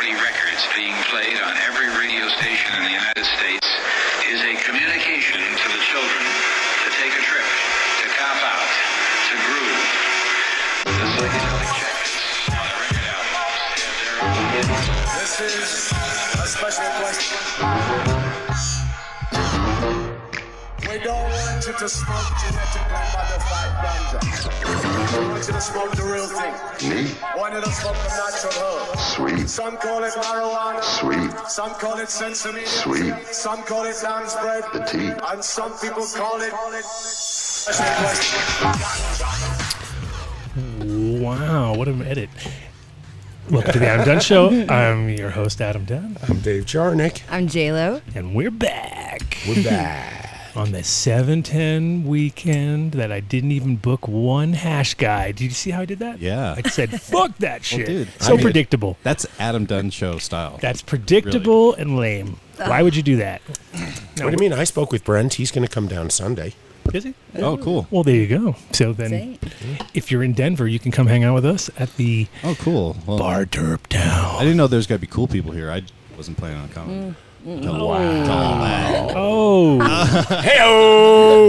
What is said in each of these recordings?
that's being played on every radio station in the United States is a communication to the children to take a trip, to cop out, to groove. The psychedelic jackets on the record albums have their own This is a special question. We don't want you to smoke genetically modified ganja. We want you to smoke the real thing. Me? We want you to smoke the natural herb. Sweet. Some call it marijuana. Sweet. Some call it sesame. Sweet. Some call it lamb's bread. The tea. And some people call it. Special question. Wow, what an edit. Welcome to the Adam Dunn Show. I'm your host, Adam Dunn, I'm Dave Jarnick. I'm JLo. and we're back We're back. on the 710 weekend that I didn't even book one hash guy. Did you see how I did that? Yeah. I said, fuck that shit. dude, I so mean- predictable. That's Adam Dunn show style. That's predictable and lame. Why would you do that? what do you mean? I spoke with Brent. He's going to come down Sunday. Is it? oh, cool. Well, there you go. So then, Say it. if you're in Denver, you can come hang out with us at the Oh, cool. Well, Bar Derp Down. I didn't know there's got to be cool people here. I wasn't planning on coming. Wow. Oh,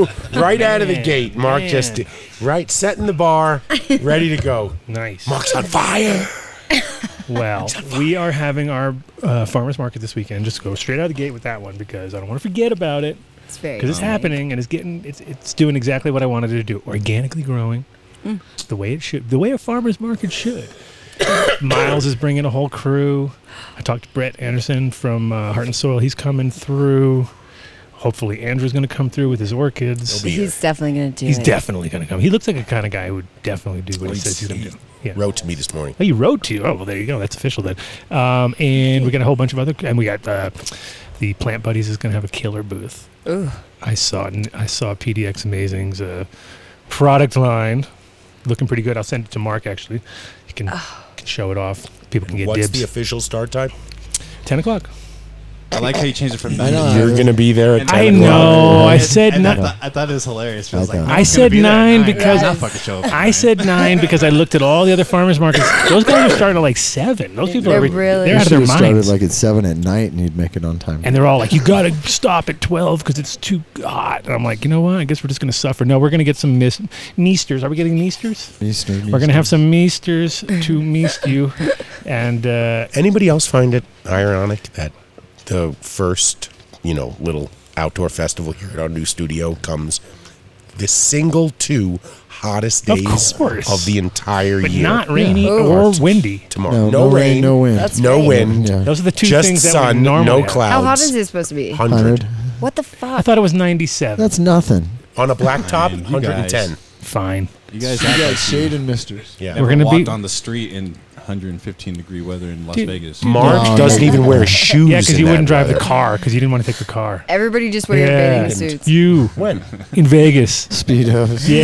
Hey, right out of the Man, gate, Mark man. just right setting the bar, ready to go. nice. Mark's on fire. Well, we are having our uh, farmers market this weekend. Just go straight out of the gate with that one because I don't want to forget about it It's very because it's exciting. happening and it's getting it's it's doing exactly what I wanted it to do, organically growing, Mm. the way it should, the way a farmers market should. Miles is bringing a whole crew. I talked to Brett Anderson from uh, Heart and Soil. He's coming through. Hopefully, Andrew's going to come through with his orchids. He's definitely gonna do He's it. definitely going to come. He looks like a kind of guy who would definitely do what he He's- says he's going to do. Yeah. Wrote to me this morning. Oh, you wrote to you. Oh, well, there you go. That's official then. Um, and we got a whole bunch of other, and we got uh, the Plant Buddies is going to have a killer booth. Ooh. I saw I saw PDX Amazing's uh, product line looking pretty good. I'll send it to Mark actually. You can, can show it off. People can get What's dibs. the official start time? Ten o'clock. I like how you changed it from I know. You're going to be there at And- 10 I o'clock. know. I said And I, nine. thought, I thought it was hilarious. I, was like, I I'm I gonna said be there at nine nine because- I'll fucking show up at I nine. said nine because I looked at all the other farmers markets. Those guys are starting at like seven. Those people They're are really- You they're out of their should've started minds. like at seven at night, and you'd make it on time. and they're all like, "You gotta stop at 12 because it's too hot." And I'm like, "You know what? I guess we're just gonna suffer." No, we're gonna get some mis- meesters. Are we getting meesters? Eastern, We're gonna have some meesters to meest you, and uh, Anybody else find it ironic that the first, you know, little outdoor festival here at our new studio comes the single two hottest Of days course. of the entire but year? not rainy Yeah. or Ooh. windy. tomorrow. no, no, rain, no wind. That's no great. wind. Yeah. Those are the two Just things that sun, we normally no have. clouds. How hot is it supposed to be? Hundred Hundred. What the I fuck? thought it was 97. That's nothing. on a blacktop, Man, you hundred and ten. guys. Fine. You guys You act got like shade and misters. Yeah, you We're we're gonna gonna walked be- on the street in 115 degree weather in Las Dude, Vegas. Mark No, doesn't no, even no. wear shoes. Yeah, because in you that wouldn't drive the weather. car because you didn't want to take the car. Everybody just wear their yeah, bathing suits. you When in Vegas. Speedos. Yeah.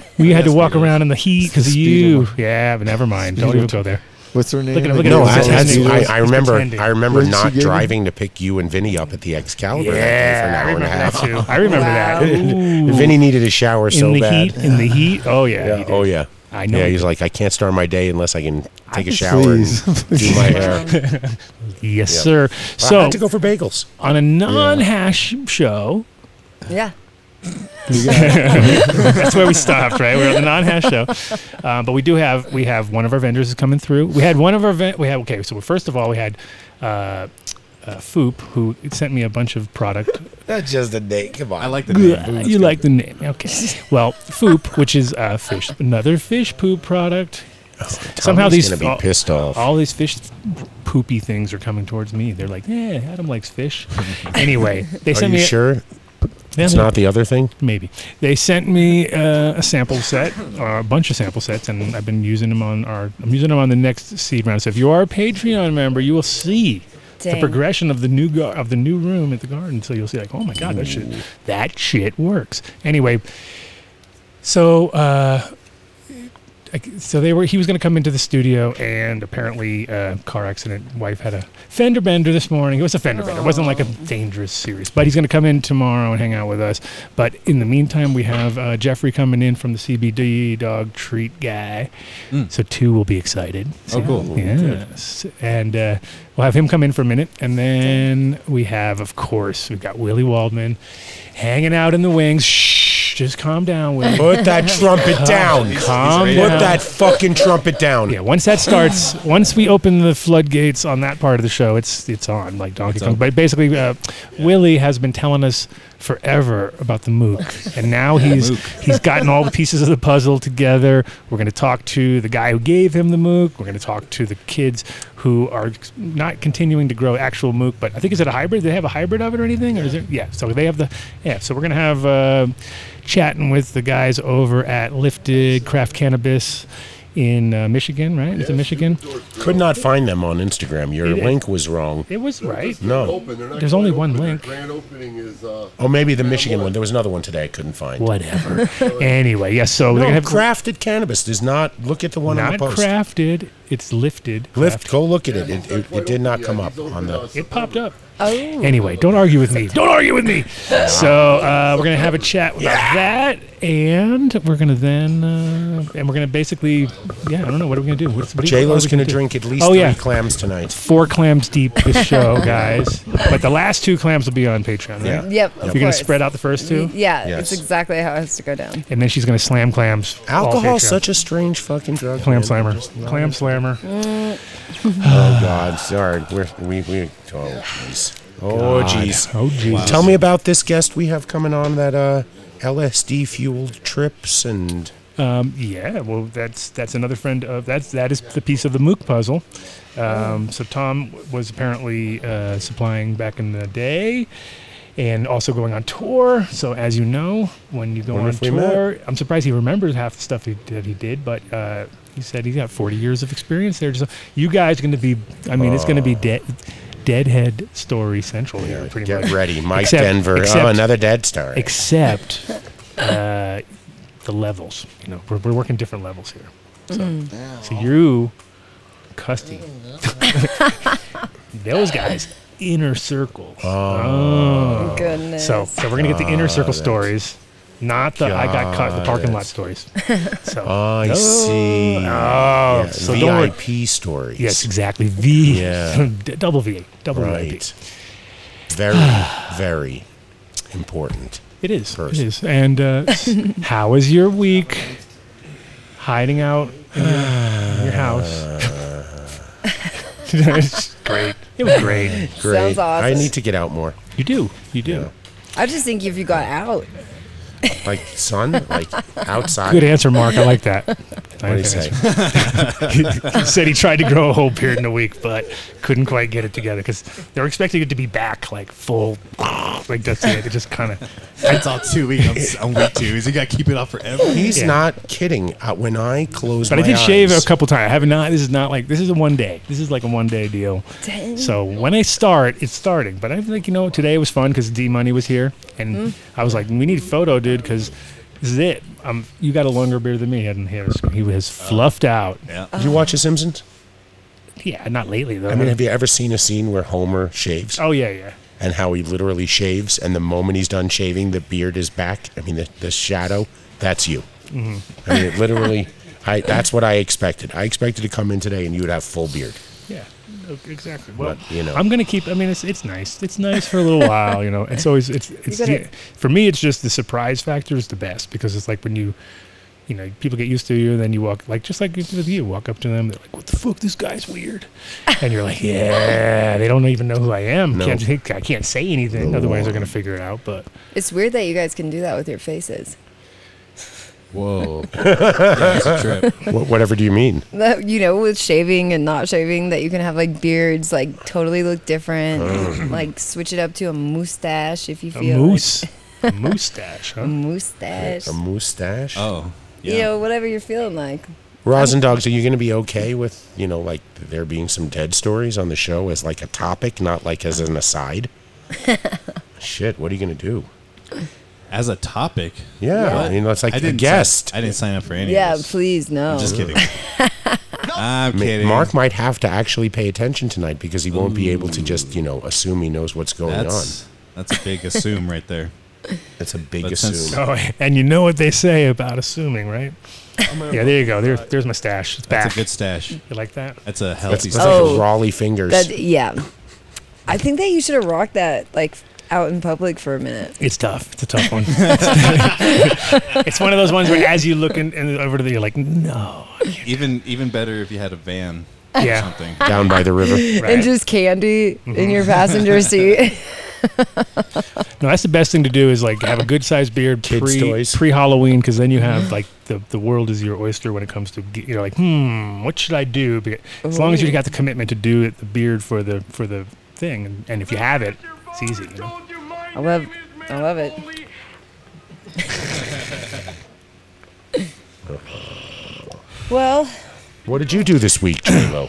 Yeah. We had to Yes, walk Vegas. around in the heat because of Speedo. you. Yeah, but never mind. Don't Speedo. even go there. What's her name? Look at him, The look at no, girl that him. I, He's says that's- pretending. Speedos? I, I remember. pretending. I remember What did she not give you? driving to pick you and Vinny up at the Excalibur Yeah, that I day for an hour and a remember that half. too. I remember that. Wow. Ooh. Vinny needed a shower so in the bad. heat, in the heat. Oh yeah. Yeah, he did. Oh yeah. I know Yeah, he he's like, I can't start my day unless I can take a just- shower Please. and do my hair. Yes, Yeah. sir. I So had to go for bagels. on a non-hash show, Yeah. that's where we stopped, right? We're on the non-hash show, um, but we do have we have one of our vendors is coming through. We had one of our ven- we had okay. So first of all, we had. Uh, uh, Foop, who sent me a bunch of product That's just a day. Come on. I like the name. That's you good. like the name. Okay. Well, Foop, which is uh, fish, another fish poop product. Oh, Somehow Tommy's these gonna be all- pissed off. All these fish poopy things are coming towards me. They're like, yeah, Adam likes fish. anyway, they Are sent you me. a- sure Yeah, it's not the other thing? Maybe they sent me uh, a sample set or a bunch of sample sets, and I've been using them on our. I'm using them on the next seed round. So if you are a Patreon member, you will see the Dang. progression of the new gar- of the new room at the garden. So you'll see like, oh my god, that shit that shit works. Anyway, so uh, I- so they were. He was going to come into the studio, and apparently, uh, car accident. Wife had a fender bender this morning. It was a fender bender. It wasn't like a dangerous serious. But he's going to come in tomorrow and hang out with us. But in the meantime, we have uh, Jeffrey coming in from the CBD dog treat guy. So two will be excited. Oh, cool. Yes. And uh, we'll have him come in for a minute. And then we have, of course, we've got Willie Waldman hanging out in the wings. Shh, just calm down, Willie. Put that trumpet down. Calm Put down. that fucking trumpet down. Yeah, once that starts, once we open the floodgates on that part of the show, it's it's on like Donkey Kong. on. But basically, uh, Willie has been telling us forever about the Mook, and now he's Mook. he's gotten all the pieces of the puzzle together. We're going to talk to the guy who gave him the Mook. We're going to talk to the kids who are not continuing to grow actual Mook, but I think is it a hybrid? Do they have a hybrid of it or anything? Or is it? Yeah. So they have the yeah. So we're going to have. Uh, Chatting with the guys over at Lifted Craft Cannabis in uh, Michigan, right? Is it Michigan? Could not find them on Instagram. Your It- link was wrong. It was right. No. Open. They're not There's quite only one open. Their link. Grand opening is. Uh, Oh, maybe the Michigan one. There was another one today I couldn't find. Whatever. anyway, yes. So they're No, gonna have crafted cannabis does not look at the one on not the post. crafted. It's lifted. Lift, go look at it. he's It, not it, quite it did not open come yet. up He's open, on uh, the. It popped up. Oh. Anyway, don't argue with me. Don't argue with me. So uh, we're gonna have a chat about that, and we're gonna then, uh, and we're gonna basically, yeah, I don't know what are we gonna do. What's, what do you- J Lo's what are we gonna do? drink at least Oh, three yeah. clams tonight. four clams deep this show, guys. But the last two clams will be on Patreon. Right? Yeah. Yep. Of If If you're gonna course. spread out the first two, Yeah, Yes. it's exactly how it has to go down. and then she's gonna slam clams. all Alcohol's Patreon. such a strange fucking drug. clam man. slammer, Just not- clam slammer. Mm, Oh God, sorry. We're, we we oh jeez. Oh jeez. Oh jeez. Tell me about this guest we have coming on that uh, LSD fueled trips and Um, yeah, well, that's that's another friend of that's that is the piece of the Mook puzzle. Um, so Tom was apparently uh, supplying back in the day, and also going on tour. So as you know, when you go Wonder on if we met. tour, I'm surprised he remembers half the stuff he, that he did, but. Uh, he said he's got 40 years of experience there. So you guys are going to be, I mean, it's going to be dead, deadhead story central here, pretty get much. ready, Mike Except- Denver. except- oh, another dead star. except uh, the levels. You know, we're, we're working different levels here. So, mm. so you, Custy, those guys, inner circle. Oh. Oh. Goodness. So, so we're gonna get the inner circle stories, not the I got caught in the parking lot Got it. stories. So I see. Oh, Oh, so don't worry. VIP stories. Yes, exactly. V, Yeah. d- double V, double VIP. Right. Very, very important. It is. person. It is. And uh, s- how is your week? Hiding out in your, in your house. Uh, It's great. It was great. Great. Sounds awesome. I need to get out more. You do. You do. I just think if you got out, Like sun, like outside. Good answer, Mark. I like that. What do you say? he said he tried to grow a whole beard in a week, but couldn't quite get it together because they were expecting it to be back like full, like that's it. It just kind of. That's all two weeks. I'm, I'm week two. Is he got to keep it up forever? He's Yeah. not kidding. Uh, when I close But my I did shave a eyes- couple times. I have not. This is not like this is a one day. This is like a one day deal. Dang. So when I start, it's starting. But I think you know today was fun because D Money was here, and I was like, we need photo, dude, because this is it. Um, you got a longer beard than me, and he was, he was fluffed out. Yeah. Oh. Did you watch The Simpsons? Yeah, not lately though. I mean, have you ever seen a scene where Homer shaves oh yeah, yeah. and how he literally shaves, and the moment he's done shaving, the beard is back? I mean, the, the shadow, that's you. Mm-hmm. I mean, it literally, I, that's what I expected. I expected to come in today and you would have full beard. Yeah, no, exactly. Well, But, you know. I'm gonna keep. I mean, it's it's nice. It's nice for a little while, you know. It's always it's it's gotta- the, for me. It's just the surprise factor is the best because it's like when you. You know, people get used to you, and then you walk like just like with you walk up to them. They're like, "What the fuck? This guy's weird," and you're like, "Yeah." They don't even know who I am. No. Can't think, I can't say anything. Otherwise, they're gonna figure it out. But it's weird that you guys can do that with your faces. Whoa. yeah, that's a trip. Wh- whatever do you mean? That, you know, with shaving and not shaving, that you can have like beards like totally look different, like switch it up to a mustache if you a feel like- moose, a mustache, a huh? mustache. A mustache? Oh. Yeah. You know, whatever you're feeling like. Roz and Dogs, are you going to be okay with, you know, like there being some dead stories on the show as like a topic, not like as an aside? Shit, what are you going to do? As a topic, Yeah, I mean, it's like a didn't guest. Sign, I didn't sign up for any. Yeah, of this. please no. I'm just kidding. I'm Ma- kidding. Mark might have to actually pay attention tonight because he won't be able to just, you know, assume he knows what's going that's that's a big assume right there. on. That's a big But assume. since- Oh, and you know what they say about assuming, right? Yeah, there you go. There, there's my stash. It's That's back. a good stash. you like that? That's a that's healthy. that's stash. like Oh. Raleigh fingers. That yeah. I think that you should have rocked that like out in public for a minute. It's tough. It's a tough one. it's one of those ones where as you look in, in, over to the, you're like, no. Even even better if you had a van or Yeah. something. down by the river. Right. Mm-hmm. And just candy in your passenger seat. No, that's the best thing to do is like have a good sized beard Kids' pre toys. pre Halloween because then you have like the the world is your oyster when it comes to ge- you're like hmm what should I do? Be- As long as you Ooh. got the commitment to do it, the beard for the for the thing, and, and if you have it, it's easy. You know? I love I love it. well, What did you do this week, J-Lo?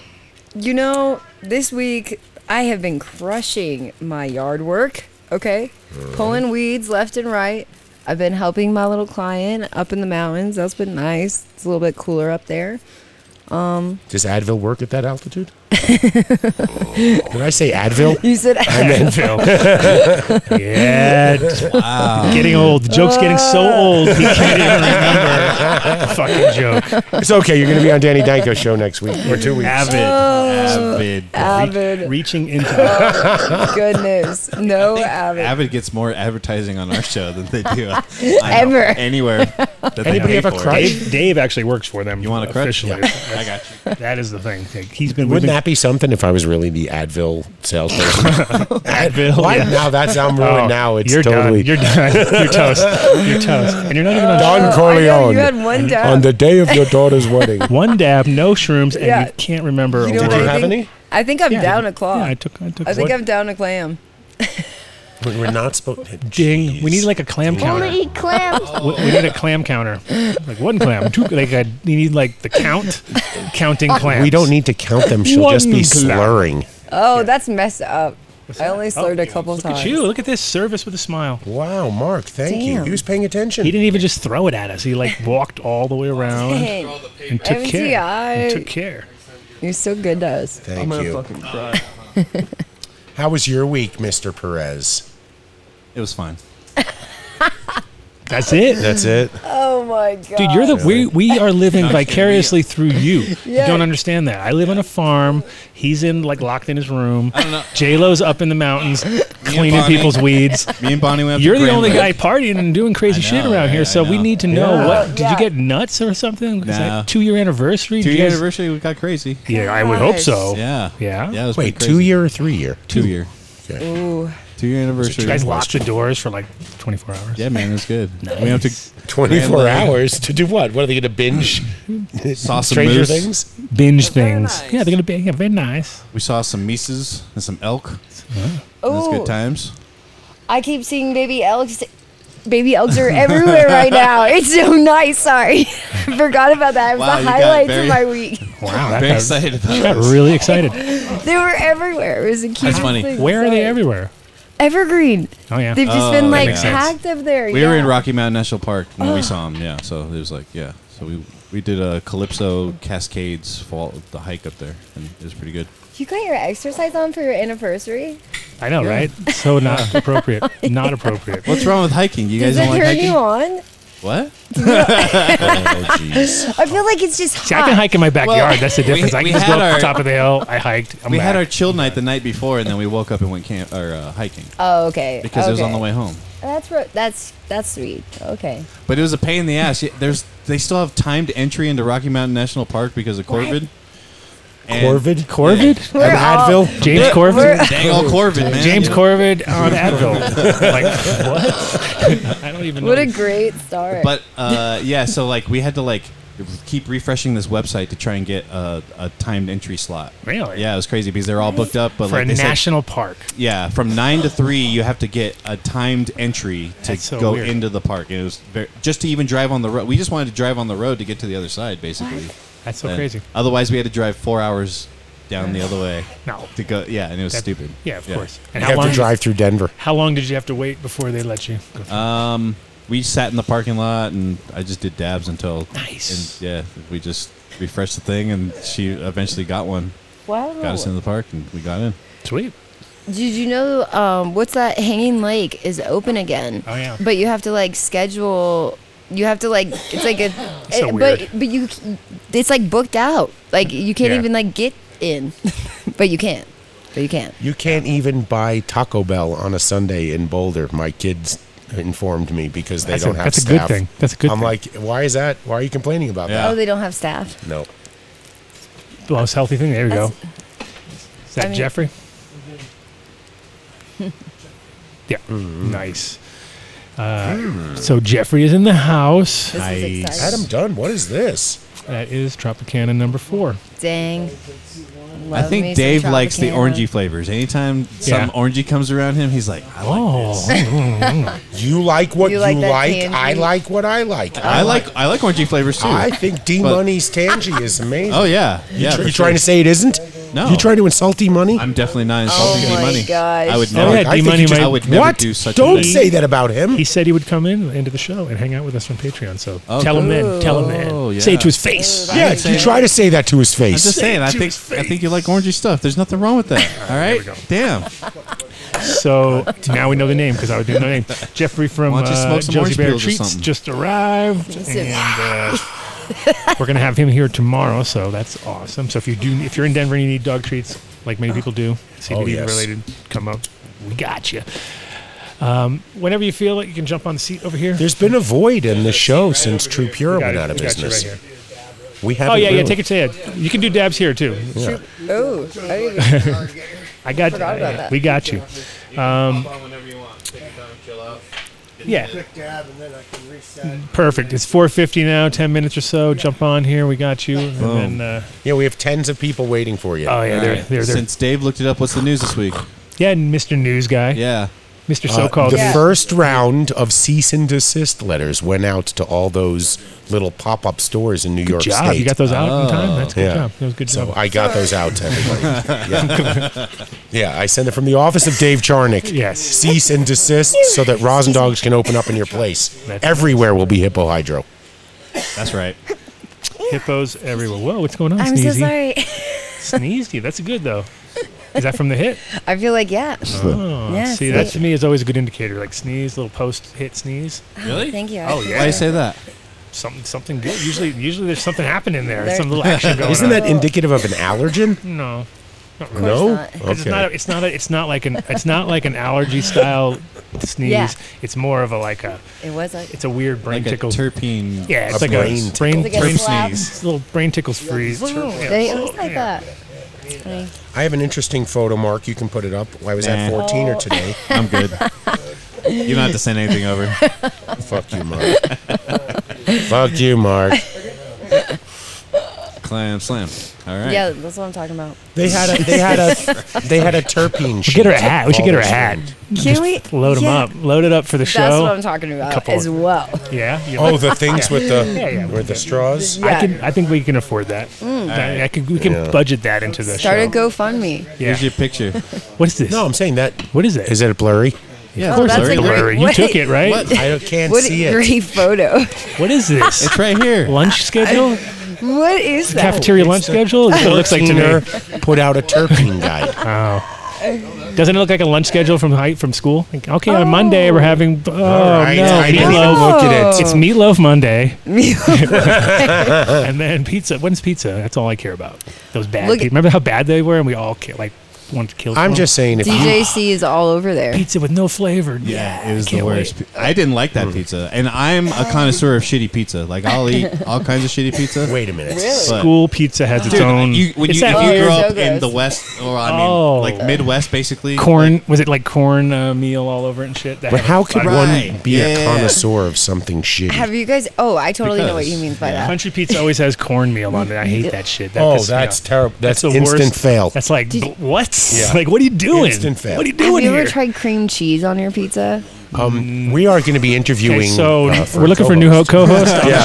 you know, this week I have been crushing my yard work, okay? Pulling weeds left and right. I've been helping my little client up in the mountains. That's been nice. It's a little bit cooler up there. Um, Does Advil work at that altitude? Did I say Advil? You said Yeah, just getting old. The joke's getting Ah. so old he can't even remember the fucking joke. It's okay. You're going to be on Danny Dyko's show next week or two weeks. Avid, Avid. avid. Oh, reaching into Goodness. No avid. Avid gets more advertising on our show than they do on- Ever. anywhere. That they Anybody pay have a for. crutch? Dave, Dave actually works for them. You want a crutch? officially. I got you. That is the thing. Like, He's been Wouldn't we've been- that be something if I was really the Advil salesperson? Advil. Why yeah. now? That's I'm ruined. Oh, now it's you're totally done. You're done. You're toast. You're toast. And you're not even on Don I know, you Corleone had one on dab. the day of your daughter's wedding. one dab, no shrooms, and Yeah. you can't remember. You know a Did word. what you I have think? any? I think I'm Yeah, down I- a claw. Yeah, I I, took. I took. think one I'm down a clam. We're not supposed. to. ding. We need like a clam counter. Only eat clams. We, we need a clam counter. Like one clam, two. Like I, you need like the count, counting clams. We don't need to count them. She'll just be One clam. slurring. Oh, that's messed up. I only slurred a couple Oh, Look times. at you! Look at this service with a smile. Wow, Mark, thank you. Damn. He was paying attention. He didn't even just throw it at us. He like walked all the way around Dang. and took care. MTI. And took care. You're so good to us. Thank you. How was your week, Mr. Perez? It was fine. That's it. That's it. Oh my god. Dude, you're the we we are living Not vicariously through you. You Yeah. don't understand that. I live on a farm. He's in like locked in his room. don't know. J Lo's up in the mountains cleaning Bonnie. people's weeds. Me and Bonnie went. up You're to the Grand only guy Lake. partying and doing crazy I shit know, around right? here, I so we know. need to know Yeah. what did you Yeah. get nuts or something? Is No. that two year anniversary? Two Did year you guys- anniversary. We got crazy. Yeah, I would hope so. Yeah. Yeah? Yeah. It was Wait, pretty two crazy. year or three year? Two year. Okay. Ooh, Two year anniversary. You guys locked the doors for like 24 hours. Yeah, man, it was good. We have to Twenty four Grand Lake. hours to do what? What are they going to binge? saw some Stranger moose. Things. Binge very things. nice. Yeah, they're gonna be yeah, very nice. We saw some mises and some elk. It was ooh! Oh. good times. I keep seeing baby elks. Baby elks are everywhere right now. It's so nice. Sorry, I forgot about that. It was Wow, the you got highlights of very- my week. Wow, that Very got- excited about got this. really excited. They were everywhere. It was a cute. That's funny. thing. Where are they Sorry. everywhere? Evergreen. Oh yeah. They've just Oh, been that like makes sense. packed up there. We yeah. were in Rocky Mountain National Park when we saw him. Yeah, so it was like yeah. So we we did a Calypso Cascades fall the hike up there, and it was pretty good. You got your exercise on for your anniversary. I know, right? So not appropriate. Not appropriate. What's wrong with hiking? You guys Does it don't like turn hiking? you on? What? oh jeez. I feel like it's just hot. See, I can hike in my backyard. Well, That's the difference. we- I we can just go had up our- the top of the hill. I hiked. I'm We had our back. chill night the night before, and then we woke up and went camp or uh, hiking Oh, okay. because it was on okay. the way home. That's ro- that's that's sweet. Okay. But it was a pain in the ass. Yeah, There's they still have timed entry into Rocky Mountain National Park because of Corvid. And- Corvid. Corvid? Of Advil. James Corvid. Dang all Corvid, man. James Yeah. Corvid on Advil. like what? I don't even. What know. a great start. But uh, yeah, so like we had to like keep refreshing this website to try and get a, a timed entry slot. Really? Yeah, it was crazy because they're all booked up. But for like a they said- national park. yeah, from nine to three, you have to get a timed entry to That's so go weird. into the park. And it was very, just to even drive on the road. We just wanted to drive on the road to get to the other side, basically. That's so And crazy. Otherwise, we had to drive four hours down the other way No. to go. Yeah, and it was That- stupid. Yeah, of course. You And how have long? to drive through Denver. How long did you have to wait before they let you? Go through? Um, we sat in the parking lot, and I just did dabs until Nice. And yeah, we just refreshed the thing, and she eventually got one. Wow. Got us into the park, and we got in. Sweet. Did you know um, what's that? Hanging Lake is open again. Oh, yeah. But you have to like schedule. You have to like it's like a. so it- weird. But but you, it's like booked out. Like you can't Yeah. even like get in, but you can. But you can. You can't even buy Taco Bell on a Sunday in Boulder. My kids informed me because they That's a- don't have that's a good staff. thing. That's a good I'm thing. like, why is that? Why are you complaining about Yeah. Oh, they don't have staff. that? No. The most healthy thing. There we go. Is that I mean- Jeffrey? yeah. Mm-hmm. Nice. Uh, so Jeffrey is in the house. This is Nice. exciting. Adam Dunn, what is this? That is Tropicana number four. Dang. I Love me think some Dave likes the Tropicana. orangey flavors. Anytime Yeah. some orangey comes around him, he's like, I like Oh. this. You like what You you, like like. that candy? I like what I like. I like I like orangey flavors too. I think D But- Money's Tangy is amazing. oh yeah, you yeah. for tr- you sure. trying to say it isn't? No. You trying to insult D Money? I'm definitely not insulting Oh my D money. gosh. I would Oh, never. yeah, I think D-Money you just- might- I would never what? do such a Don't thing. say that about him. He said he would come in into the show and hang out with us on Patreon. So Oh, tell him then. good. Tell him then. Oh, Say it yeah. to his face. I yeah, would say you that. try to say that to his face. I'm just saying. I think I think you like orangey stuff. There's nothing wrong with that. All right. Damn. So now we know the name because I would know the name. Jeffrey from Why don't you uh, smoke some Josie orange Bear peels or Treats something? just arrived, Just and uh, we're gonna have him here tomorrow. So that's awesome. So if you do, if you're in Denver and you need dog treats, like many people do, CBD Oh, yes. related, come up. We got you. Um, whenever you feel it, you can jump on the seat over here. There's been a void in the show since True We Pure got went it. out of We got you right business. here. We haven't. Oh yeah, yeah. really- Take it to yeah. You can do dabs here too. Oh, I didn't even- I got. Forgot about that. We got you. Um, Yeah. Perfect. It's 4:50 now. 10 minutes or so. Jump on here. We got you. And then, uh, Yeah, we have tens of people waiting for you. oh yeah, All there, right. there, there. Since Dave looked it up, what's the news this week? yeah, and Mr. News guy, Yeah. Mr. Uh, So-called. the News. first round of cease and desist letters went out to all those little pop-up stores in New York job. State. You got those out in Oh. time. That's a good Yeah. job. That was a good so job. I got those out to everybody. yeah. yeah, I sent it from the office of Dave Charnick. Yes. Cease and desist so that Rosin Dogs can open up in your place. That's- Everywhere will be Hippo Hydro. That's right. Hippos everywhere. Whoa, what's going on? I'm so Sneezy? sorry. Sneezy. That's good though. Is that from the hit? I feel like yeah. Oh, Yeah, see, see? that to me is always a good indicator. Like sneeze, little post hit sneeze, Really? Thank you. Oh, Why do you say that? something something good. Usually, usually there's something happening there. There- Some little action going Isn't on. that indicative of an allergen? no? Not really. No. not. 'Cause It's not. A, it's not. A, it's not like an. It's not like an allergy style sneeze. Yeah. It's more of a like a. It was like It's a weird brain Like a tickle. terpene. yeah, it's a like brain a tickle. brain It's like a brain slap. sneeze. Little brain tickles freeze. They it was like that. I have an interesting photo, Mark. You can put it up. I was at Nah. 14 or today. I'm good. You don't have to send anything over. Fuck you, Mark. Fuck you, Mark. Clam slam. All right. Yeah, that's what I'm talking about. They had a they had a they had a terpene. Get her a hat. We should get her a hat. Can we Load them yeah, up. Load it up for the show. That's what I'm talking about Couple as of- well. Yeah. you Oh, like- the things with the Yeah, yeah. with the straws. Yeah. I can. I think we can afford that. I, I could, we can Yeah. budget that into the Mm. Start a show. GoFundMe. yeah. Here's your picture. What is this? No, I'm saying that What is it? is it a blurry? Yeah, Oh, that's a great- blurry. You Wait. took it right. What? I can't What see a it. great photo. What is this? It's right here. lunch schedule? what is that? Cafeteria Oh, lunch schedule? That's what it looks like to me. Teener put out a terpene guide. Doesn't it look like a lunch schedule from high, from school? Like, okay, on Monday we're having. Oh Alright, no, I didn't meatloaf. look at it. It's meatloaf Monday, and then pizza. When's pizza? That's all I care about. Those bad. Look pe- at- Remember how bad they were, and we all ca- like wanted to kill. I'm someone? just saying if you DJC is all over there. pizza with no flavor. Yeah, it I was the can't wait. worst. Mm. I didn't like that pizza, and I'm a connoisseur of shitty pizza. Like I'll eat all kinds of shitty pizza. wait a minute. but- School pizza has its Dude, own. you, when you, it's that if you weird- grew Oh, up so in gross. the West, or I mean, Oh. like Midwest, basically, corn was it like corn uh, meal all over it and shit? That But had how could fun- one Right. be a Yeah. connoisseur of something shitty? Have you guys? Oh, I totally know what Because- you mean by that. Country pizza always has cornmeal on it. I hate that shit. That Oh, pisses me that's off. terrible. That's instant fail. That's like Did- bl- what? Yeah. Like what are you doing? Instant fail. What are you Have doing you here? ever tried cream cheese on your pizza? Um, we are going to be interviewing. okay, so uh, we're looking for a new ho- co-host. co-host on the Yeah.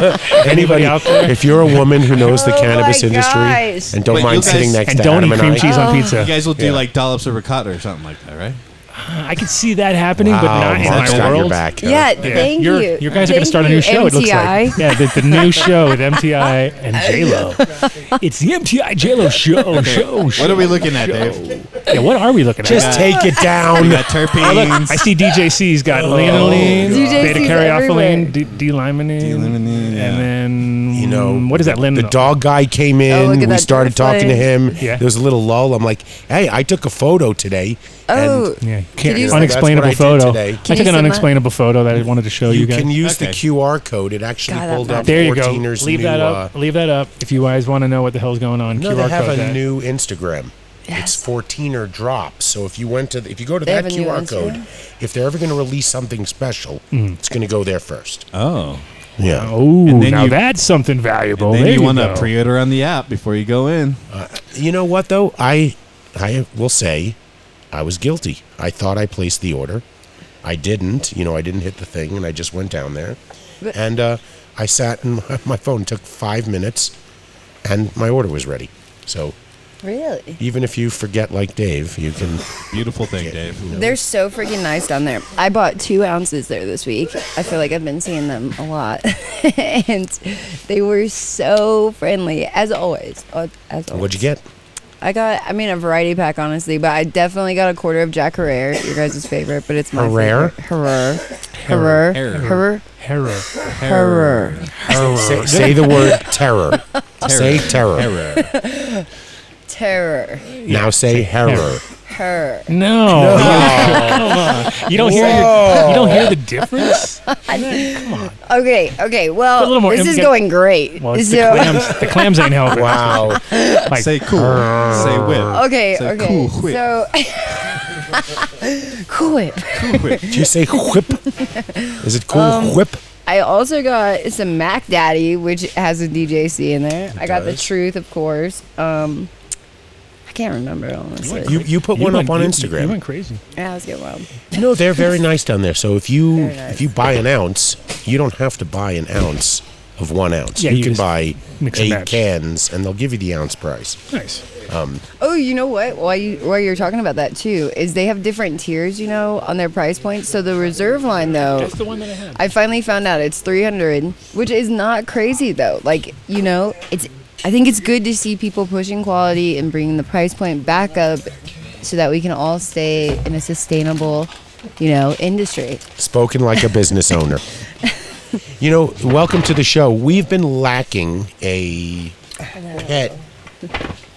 show. Anybody out there? If you're a woman who knows the Oh cannabis my industry gosh. Oh. and don't But you mind guys- sitting next And to don't Adam eat and cream I, cheese on you pizza. guys will do Yeah. like dollops of ricotta or something like that, right? I could see that happening, but not Mark's in got my your world. back. Yeah, thank You're- you. guys are going Thank to start a new you, show. It looks MTI. like yeah, the, the new show with MTI and J Lo. It's the MTI J Lo show. Show. show. What are we looking at, Dave? Yeah, what are we looking at? Just take it We down. got terpenes. I see DJC's got Oh. lanolene, DJC's beta everywhere. caryophylline, D- D-limonene, D-limonene, yeah. and then You know, Mm, what is that? Lin- The dog guy came in. Oh, look at we that started dog talking to play. him. Yeah. There was a little lull. I'm like, hey, I took a photo today. Oh, Yeah, Did you- can't, That's unexplainable what I did photo. today. I Can you took send an that? unexplainable photo that I wanted to show And you, you guys. can use the Okay. QR code. It actually God, that pulled up matters. there you go. 14ers Leave new, that uh, up. Leave that up if you guys want to know what the hell's going on. No, QR they have code a that. new Instagram. It's 14er drop. So if you went to the, if you go to They that have a new QR Instagram? code, if they're ever going to release something special, it's going to go there first. Oh. Yeah. Oh, And then now you- that's something valuable. Then There you want to go. pre-order on the app before you go in. Uh, You know what though? I I will say I was guilty. I thought I placed the order. I didn't. You know, I didn't hit the thing and I just went down there. and uh, I sat and my, my phone took 5 minutes and my order was ready. So really? even if you forget like Dave, you can Beautiful thing, Dave. They're so freaking nice down there. I bought two ounces there this week. I feel like I've been seeing them a lot, and they were so friendly as always. uh, As always. What'd you get? I got, I mean, a variety pack, honestly, but I definitely got a quarter of Jack Herrera, your guys' favorite, but it's my Herrera? favorite. Herrera. Herrera. Herrera. Terror. Herrera. Say, say the word terror. Say terror. Terror. Now say terror. Her. No. You don't hear. Your, you don't hear the difference. Okay, okay. Well, A little more this is imp- going great. Well, it's the so, clams. The clams ain't helping. Wow. Like, Say cool. Say whip. okay, Say okay. cool whip. So, cool whip. Cool whip. Do you say whip? Is it cool whip? Um, I also got some Mac Daddy, which has a DJC in there. I got the does. truth, of course. Um, I can't remember honestly. You you put you one went- up on you- Instagram. You went crazy. yeah, let's get wild. No, they're very nice down there. So if you Very nice. if you buy an ounce, you don't have to buy an ounce of one ounce. Yeah, you, you can just buy mix and eight match. cans, and they'll give you the ounce price. Um, Nice. Oh, you know what? While you while you're talking about that too, is they have different tiers, you know, on their price points. So the reserve line though, That's the one that I had. I finally found out it's 300, which is not crazy though. Like, you know, it's I think it's good to see people pushing quality and bringing the price point back up so that we can all stay in a sustainable, you know, industry. Spoken like a business owner. You know, welcome to the show. We've been lacking a pet.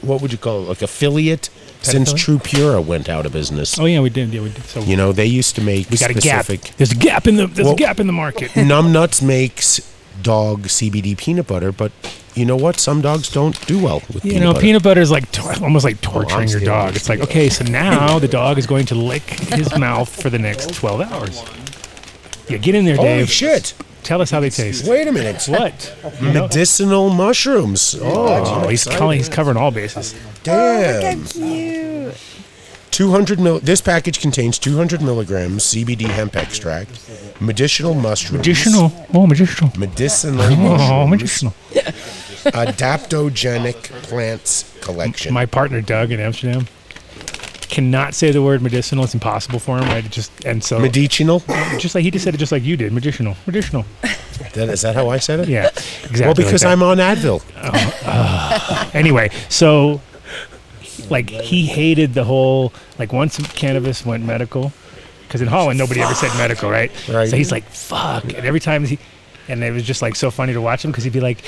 What would you call it? Like affiliate since affiliate? True Pura went out of business. Oh yeah, we did. Yeah, we did. So You know, they used to make we got a gap. specific. There's a gap in the. There's Well- a gap in the market. Numb Nuts makes dog CBD peanut butter, but you know what? Some dogs don't do well with You peanut know, butter. peanut butter is like tor- almost Oh, like torturing your still dog. used It's like, okay, so now the dog is going to lick his mouth for the next 12 hours. Yeah, get in there, Holy Dave. shit! Tell us how they taste. Wait a minute. What? You know? Medicinal mushrooms. Oh, Oh, he's calling. He's covering all bases. Oh, Oh, damn. 200 mil. This package contains 200 milligrams CBD hemp extract, medicinal mushrooms, Medicinal. Oh, medicinal. medicinal mushrooms, Uh, Oh, medicinal. adaptogenic plants collection. My partner Doug in Amsterdam cannot say the word medicinal. It's impossible for him. I just and so medicinal. just like he just said it, just like you did. Medicinal. Medicinal. That, is that how I said it? Yeah, exactly. Well, like because that. Uh, I'm on Advil. anyway, so like he hated the whole like once cannabis went medical because in Holland nobody ever said medical, right? Right. So he's like, "Fuck!" And every time he, and it was just like so funny to watch him because he'd be like.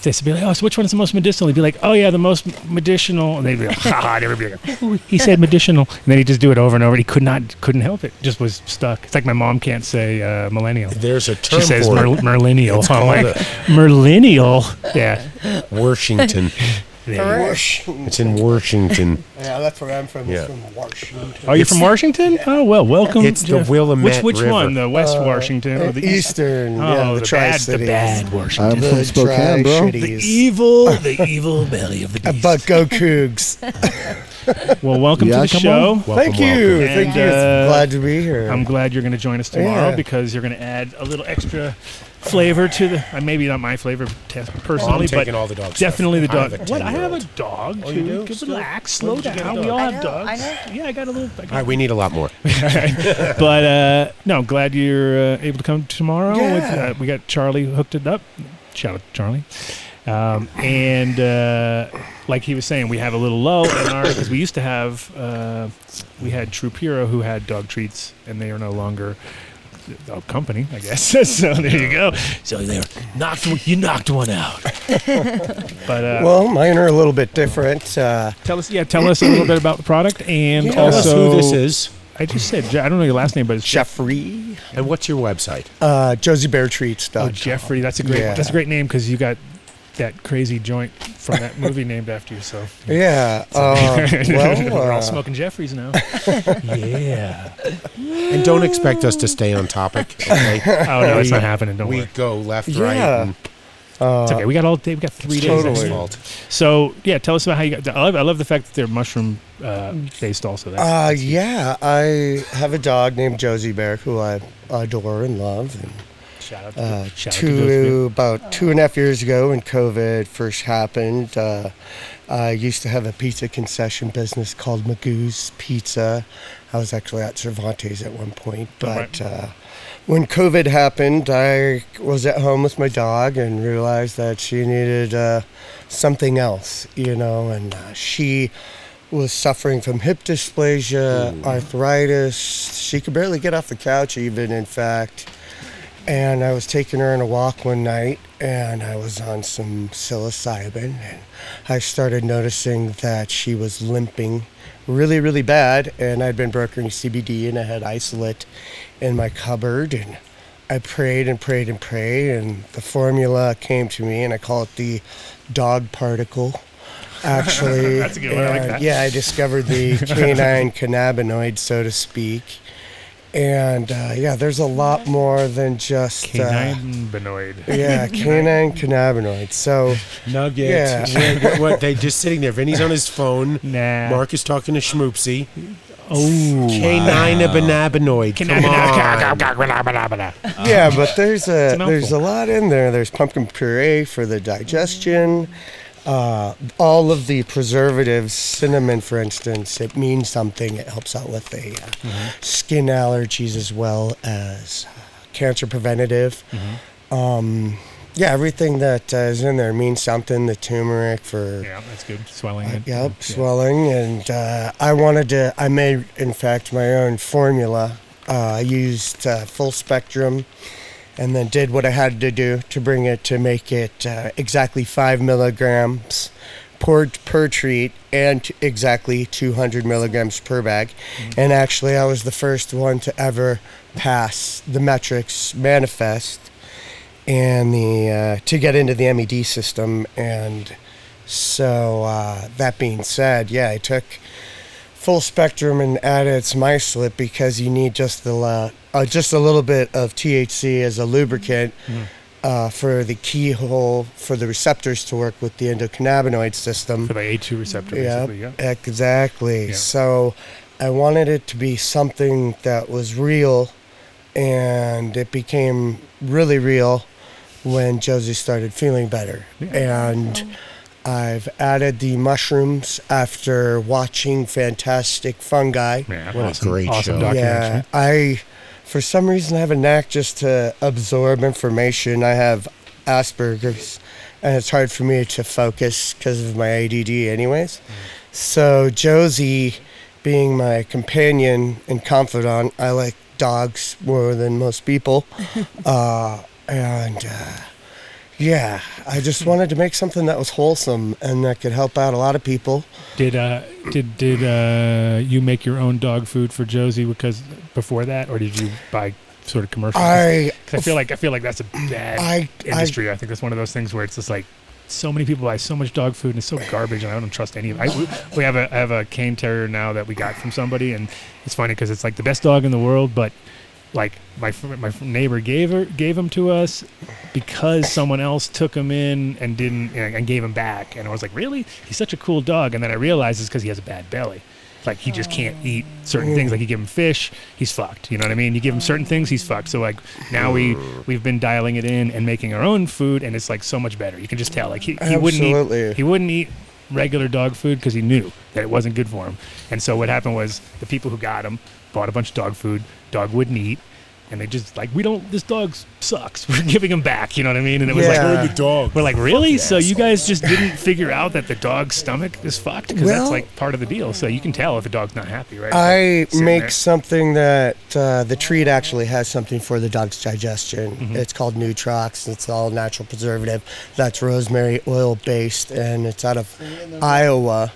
This would be like, oh, so which one's the most medicinal? He'd be like, oh yeah, the most medicinal, and they'd be like, haha, and everybody like, "Ooh, he said medicinal, and then he'd just do it over and over. And he could not, couldn't help it, just was stuck. It's like my mom can't say uh, millennial. There's a term She says for mer- it. merlinnial. It's I'm called like, a- merlinnial. Yeah, Washington. It's in Washington. Yeah, that's where I'm from. Yeah. It's from Washington. Are you from Washington? Oh well, welcome. It's the Jeff. Willamette Which which River. one? The West Washington Uh, or the East? Uh, Eastern, yeah, the, Oh, the, bad, the Tri-Cities. bad Washington. I'm from The Spokane, bro. The Tri-Cities. evil, the evil belly of the beast. But go Cougs. Well, welcome Yeah, to the come show. on. Thank you. welcome. Thank you. And, uh, It's glad to be here. I'm glad you're going to join us tomorrow Yeah. because you're going to add a little extra flavor to the. Uh, maybe not my flavor test personally, but taking all the dog stuff. definitely the I have dog. a what? I have a 10-year-old. dog. Oh, too. you do? Just Still? relax, When slow did you get a down. We dog? all I have know, I dogs. Yeah, I got a little. I All right, we need a lot more. but uh, no, glad you're uh, able to come tomorrow. With, uh, we got Charlie hooked it up. Shout out to Charlie. Um, and uh, like he was saying, we have a little low in our because we used to have uh, we had Trupiro who had dog treats, and they are no longer. a company, I guess. so there you go. So there, knocked one- you knocked one out. but uh, Well, mine are a little bit different. Uh, tell us, yeah, tell us a little bit about the product and Tell us also who this is I just said I don't know your last name, but it's Jeffrey, and what's your website. uh, Josie Bear Treats. Oh, Jeffrey, that's a great Yeah. that's a great name because you got that crazy joint from that movie named after you. So Yeah. Uh, we're all well, uh, smoking Jeffries now. yeah. And don't expect us to stay on topic. Okay, Oh no, it's We- not happening. Don't we worry. go left, Yeah. right, and It's okay. We got all day. We got three days. Uh, Totally. next it's week. fault. So yeah, tell us about how you got. I love, I love the fact that they're mushroom uh, based. Also, that's, uh, yeah, I have a dog named Josie Bear who I adore and love. And shout out. To, uh, shout out to those people. two about two and a half years ago when COVID first happened. Uh, I used to have a pizza concession business called Magoo's Pizza. I was actually at Cervantes at one point, but uh, when COVID happened, I was at home with my dog and realized that she needed uh, something else, you know, and uh, she was suffering from hip dysplasia, arthritis. She could barely get off the couch, even in fact and I was taking her on a walk one night, and I was on some psilocybin, and I started noticing that she was limping really, really bad, and I'd been brokering CBD, and I had isolate in my cupboard, and I prayed and prayed and prayed, and the formula came to me, and I call it the dog particle. Actually, That's a good one. I like and that. yeah, I discovered the canine cannabinoid, so to speak. And uh, yeah, there's a lot more than just Uh, Canine Benoid. yeah, canine cannabinoids. So Nugget. Yeah. what, what, they just sitting there. Vinny's on his phone. Nah. Mark is talking to Schmoopsy. Oh. Canine banabinoid. Come on. yeah, but there's a, a there's a mouthful. lot in there. There's pumpkin puree for the digestion. Uh, all of the preservatives, cinnamon, for instance, it means something. It helps out with the uh, skin allergies as well as uh, cancer preventative. Um, yeah, everything that uh, is in there means something. The turmeric for Yeah, that's good. Swelling. it. Yep, swelling, and uh, I wanted to. I made, in fact, my own formula. Uh, I used uh, full spectrum, and then did what I had to do to bring it to make it uh, exactly five milligrams per per treat, and t- exactly 200 milligrams per bag. And actually, I was the first one to ever pass the metrics manifest and the uh, to get into the MED system. And so uh, that being said, yeah, I took full spectrum and added its micelip because you need just the la- uh, just a little bit of THC as a lubricant. Mm-hmm. Uh, for the keyhole for the receptors to work with the endocannabinoid system For the A2 receptor, Yep, basically. Yeah. Exactly. Yeah. So I wanted it to be something that was real, and it became really real when Josie started feeling better. And I've added the mushrooms after watching Fantastic Fungi. Yeah. What a great awesome show. documentary. Yeah, I, for some reason, I have a knack just to absorb information. I have Asperger's, and it's hard for me to focus because of my ADD, anyways. So Josie, being my companion and confidant, I like dogs more than most people, uh, and. Uh, yeah, I just wanted to make something that was wholesome and that could help out a lot of people. Did uh did did uh you make your own dog food for Josie because before that, or did you buy sort of commercial? 'Cause I I feel like I feel like that's a bad I- I- industry. I, think that's one of those things where it's just like so many people buy so much dog food and it's so garbage, and I don't trust any of. I we, we have a I have a cane terrier now that we got from somebody, and it's funny because it's like the best dog in the world, but. Like my fr- my fr- neighbor gave her gave him to us because someone else took him in and didn't and, and gave him back and I was like really he's such a cool dog and then I realized it's because he has a bad belly Like he just can't eat certain things. Like you give him fish, he's fucked. You know what I mean? You give him certain things, he's fucked. So like now we we've been dialing it in and making our own food, and it's like so much better. You can just tell. Like he, he wouldn't Absolutely. eat he wouldn't eat regular dog food because he knew that it wasn't good for him. And so what happened was the people who got him bought a bunch of dog food. Dog wouldn't eat. And they just like we don't. This dog sucks. We're giving him back. You know what I mean? And it was like Yeah. The dog. we're like, really? So you guys just didn't figure out that the dog's stomach is fucked? Because that's Well- like part of the deal. So you can tell if a dog's not happy, right? I Sitting make there. something that uh, the treat actually has something for the dog's digestion. Mm-hmm. It's called Nutrox. It's all natural preservative. That's rosemary oil based, and it's out of Iowa.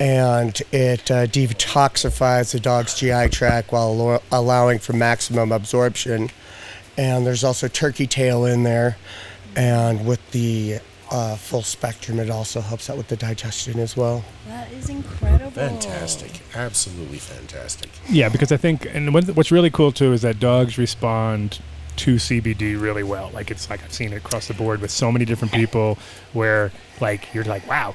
And it uh, detoxifies the dog's GI tract while allo- allowing for maximum absorption. And there's also turkey tail in there. And with the uh, full spectrum, it also helps out with the digestion as well. That is incredible. Fantastic. Absolutely fantastic. Yeah, because I think, and what- what's really cool too is that dogs respond to CBD really well. Like it's like I've seen it across the board with so many different people, where like you're like, wow,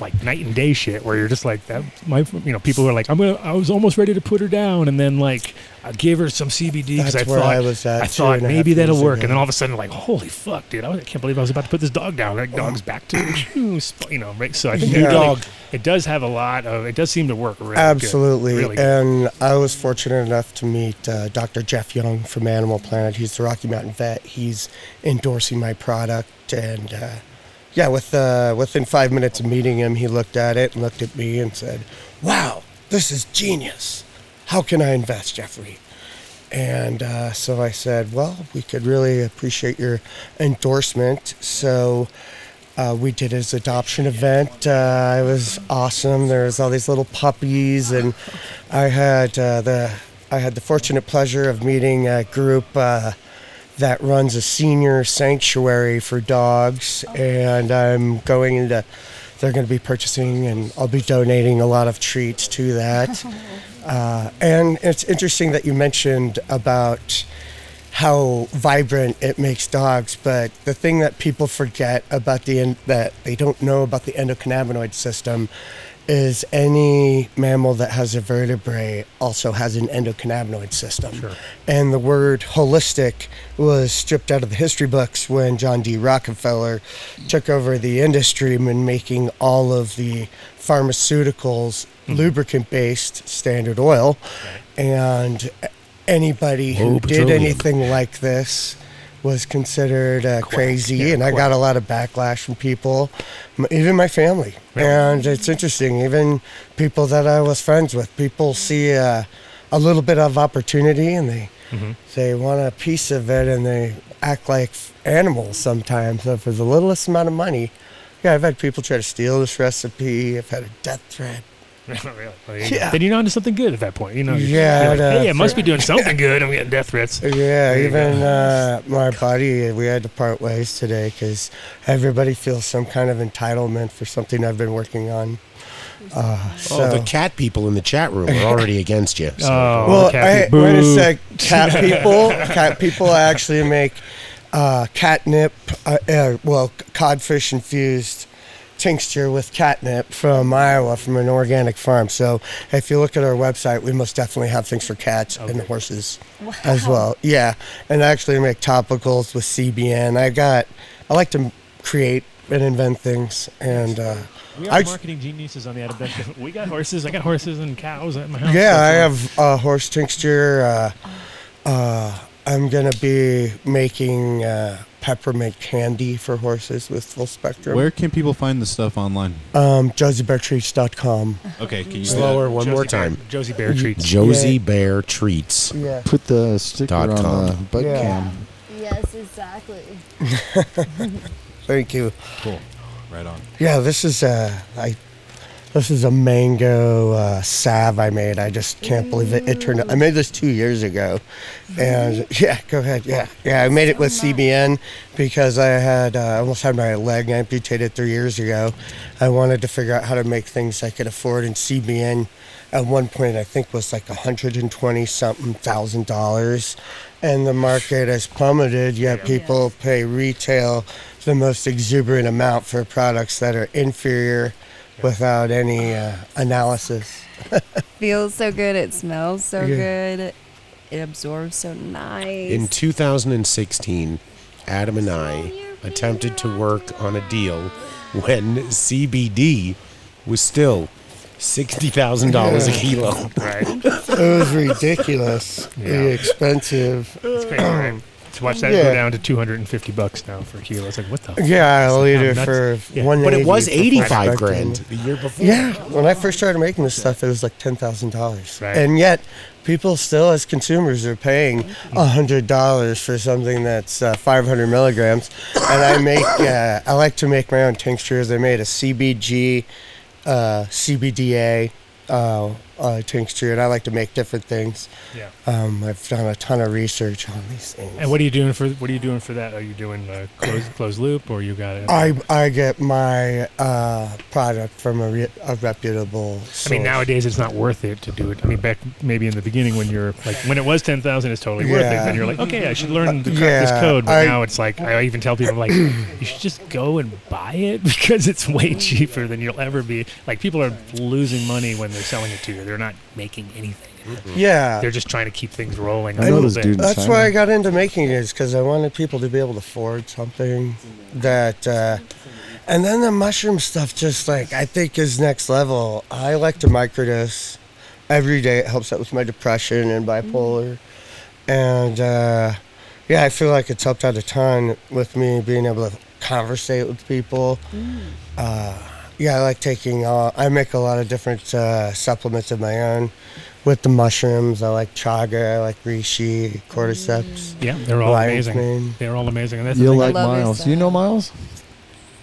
like night and day shit. Where you're just like that. My, you know, people are like, I'm gonna, I was almost ready to put her down, and then like I gave her some CBD because I That's where thought I was at I two thought and a half maybe that'll years work, ago. and then all of a sudden like, holy fuck, dude, I, was, I can't believe I was about to put this dog down. That dog's back to, sp- you know, right? So I think New it really- dog. It does have a lot of. It does seem to work really good. Absolutely. Really good. and I was fortunate enough to meet uh, Dr. Jeff Young from Animal Planet. He's the Rocky Mountain vet. He's endorsing my product. And uh, yeah, with, uh, within five minutes of meeting him, he looked at it and looked at me and said, Wow, this is genius. How can I invest, Jeffrey? And uh, so I said, Well, we could really appreciate your endorsement. So uh, we did his adoption event. Uh, it was awesome. There was all these little puppies, and I had uh, the I had the fortunate pleasure of meeting a group uh, that runs a senior sanctuary for dogs, and I'm going into. They're going to be purchasing, and I'll be donating a lot of treats to that. Uh, and it's interesting that you mentioned about how vibrant it makes dogs. But the thing that people forget about the en- that they don't know about the endocannabinoid system is any mammal that has a vertebrae also has an endocannabinoid system. And the word holistic was stripped out of the history books when John D. Rockefeller took over the industry and making all of the pharmaceuticals Mm-hmm. lubricant based standard oil. And anybody who Low did petroleum. anything like this was considered uh, crazy, yeah, and I got a lot of backlash from people, m- even my family. And it's interesting, even people that I was friends with, people see uh, a little bit of opportunity and they Mm-hmm. they want a piece of it, and they act like f- animals sometimes. So for the littlest amount of money, yeah, I've had people try to steal this recipe. I've had a death threat. Really? Well, there you go. Yeah. Then you're onto something good at that point. You know, you're- Yeah, you're like, it, uh, hey, I must be doing something good. I'm getting death threats. Yeah, you even uh, my buddy, we had to part ways today because everybody feels some kind of entitlement for something I've been working on. Uh, so, Oh, the cat people in the chat room are already against you. So. Oh, well, Kathy, I, wait a boo. sec, cat people, cat people I actually make uh, catnip, uh, uh, well, codfish infused tincture with catnip from Iowa from an organic farm. So if you look at our website, we most definitely have things for cats and horses as well. Yeah, and I actually make topicals with CBN. I got, I like to create and invent things, and uh, We I. are marketing geniuses on the Adam Dunn Show. We got horses. I got horses and cows at my house. Yeah, I That's have uh, horse tincture. Uh, uh, I'm gonna be making uh, peppermint candy for horses with full spectrum. Where can people find this stuff online? Um, JosieBearTreats.com. Okay, can you do that? Slower, all. one Josie more Bear- time. Josie Bear treats. Josie Bear treats. Yeah. Put the sticker Dot on com. the bug Yeah. cam. Yes, exactly. Thank you. Cool. Right on. Yeah, this is a I. This is a mango uh, salve I made. I just can't believe it. It turned out. I made this two years ago, and yeah, go ahead. Yeah, yeah. I made it with CBN because I had uh, I almost had my leg amputated three years ago. I wanted to figure out how to make things I could afford, and CBN at one point I think was like 120 something thousand dollars, and the market has plummeted. Yet people pay retail the most exuberant amount for products that are inferior without any uh, analysis. Feels so good. It smells so Yeah. good. It absorbs so nice. In 2016, Adam and I attempted to work on a deal when CBD was still $60,000 a kilo. It was ridiculous. Yeah. expensive. It's crazy, right? To watch that Yeah. go down to 250 bucks now for a kilo. It's like, what the? Yeah, a liter nuts. for Yeah. one. But it was 85 back then. grand the year before. Yeah, when I first started making this stuff, it was like ten thousand dollars, Right. and yet people still, as consumers, are paying hundred dollars for something that's uh, five hundred milligrams. And I make, uh, I like to make my own tinctures. I made a CBG, uh, CBDA uh, uh, tincture, and I like to make different things. Yeah. Um, I've done a ton of research on these things. And what are you doing for what are you doing for that? Are you doing a closed closed loop or you got it? I, I get my uh, product from a, re- a reputable source. I mean, nowadays it's not worth it to do it. I mean, back maybe in the beginning when you're like, when it was ten thousand, it's totally worth it. Yeah. Then you're like, okay, I should learn the, co- this yeah, code. But I- now it's like, I even tell people, I'm like, you should just go and buy it because it's way cheaper than you'll ever be. Like, people are losing money when they're selling it to you. They're not making anything. Yeah. They're just trying to keep things rolling. a Mm-hmm. I know little this bit. dude. That's Simon. why I got into making it is because I wanted people to be able to afford something that, uh, and then the mushroom stuff just like I think is next level. I like to microdose every day. It helps out with my depression and bipolar, and uh, yeah, I feel like it's helped out a ton with me being able to conversate with people. Mm, Uh, yeah, I like taking. All, I make a lot of different uh, supplements of my own with the mushrooms. I like chaga. I like reishi, cordyceps. Yeah, they're all Lion's amazing. mane. They're all amazing. And that's the You'll like thing. love is Miles. You know Miles?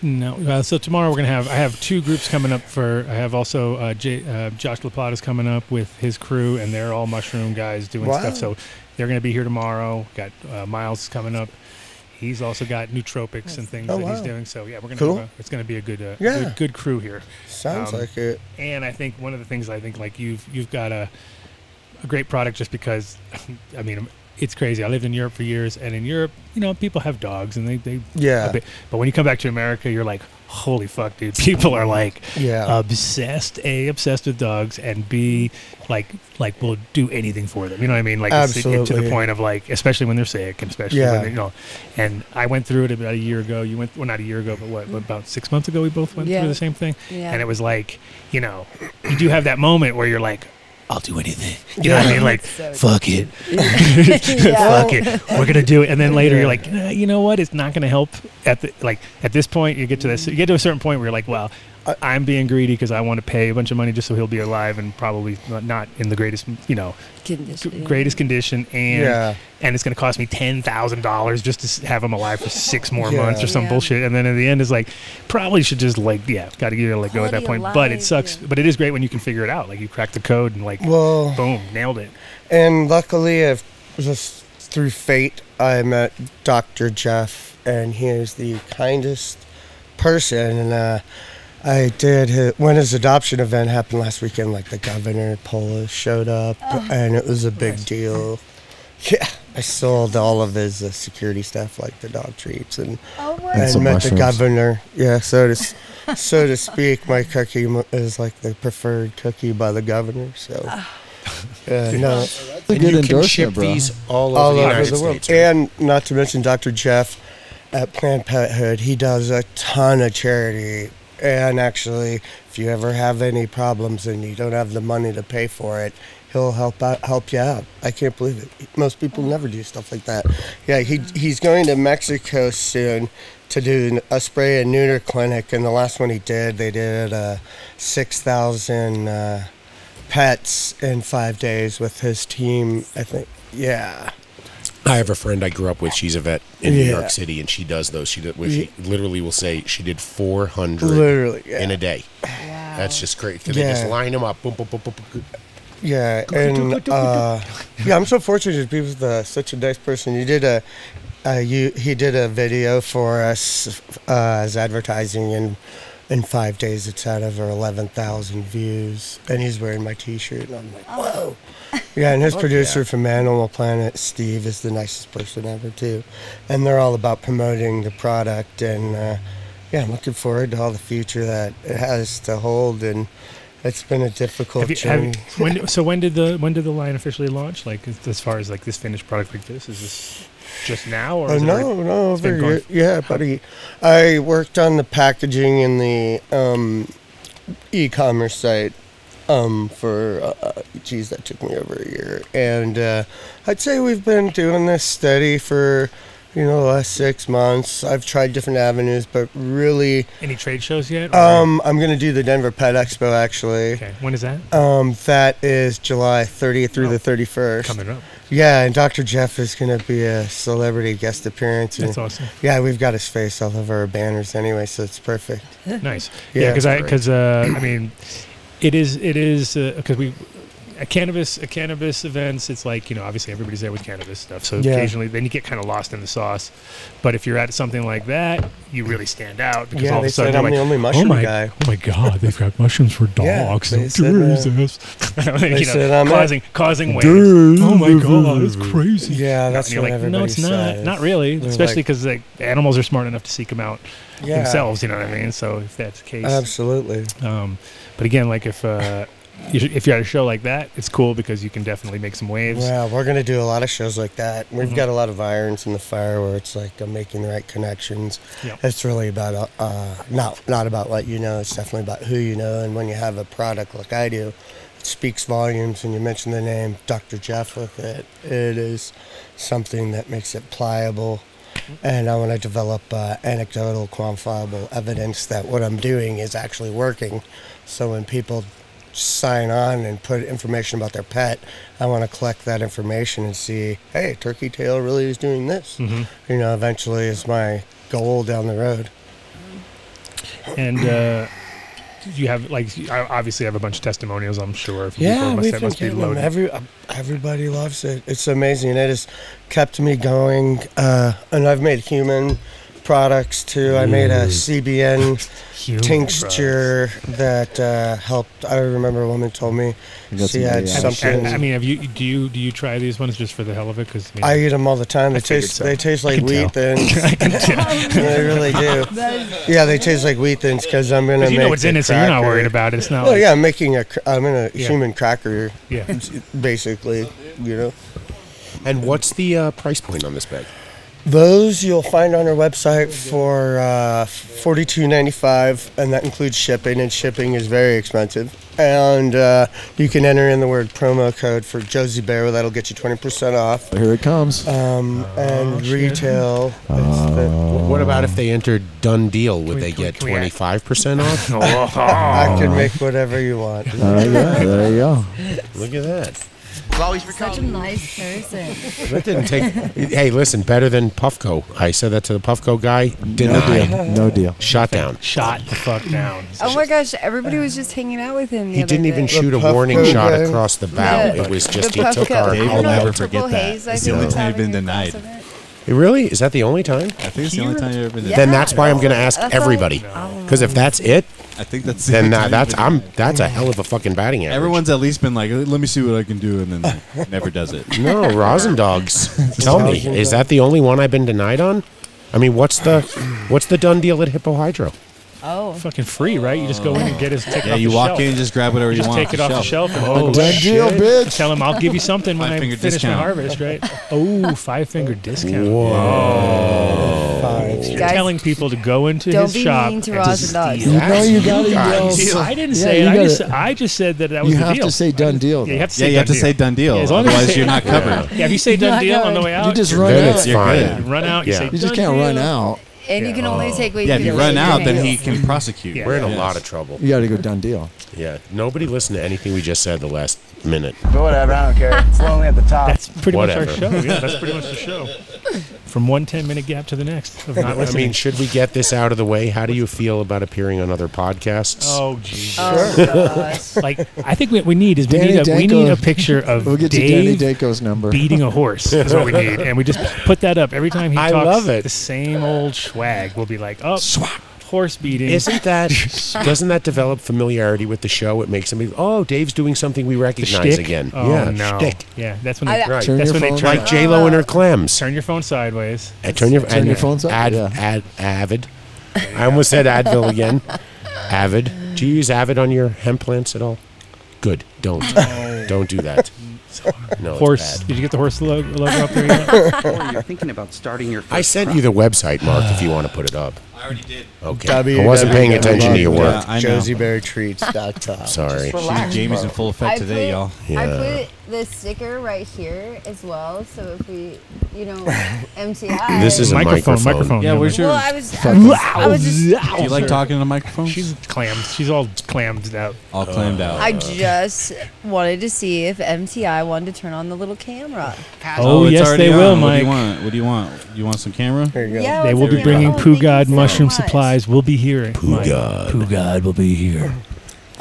No. Uh, so tomorrow we're gonna have. I have two groups coming up for. I have also uh, J, uh, Josh Laplata is coming up with his crew, and they're all mushroom guys doing Wow. stuff. So they're gonna be here tomorrow. Got uh, Miles coming up. He's also got nootropics and things Oh, that he's wow. doing. So yeah, we're gonna. Cool. Have a, it's gonna be a good, uh, Yeah. good, good crew here. Sounds Um, like it. And I think one of the things I think like you've you've got a a great product just because I mean it's crazy. I lived in Europe for years and in Europe, you know, people have dogs and they, they Yeah. but, but when you come back to America, you're like, holy fuck, dude. People are like Yeah. obsessed, A, obsessed with dogs and B like like will do anything for them. You know what I mean? Like It's, to the Absolutely. point of like especially when they're sick and especially Yeah. when they you know and I went through it about a year ago. You went well not a year ago, but what, about six months ago we both went Mm-hmm. Yeah. through the same thing. Yeah. And it was like, you know, you do have that moment where you're like, I'll do anything. You know what I mean? Like, So fuck it. Yeah. fuck it. We're gonna do it. And then later you're like, "Nah, you know what? It's not gonna help. At the like at this point, you get to Mm-hmm. this. You get to a certain point where you're like, well, I- I'm being greedy because I want to pay a bunch of money just so he'll be alive and probably not- not in the greatest, you know, Condition, g- yeah. greatest condition. And Yeah. and it's gonna cost me ten thousand dollars just to s- have him alive for six more Yeah. months or some Yeah. bullshit. And then in the end, it's like probably should just like yeah, got to either let go at that Quality of point. but it life, sucks. yeah. But it is great when you can figure it out. Like you crack the code and like Well. boom, nailed it. And luckily, I've just through fate, I met Dr. Jeff, and he is the kindest person. And uh, I did his, when his adoption event happened last weekend. Like the governor Polis showed up, and it was a big deal. Yeah, I sold all of his uh, security stuff, like the dog treats, and Oh my And and some met the mushrooms. governor. Yeah, so to s- so to speak, my cookie mo- is like the preferred cookie by the governor. So. Yeah, no, Ah. That's a And good you can endorsement, ship bro. these all over all the over United the world. States. right? And not to mention Dr. Jeff at Planned Parenthood, he does a ton of charity. And actually, if you ever have any problems and you don't have the money to pay for it, he'll help out, help you out. I can't believe it. Most people never do stuff like that. Yeah, he he's going to Mexico soon to do a spray and neuter clinic. And the last one he did, they did uh, six thousand. Uh, pets in five days with his team. I think, yeah, I have a friend I grew up with. She's a vet in New Yeah. York City, and she does those. She, did, where she literally will say she did 400 Literally, yeah. in a day. That's just great. 'cause They just Yeah. line them up. Boom, boom, boom, boom, boom. yeah, and uh, yeah. I'm so fortunate to be with uh, such a nice person. You did a, uh, you he did a video for us uh, as advertising, and in five days it's had over eleven thousand views. And he's wearing my T-shirt, and Oh, I'm like, whoa. Yeah, and his producer from Animal Planet, Steve, is the nicest person ever too, and they're all about promoting the product and. Uh, yeah, I'm looking forward to all the future that it has to hold, and it's been a difficult Have you, have journey. you- when, so when did the when did the line officially launch? Like as as far as like this finished product like this is this just now or Oh is it no, already- no, it's been over a going- year- yeah, buddy. I worked on the packaging and the um, e-commerce site um, for. uh, Uh, geez, that took me over a year, and uh, I'd say we've been doing this steady for you know the last six months. I've tried different avenues, but really, Any trade shows yet? or- um, I'm gonna do the Denver Pet Expo actually. okay, when is that Um, that is July 30th through the 31st. coming up? Yeah, and Dr. Jeff is going to be a celebrity guest appearance. and- That's awesome. Yeah, we've got his face all over our banners anyway, so it's perfect. Nice. Yeah, Yeah, because I great. because uh, I mean, it is it is because we a cannabis a cannabis events. It's like you know obviously everybody's there with cannabis stuff. So Yeah. occasionally then you get kind of lost in the sauce. But if you're at something like that, you really stand out because Yeah, all of they a sudden said I'm the you're like, only mushroom oh my, guy." Oh my god, they've got mushrooms for Yeah, dogs. they oh, said, uh, Jesus. you know, said, "I'm it." causing causing waves. Oh my god, it's crazy. Yeah, that's and you're what like, everybody no, it's not. says. Not really, They're especially like- because like, animals are smart enough to seek them out Yeah. themselves. You know what I mean? So if that's the case, Absolutely. um, but again, like if uh, you sh- if you're at a show like that, it's cool because you can definitely make some waves. Mm-hmm. Yeah, we're going to do a lot of shows like that. We've got a lot of irons in the fire where it's like I'm making the right connections. Yep. It's really about, uh, not, not about what you know, it's definitely about who you know. And when you have a product like I do, it speaks volumes. And you mentioned the name Dr. Jeff with it, it is something that makes it pliable. And I want to develop uh, anecdotal, quantifiable evidence that what I'm doing is actually working. So when people sign on and put information about their pet, I want to collect that information and see, hey, Turkey Tail really is doing this. You know, eventually is my goal down the road. And uh, you have like you- I obviously have a bunch of testimonials. I'm sure. From people. It must, that must be loaded. Every, uh, everybody loves it. It's amazing. It has kept me going. Uh, and I've made human products too. I made a CBN Human tincture that uh, helped. I remember a woman told me You got some she had AI. I mean, something. I, I mean, have you do you do you try these ones just for the hell of it? Because I eat them all the time. They figured taste so. they taste like can wheat tell. thins. Yeah, they really do. That Yeah, they taste like wheat thins because I'm gonna. you make know it's a in it, so you're not cracker. worried about it. It's not. Well, like, yeah, I'm making a. cr- I'm in a Yeah. human cracker, yeah. basically. You know, And what's the uh, price point on this bag? those you'll find on our website for uh, forty-two ninety-five, and that includes shipping. And shipping is very expensive. And uh, you can enter in the word promo code for Josie Barrow. That'll get you twenty percent off. Here it comes. Um, Oh, and retail. it's Uh, the- Wh- what about if they entered done deal? Would we- they can we- Oh. get can we act- twenty five percent off? I can make whatever you want. All right, Uh, yeah, there you go. Look at that. such a nice person. That didn't take. hey, listen, better than Puffco. I said that to the Puffco guy. Denied. No deal. No deal. Shot down. Shot the fuck down. Oh my gosh, everybody was just hanging out with him. The He other didn't day. even shoot a Puffco warning shot guy. across the bow. The- It was just the he took Puffco- our I don't all know, out. Triple forget that. Haze, I It's the think only was time I've been having a denied. glass of it. Really? Is that the only time? I think it's the only time you've ever been. Yeah. Then that's why I'm going to That's ask all- everybody. oh. Because if that's it, I think that's the then that, only time that's you've been I'm denied. that's a hell of a fucking batting average. Everyone's at least been like, "Let me see what I can do," and then like, never does it. No, Rosin Dogs. Tell me, is that the only one I've been denied on? I mean, what's the what's the done deal at Hippo Hydro? Oh, Fucking free, right? You just go in and get his. Take it Yeah, off you the walk shelf. in, just grab whatever you, just want. take it off the shelf. And oh, Dead deal, bitch. Tell him I'll give you something when I Five-finger finish my discount. harvest, right? Oh, five finger discount. Oh. Fine. You're Guys, telling people to go into don't his be shop. mean to and Roz and Dogs. steal. You know you gotta guys. yell. I didn't Yeah, say you it. I gotta- just, I just said that that was You the have deal. to say done deal. Yeah, you have to Yeah, say you done have to deal. say done deal. Yeah, as long as you Otherwise, say- you're not covered. Yeah, if you say done Not deal on going. the way though. out, You just you're run Then out. it's You're fine. good. good. run out. You Yeah. say You done just can't run deal. out. and you can only take what Yeah, if can you only run take out, then hands. he can prosecute. Yeah. We're in a lot of trouble. You got to go done deal. Yeah, nobody listened to anything we just said the last minute. Whatever, I don't care. It's lonely at the top. That's pretty much our Whatever. show. Yeah, that's pretty much the show. From one 10 minute gap to the next of not I listening. mean, should we get this out of the way? How do you feel about appearing on other podcasts? oh Jesus! Oh, gosh. Like I think what we need is we Danny need a we Danko. need a picture of We'll get to Dave Danny Daco's number. beating a horse is what we need, and we just put that up every time he I talks. love it. The same old swag. We'll be like, oh, Swag. horse beating. Isn't that doesn't that develop familiarity with the show? It makes somebody oh, Dave's doing something we the recognize shtick? again. Oh, yeah, no. shtick. Yeah, that's when they, I- Right. Turn that's your when they phone try. like J Lo and her clams. Turn your phone sideways. Uh, turn your Turn and your phones up, Ad, yeah. ad, avid. I almost said Advil again. Avid. Do you use Avid on your hemp plants at all? Good. Don't. Don't do that. No, it's Horse. bad. Did you get the horse logo, logo up there? yet? or you're thinking about starting your. I first sent crop. you the website, Mark, if you want to put it up. I already did. Okay. I wasn't paying attention to your work. josiebeartreats.com. Sorry. Jamie's in full effect I today, put- y'all. I put the sticker right here as well, so if we, you know, MTI. This is a Microphone, microphone. microphone. Yeah, where's your? Well, I was, I was, I was just, Do you like talking to the microphone? She's clammed. She's all clammed out. all clammed out. I just wanted to see if MTI wanted to turn on the little camera. Oh, it's yes, already they will, on. What do you Mike. want? What do you want? You want some camera? There you go. Yeah, They what's will be up, bringing Nicole? Poo Thank God you so mushroom much. supplies. We'll be here. Poo God. Poo God will be here.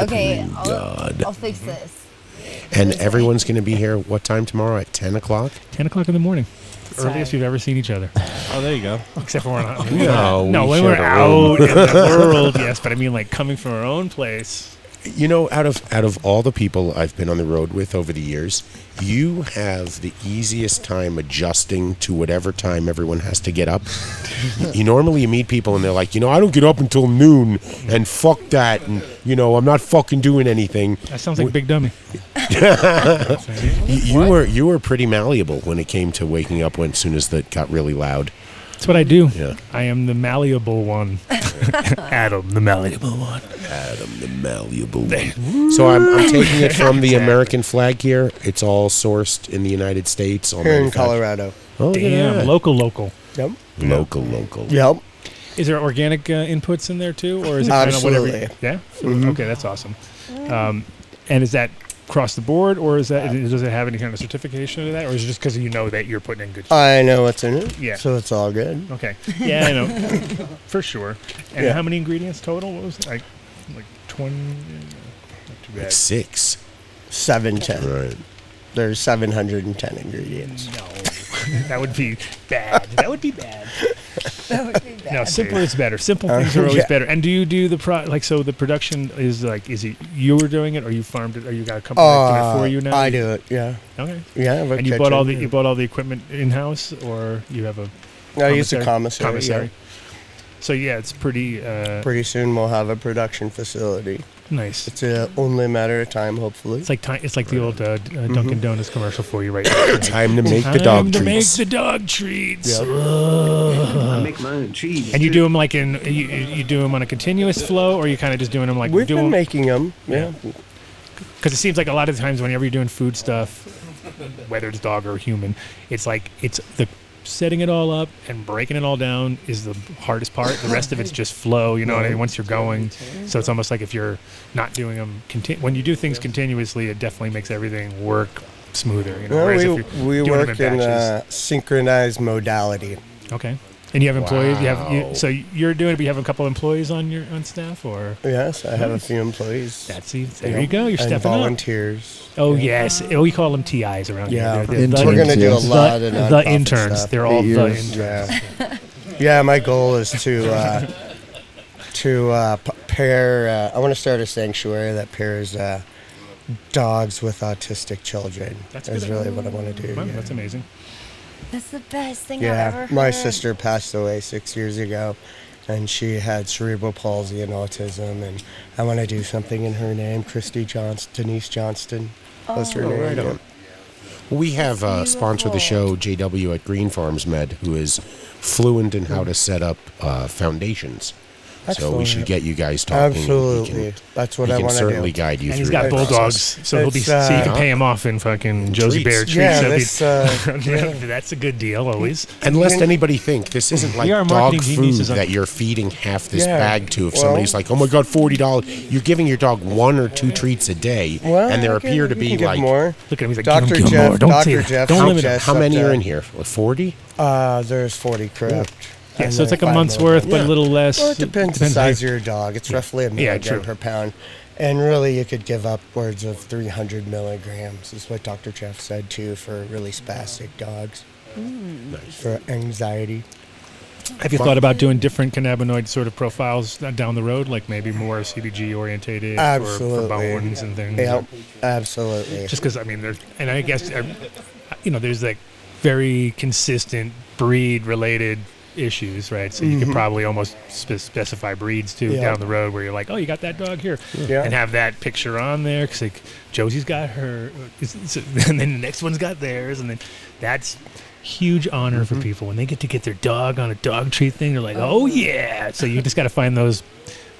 Okay, I'll, I'll fix this. And everyone's going to be here what time tomorrow? At 10 o'clock? 10 o'clock in the morning. Sorry. Earliest we've ever seen each other. Oh, there you go. Except for we're not. No, no, we when we're shared a room. out in the world, yes, but I mean like coming from our own place. You know, out of out of all the people I've been on the road with over the years, you have the easiest time adjusting to whatever time everyone has to get up. you normally you meet people and they're like, you know, I don't get up until noon, and fuck that, and you know, I'm not fucking doing anything. That sounds like Big Dummy. You, you were you were pretty malleable when it came to waking up when as soon as that got really loud. That's what I do. Yeah. I am the malleable one. Adam, the malleable one. The malleable. one. So I'm, I'm taking it from the American flag here. It's all sourced in the United States. All Here in manufactured- Colorado. Oh, look at Damn, that. local, local. Yep. local, local. Yep. Is there organic uh, inputs in there too, or is it kind of whatever? Absolutely. Mm-hmm. Yeah. Okay, that's awesome. Um, and is that across the board, or is that does it have any kind of certification of that, or is it just because you know that you're putting in good? I know what's in it. Yeah. So it's all good. Okay. Yeah, I know. For sure. And Yeah. how many ingredients total? What was it? Like, like 20? Not too bad. Like six. 710. Right. There's 710 ingredients. No. that would be bad. That would be bad. That would be No, bad. simpler is better. Simple things are always Uh, yeah. better. And do you do the pro like so the production is like is it you were doing it or you farmed it or you got a company that did it for you now? Uh, I do it, yeah. Okay. Yeah. I have a And you bought all the kitchen. you bought all the equipment in house or you have a I use a commissary. commissary? So yeah, it's pretty uh, Yeah. Pretty soon we'll have a production facility. nice. It's a only a matter of time, hopefully. Mm-hmm. It's like ti it's like the old uh, d- uh, Dunkin' Donuts commercial for you right now. Time to make the Time dog to treats. Make the dog treats. I make my own cheese. And you do them like in you, you do them on a continuous flow, or you kind of just doing them like We've do been 'em- making them. Yeah. because it seems like a lot of times whenever you're doing food stuff, whether it's dog or human, it's like it's the setting it all up and breaking it all down is the hardest part. The rest of it's just flow, you know. And once you're going, so it's almost like if you're not doing them conti- when you do things continuously, it definitely makes everything work smoother. You know, Well, whereas we if you're we doing 'em work in batches- uh, synchronized modality. Okay. And you have employees. You have Wow. you, so you're doing it. But you have a couple employees on your on staff, or Yes, I have a few employees. that's the- there you go. and You're stepping up. volunteers. Oh yes, Oh, we call them TIs around Yeah, here. They're- they're- we're Interns, gonna do a yes. lot the, of the nonprofit interns. stuff. They're all Eight the years. interns. Yeah. yeah, my goal is to uh, to uh, p- pair. Uh, I want to start a sanctuary that pairs uh, dogs with autistic children. That's That's, a good really idea. what I want to do. Wow, yeah. that's amazing. That's the best thing I've Yeah, ever my heard. sister passed away six years ago, and she had cerebral palsy and autism. And I want to do something in her name, Christy Johnston, Denise Johnston. That's Oh, her name. yeah. We have uh, sponsor of the show, JW at Green Farms Med, who is fluent in how to set up uh, foundations. So we should Excellent. get you guys talking. Absolutely, He can, that's what he I can want to certainly do. guide you And through he's got that bulldogs, so he'll be It's, so you uh, can pay him off in fucking treats. Josie Bear treats. Yeah, That'd be- this, uh, that's a good deal always. process. And lest anybody think this isn't like are dog marketing food geniuses, aren't that we? you're feeding half this Yeah, bag to. If well- somebody's like, "Oh my god, forty dollars," you're giving your dog one or two treats a day, Well, and there okay, appear to you be can give like more. Look at him. He's like, Dr. Give him Jeff- more. Don't Dr. say that. Jeff Don't helped limit him. us. how many Sometimes. are in here? Forty? Uh, there's 40 correct. Yeah, And so it's then like a five month's more worth, but Yeah. a little less. Well, it depends, the size of your dog. It's roughly a Yeah, milligram true. per pound. And really, you could give upwards of 300 milligrams, is what Dr. Jeff said too, for really spastic dogs. For anxiety. Mm. Have you thought about doing different cannabinoid sort of profiles uh, down the road, like maybe more CBG orientated for, Absolutely. for bones and things? Yeah, absolutely. just because I mean, there's, and I guess uh, you know, there's like very consistent breed related issues, right? So you Mhm. could probably almost spe- specify breeds too Yeah. down the road where you're like, oh, you got that dog here, Yeah. and have that picture on there because like Josie's got her, uh, it's- it's- and then the next one's got theirs, and then that's huge honor for people when they get to get their dog on a dog treat thing. They're like, oh, yeah. So you just got to find those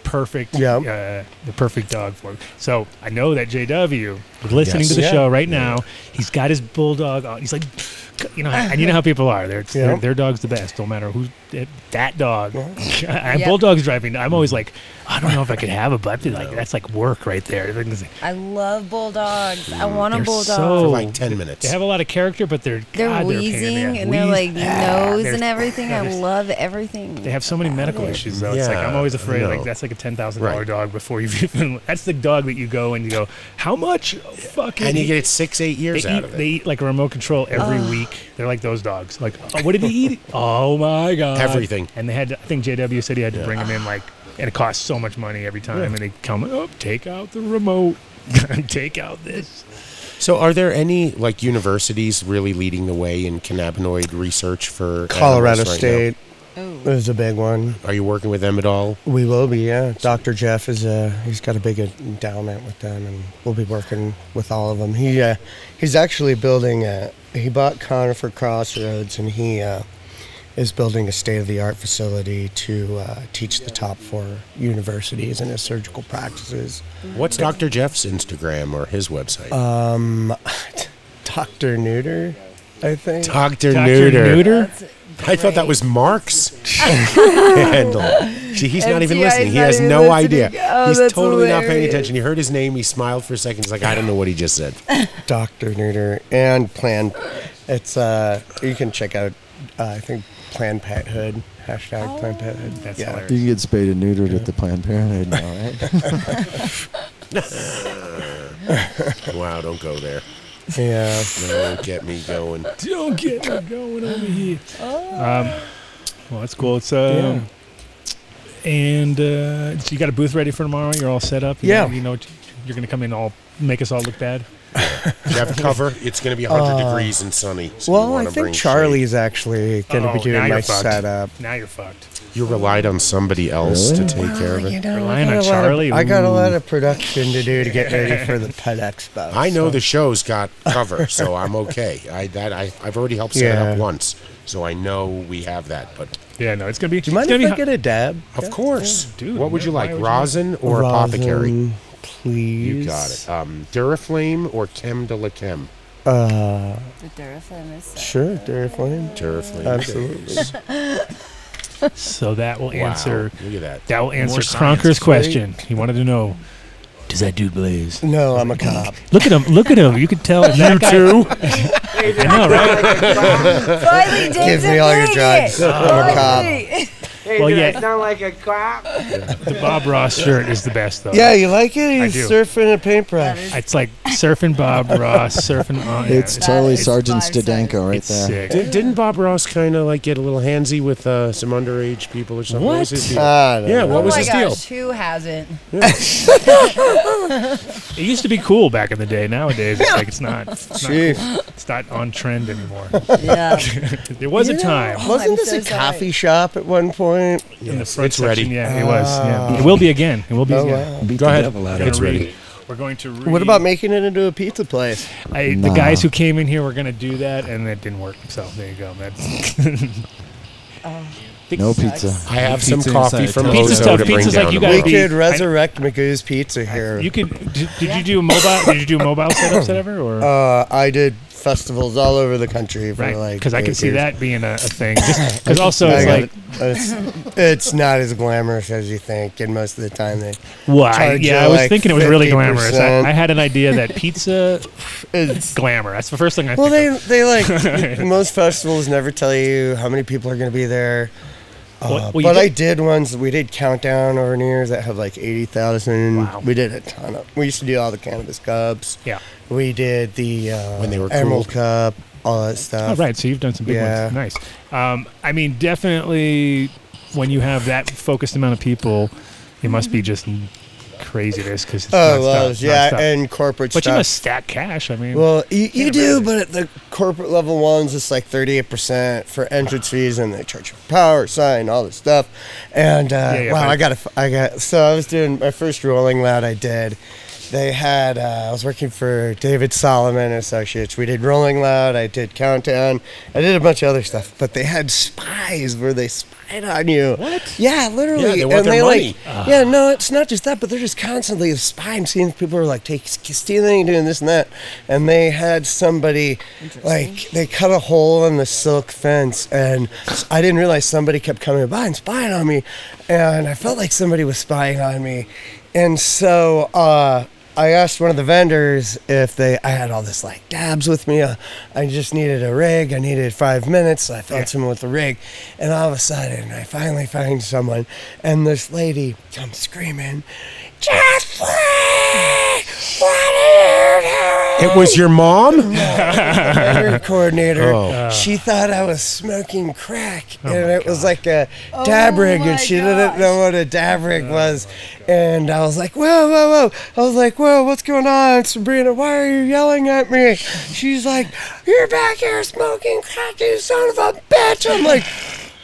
perfect, Yeah. uh, the perfect dog for. 'em. So I know that JW listening to the Yes. Yeah. show right now. He's got his bulldog on. He's like, you know, and you know how people are. They're, it's- Yeah. their, their dog's the best, no matter who. that- That dog. and Yep. bulldogs driving. I'm always like, I don't know if I could have a butt. Like that's like work right there. They're just like- I love bulldogs. I want a they're bulldog. so For like 10 minutes. They have a lot of character, but they're They're God, they're a pain in wheezing the ass. and they're Wheeze- like Ah, nose they're- and everything. no, I they're- love everything. They have so many medical issues though. It's like I'm Yeah, always afraid. no. Like that's like a ten thousand thousand dollar Right. dog before you've even. That's the dog that you go and you go, how much? Oh, fucking. And you get six, eight years they out eat, of it. They eat like a remote control every Ugh. week. They're like those dogs. Like, oh, what did he eat? oh my god, Everything. And they had, to, I think JW said he had to Yeah. bring them in like, and it costs so much money every time. Yeah. And they come, oh, take out the remote, take out this. So, are there any like universities really leading the way in cannabinoid research for Colorado animals right State Oh. is a big one. now? Are you working with them at all? We will be, yeah. Dr. Jeff is uh he's got a big endowment with them, and we'll be working with all of them. He uh, he's actually building a he bought Conifer Crossroads, and he uh, is building a state of the art facility to uh, teach the top four universities and his surgical practices. What's Dr. Jeff's Instagram or his website? Um, Dr. Neuter, I think. Dr. Dr. Neuter. Neuter? I thought that was Mark's handle. See, he's not even MTI is listening. He not has even no listening. idea. Oh, he's that's totally not paying hilarious. attention. He heard his name. He smiled for a second. He's like, I don't know what he just said. Dr. Neuter and Plan. It's uh, you can check out. Uh, I think Planned Parenthood hashtag Planned Parenthood. That's yeah. hilarious. You can get spayed and neutered at the Planned Parenthood now, right? wow, don't go there. Yeah. Don't get me going. Don't get me going over here. Um, well, that's cool. It's um, and uh, so you got a booth ready for tomorrow. You're all set up. You Yeah. know- you know what you- you're gonna come in all make us all look bad. You have cover. It's going to be 100 Uh, degrees and sunny. so you Well, I wanna bring think shade. Charlie's actually going to Oh, be now doing you're my fucked. setup. Now you're fucked. You relied on somebody else Really? to take care of it. know, Relying I got on a lot of- Charlie? I got a lot Ooh. of production to do to get ready for the Pet Expo. I know so- the show's got cover, so I'm okay. I that I I've already helped set it Yeah. up once, so I know we have that. But Yeah, no, it's gonna be. Do you mind it's gonna if be I get a dab? of course, dude, what would yeah, you like, why would you- rosin or apothecary? Rosin, Please. You got it. Um, Duraflame or Chem de la Chem. Uh, The Durafem is so sure, Duraflame. Duraflame. Absolutely. so that will Wow, answer. Look at that. That will answer science, Cronker's question. He wanted to know. Does that dude blaze? No, Oh, I'm a uh, cop. Look at him! Look at him! You could tell. you too. I know, right? Finally, James Give me all your admitted drugs. it. I'm a cop. Finally. Well, yeah. Sound like a crap. The Bob Ross shirt is the best though. Yeah, you like it? I You're do. surfing a paintbrush. It's like surfing Bob Ross, surfing. On, yeah, It's totally is Sergeant five cents. Stadenko right it's there. sick. Did, didn't Bob Ross kind of like get a little handsy with uh, some underage people or something? What was his deal? I don't yeah, know. what oh was my his deal? gosh, who hasn't? It used to be cool back in the day. Nowadays, it's like it's not. It's not, Gee. it's not on trend anymore. Yeah. oh, There was a time Wasn't I'm this so a sorry. coffee shop at one point? Ah. in the front it's ready. section, Yeah, it was. Yeah, it will be again. It will be Oh, again. wow. Beat Go the ahead. devil out of It's him. ready. We're going to. Read. What about making it into a pizza place? I, the Nah. guys who came in here were going to do that, and that didn't work. So there you go. That's No pizza. I have some Pizza coffee inside. from Pizza's Ozo tough. to bring Pizza's down like you tomorrow. gotta We be- could I- resurrect Magoo's Pizza here. you could. Did, did you do mobile? Did you do mobile setups ever? Or uh, I did festivals all over the country for right? like. Because I can eight see years. that being a, a thing. Because also I it's got like it. it's, it's not as glamorous as you think, and most of the time they Why? charge Yeah, you I was like thinking it was really glamorous. I, 50%. I had an idea that pizza it's glamour. That's the first thing I Well, think. they they like most festivals never tell you how many people are going to be there. Uh, Well- well, you but I did- did ones. We did countdown over New Year's that have like eighty thousand. Wow. We did a ton of. We used to do all the cannabis cups. of. Yeah. We did the uh, When they were Emerald Cup, all that stuff. All Oh, right. So you've done some big yeah. ones. Nice. Um, I mean, definitely when you have that focused amount of people, it must be just craziness because it's Oh, nonstop, well, yeah, nonstop. and corporate But stuff. you must stack cash. I mean, Well, you, you can't do, imagine. but at the corporate level ones, it's like 38% for entrance fees, and they charge you for power, sign, all this stuff. And uh, Yeah, yeah, wow, but- I got, a, I got, so I was doing my first rolling loud I did. They had, uh, I was working for David Solomon and Associates. We did Rolling Loud, I did Countdown, I did a bunch of other stuff, but they had spies where they spied on you. What? Yeah, literally. Yeah, they want and their they money. Ah. like, yeah, no, it's not just that, but they're just constantly spying, seeing if people are like take, stealing, doing this and that. And they had somebody, like, they cut a hole in the silk fence, and s- I didn't realize somebody kept coming by and spying on me. And I felt like somebody was spying on me. And so, uh, I asked one of the vendors if they. I had all this like dabs with me. Uh, I just needed a rig. I needed five minutes. So I found someone with a rig, and all of a sudden, I finally find someone, and this lady comes screaming, "Jeffrey, what are you doing?" It was your mom? The vendor coordinator. Oh. She thought I was smoking crack, Oh and my it was like a Oh dab rig, and my she didn't know what a dab rig was. And I was like, whoa, whoa, whoa! I was like, whoa, what's going on, Sabrina? Why are you yelling at me? She's like, you're back here smoking crack, you son of a bitch! I'm like.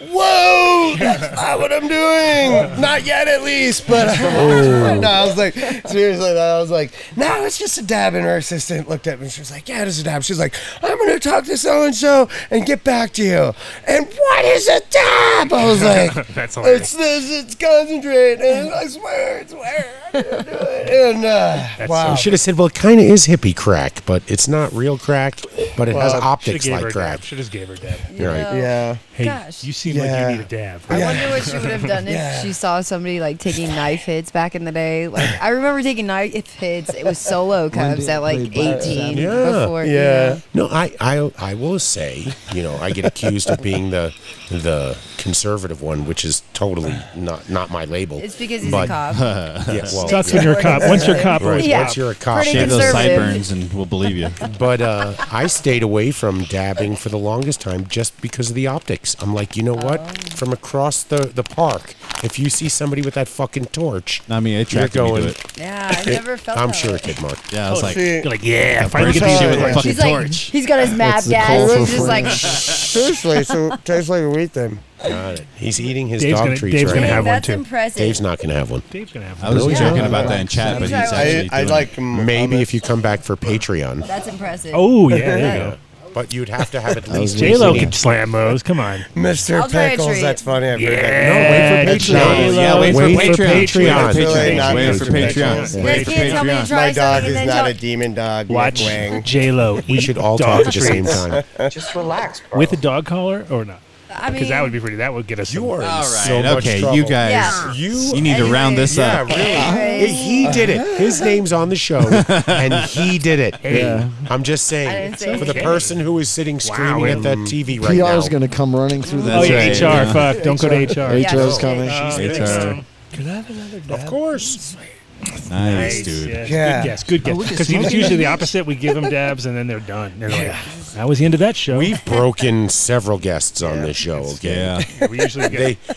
Whoa! That's not what I'm doing. Not yet, at least. But Oh. no, I was like, seriously, no, I was like, no, it's just a dab. And her assistant looked at me. and She was like, yeah, it is a dab. She's like, I'm gonna talk to so and so and get back to you. And what is a dab? I was like, That's it's this. It's concentrate. And I swear, I swear, I didn't do it. And uh, wow, You should have said, well, it kind of is hippie crack, but it's not real crack, but it has Well, optics should've gave like her a crack. dab. Should've just gave her a dab. You're right. Yeah. Hey, Gosh. you seem Yeah. like you need a dab. I wonder what she would have done if Yeah. she saw somebody like taking knife hits back in the day. Like I remember taking knife hits. It was solo Cubs at like eighteen before. you know. No, I, I, I will say, you know, I get accused of being the the conservative one, which is totally not not my label. It's because he's a but, cop. yeah, well, That's yeah. when you're a cop. Once you're a cop, Right, always a Once cop. you're a cop, Pretty Shave those conservative. sideburns and we'll believe you. But uh, I stayed away from dabbing for the longest time just because of the optics. I'm like, you know what? Oh. From across the, the park, if you see somebody with that fucking torch, I mean, It attracted me to it. Yeah, I never felt I'm that sure it did, Mark. Yeah, I was Oh, like- see. You're like, yeah, finally get to see you with a fucking He's like, he's got his map, That's the dad. call So for he's just like, freedom. seriously, so it tastes like a wheat thing. Got it. He's eating his Dave's dog gonna- treats Dave's right gonna now. have one, That's too. impressive. Dave's not going to have one. Dave's gonna have I was joking about that in chat, but he's actually. I, doing like it. maybe if you come back for Patreon. that's impressive. Oh yeah, there you go. But you'd have to have at least J Lo eating. could slam those. Come on, Mr. I'll try a Pickles, treat. that's funny. I've heard that. Yeah, No, wait for Patreon. Yeah, wait for Patreon. Patreon. Wait for Really Patreon. not Wait for Mr. Patreon. Pickles. Wait Wait for for Patreon. Patreon. try My dog something and is then not tell- a demon dog. Watch Wang. J Lo. We should all talk at the same time. Just relax, bro. With a dog collar or not? I because that mean- would be pretty. That would get us. You are in All so Right, much okay, trouble. you guys, Yeah. you, need to round this yeah, up. really. Anyways. He did it. His name's on the show, and he did it. Yeah. I'm I just saying, didn't say for the anything. person who is sitting screaming at that TV right PR now. is going to come running through the. Oh yeah, HR. Fuck. Don't go to HR. HR is coming. Uh, Uh, HR. Could I have another? Of course. Nice, Nice, dude. Yeah. Yeah. Good guess. Oh, Good guess. we can Because smoke it's it. usually the opposite. We give them dabs and then they're done. They're like, that was the end of that show. We've broken several guests on this show. Okay. Yeah. Yeah, we usually get. They,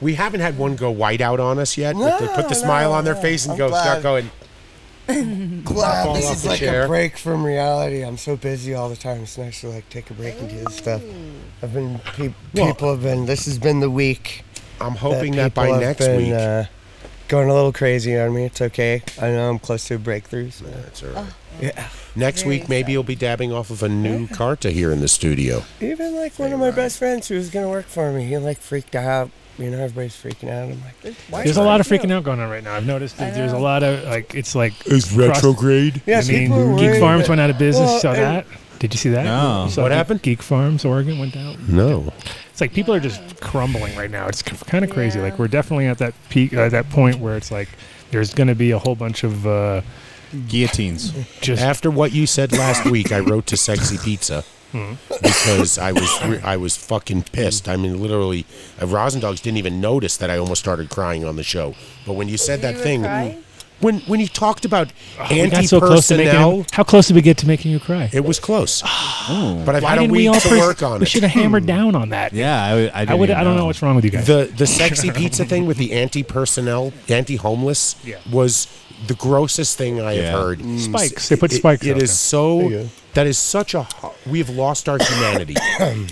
we haven't had one go white out on us yet. but they put the smile on their face and I'm go glad. start going. Glad Fall this off is the like chair. a break from reality. I'm so busy all the time. It's nice to like take a break and do this stuff. I've been pe- Well- people have been. This has been the week. I'm hoping that, by people have next been, week. uh, going a little crazy on me. It's okay. I know I'm close to a breakthrough. So. That's all right. Yeah. Next week, maybe you'll be dabbing off of a new Carta here in the studio. Even like one of my best friends who was gonna work for me, he like freaked out. You know, everybody's freaking out. I'm like, why There's are a lot you of freaking out? out going on right now. I've noticed that there's a lot of like it's like Is cross- retrograde? Yeah, I mean, people are Geek worried Farms that- went out of business. Well, saw and- that? Did you see that? No. You saw What Geek- happened? Geek Farms, Oregon went down. No. It's like people are just crumbling right now. It's kind of crazy. Like we're definitely at that peak, uh, that point where it's like there's going to be a whole bunch of uh, Guillotines. just After what you said last week, I wrote to Sexy Pizza Mm-hmm. because I was re- I was fucking pissed. I mean, literally, uh, Rosendogs didn't even notice that I almost started crying on the show. But when you said that You were thing, crying? when when he talked about Oh, We anti got so close to making. personnel, him- how close did we get to making you cry? it was close. Oh. But I've Why had a didn't we week all to pers- work on it. We should have Hmm. hammered down on that. Yeah, I, I, I would. I don't know what's wrong with you guys. The the sexy pizza thing with the anti personnel, anti homeless Yeah. Mm. was the grossest thing I Yeah. have heard. Spikes. They put It- spikes It out is There you so. go. That is such a. ho- We have lost our humanity.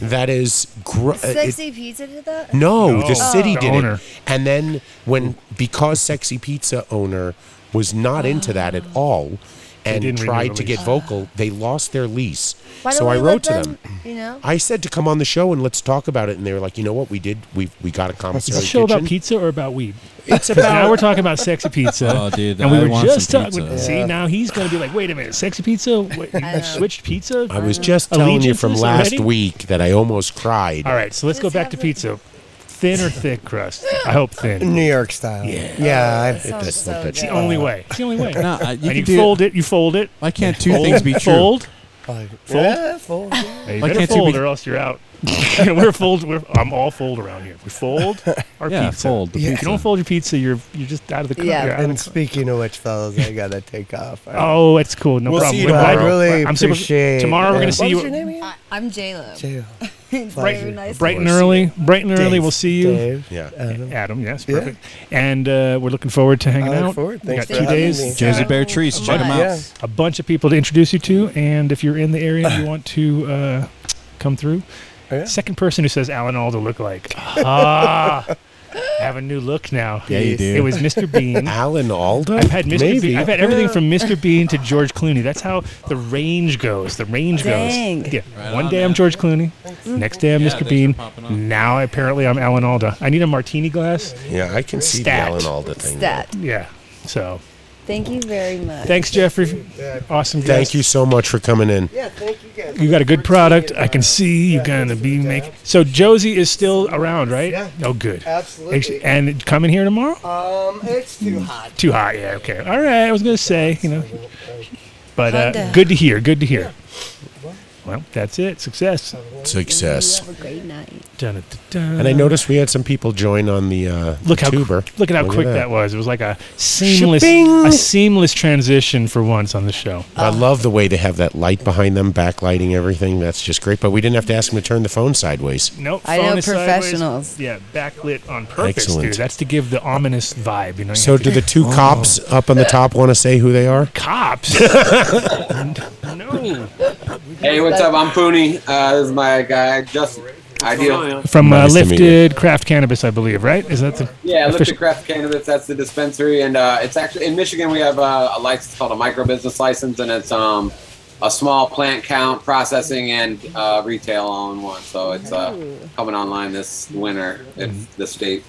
that is. Gr- uh, Uh, it- Sexy Pizza did that? No, No. the city The did owner. it. And then when because sexy pizza owner was not into that at all and didn't renew tried the to get lease. vocal, they lost their lease. Why so don't I we let wrote to them. You know, I said to come on the show and let's talk about it, and they were like, "You know what? We did. We we got a Is commissary this show kitchen. about pizza or about weed? It's 'Cause now we're about talking about sexy pizza. Oh, dude, and we I were want just some talking. pizza. See, now he's going to be like, wait a minute, sexy pizza? What, I know. you switched pizza? I was just telling you from Allegiances last already? week that I almost cried. All right, so let's go Just back to have it. pizza. Thin or thick crust? I hope thin. New York style. Yeah. Yeah. I, sounds that's so not that good. It's the Only way. It's the only way. No, I- you and can you do- fold it. You fold it. Why can't two things be true? Fold. I- Fold? Yeah, fold. yeah. Hey, you Why better can't you fold be- or else you're out. we're fold. We're, I'm all fold around here. We fold our Yeah, pizza. fold the If pizza. you don't fold your pizza, you're you're just out of the. cou- Yeah. you're out of And the- speaking of which, fellas, I gotta take off. Oh, it's cool. No We'll problem. see you We're glad- tomorrow. I really super- appreciate- tomorrow we're yeah. going to see What you was your name again? I, I'm J Lo. Jill. Very nice. bright and early. Bright and early. Dave, We'll see you. Dave, Yeah. Adam. Adam, yes, Yeah. perfect. And uh, we're looking forward to hanging I look out. forward. We Thanks got for two having days. me. Jersey Bear Trees. Check them out. Yeah. a bunch of people to introduce you to. And if you're in the area and you want to uh, come through, Oh, Yeah. second person who says Alan Alda look like, ah, I have a new look now. Yeah, you do. It was Mr. Bean. Alan Alda. I've had Mr. Maybe. Bean. I've had everything from Mr. Bean to George Clooney. That's how the range goes. The range Dang. goes. Yeah. Right One on, day I'm man. George Clooney. Next day I'm Yeah, thanks Mr. for Bean. popping on. Now apparently I'm Alan Alda. I need a martini glass. yeah, I can see Stat. the Alan Alda thing. Stat. Yeah. So Thank you very much. thanks, Jeffrey. Awesome. Thank guest. you so much for coming in. Yeah, thank you guys. You got a good product. I can see you're gonna be making. So Josie is still around, right? Yeah. Oh, good. Absolutely. And coming here tomorrow? Um, it's too hot. Too hot. Yeah. Okay. All right. I was gonna say, you know, but uh, Honda. good to hear. Good to hear. Well, that's it. Success. Success. Have a great night. Dun, dun, And I dun. noticed we had some people join on the uh, Look how tuber. look at how quick that. was. It was like a seamless Shipping. a seamless transition for once on the show. I Oh. love the way they have that light behind them, backlighting everything. That's just great. But we didn't have to ask them to turn the phone sideways. Nope. I know phone is oh, sideways. professionals. Yeah, backlit on purpose, Excellent. dude. That's to give the ominous vibe. You know. you So, have to do the two cops up on the top want to say who they are? Oh. cops. no. Hey, what's up? I'm Pooney. Uh, this is my guy, Justin. Ideal. From uh, Nice to meet Lifted Craft Cannabis, I believe, right? Is that the Yeah, official- Lifted Craft Cannabis. That's the dispensary, and uh, it's actually in Michigan. We have uh, a license called a micro business license, and it's um a small plant count, processing, and uh, retail all in one. So it's uh, coming online this winter Mm-hmm. if the state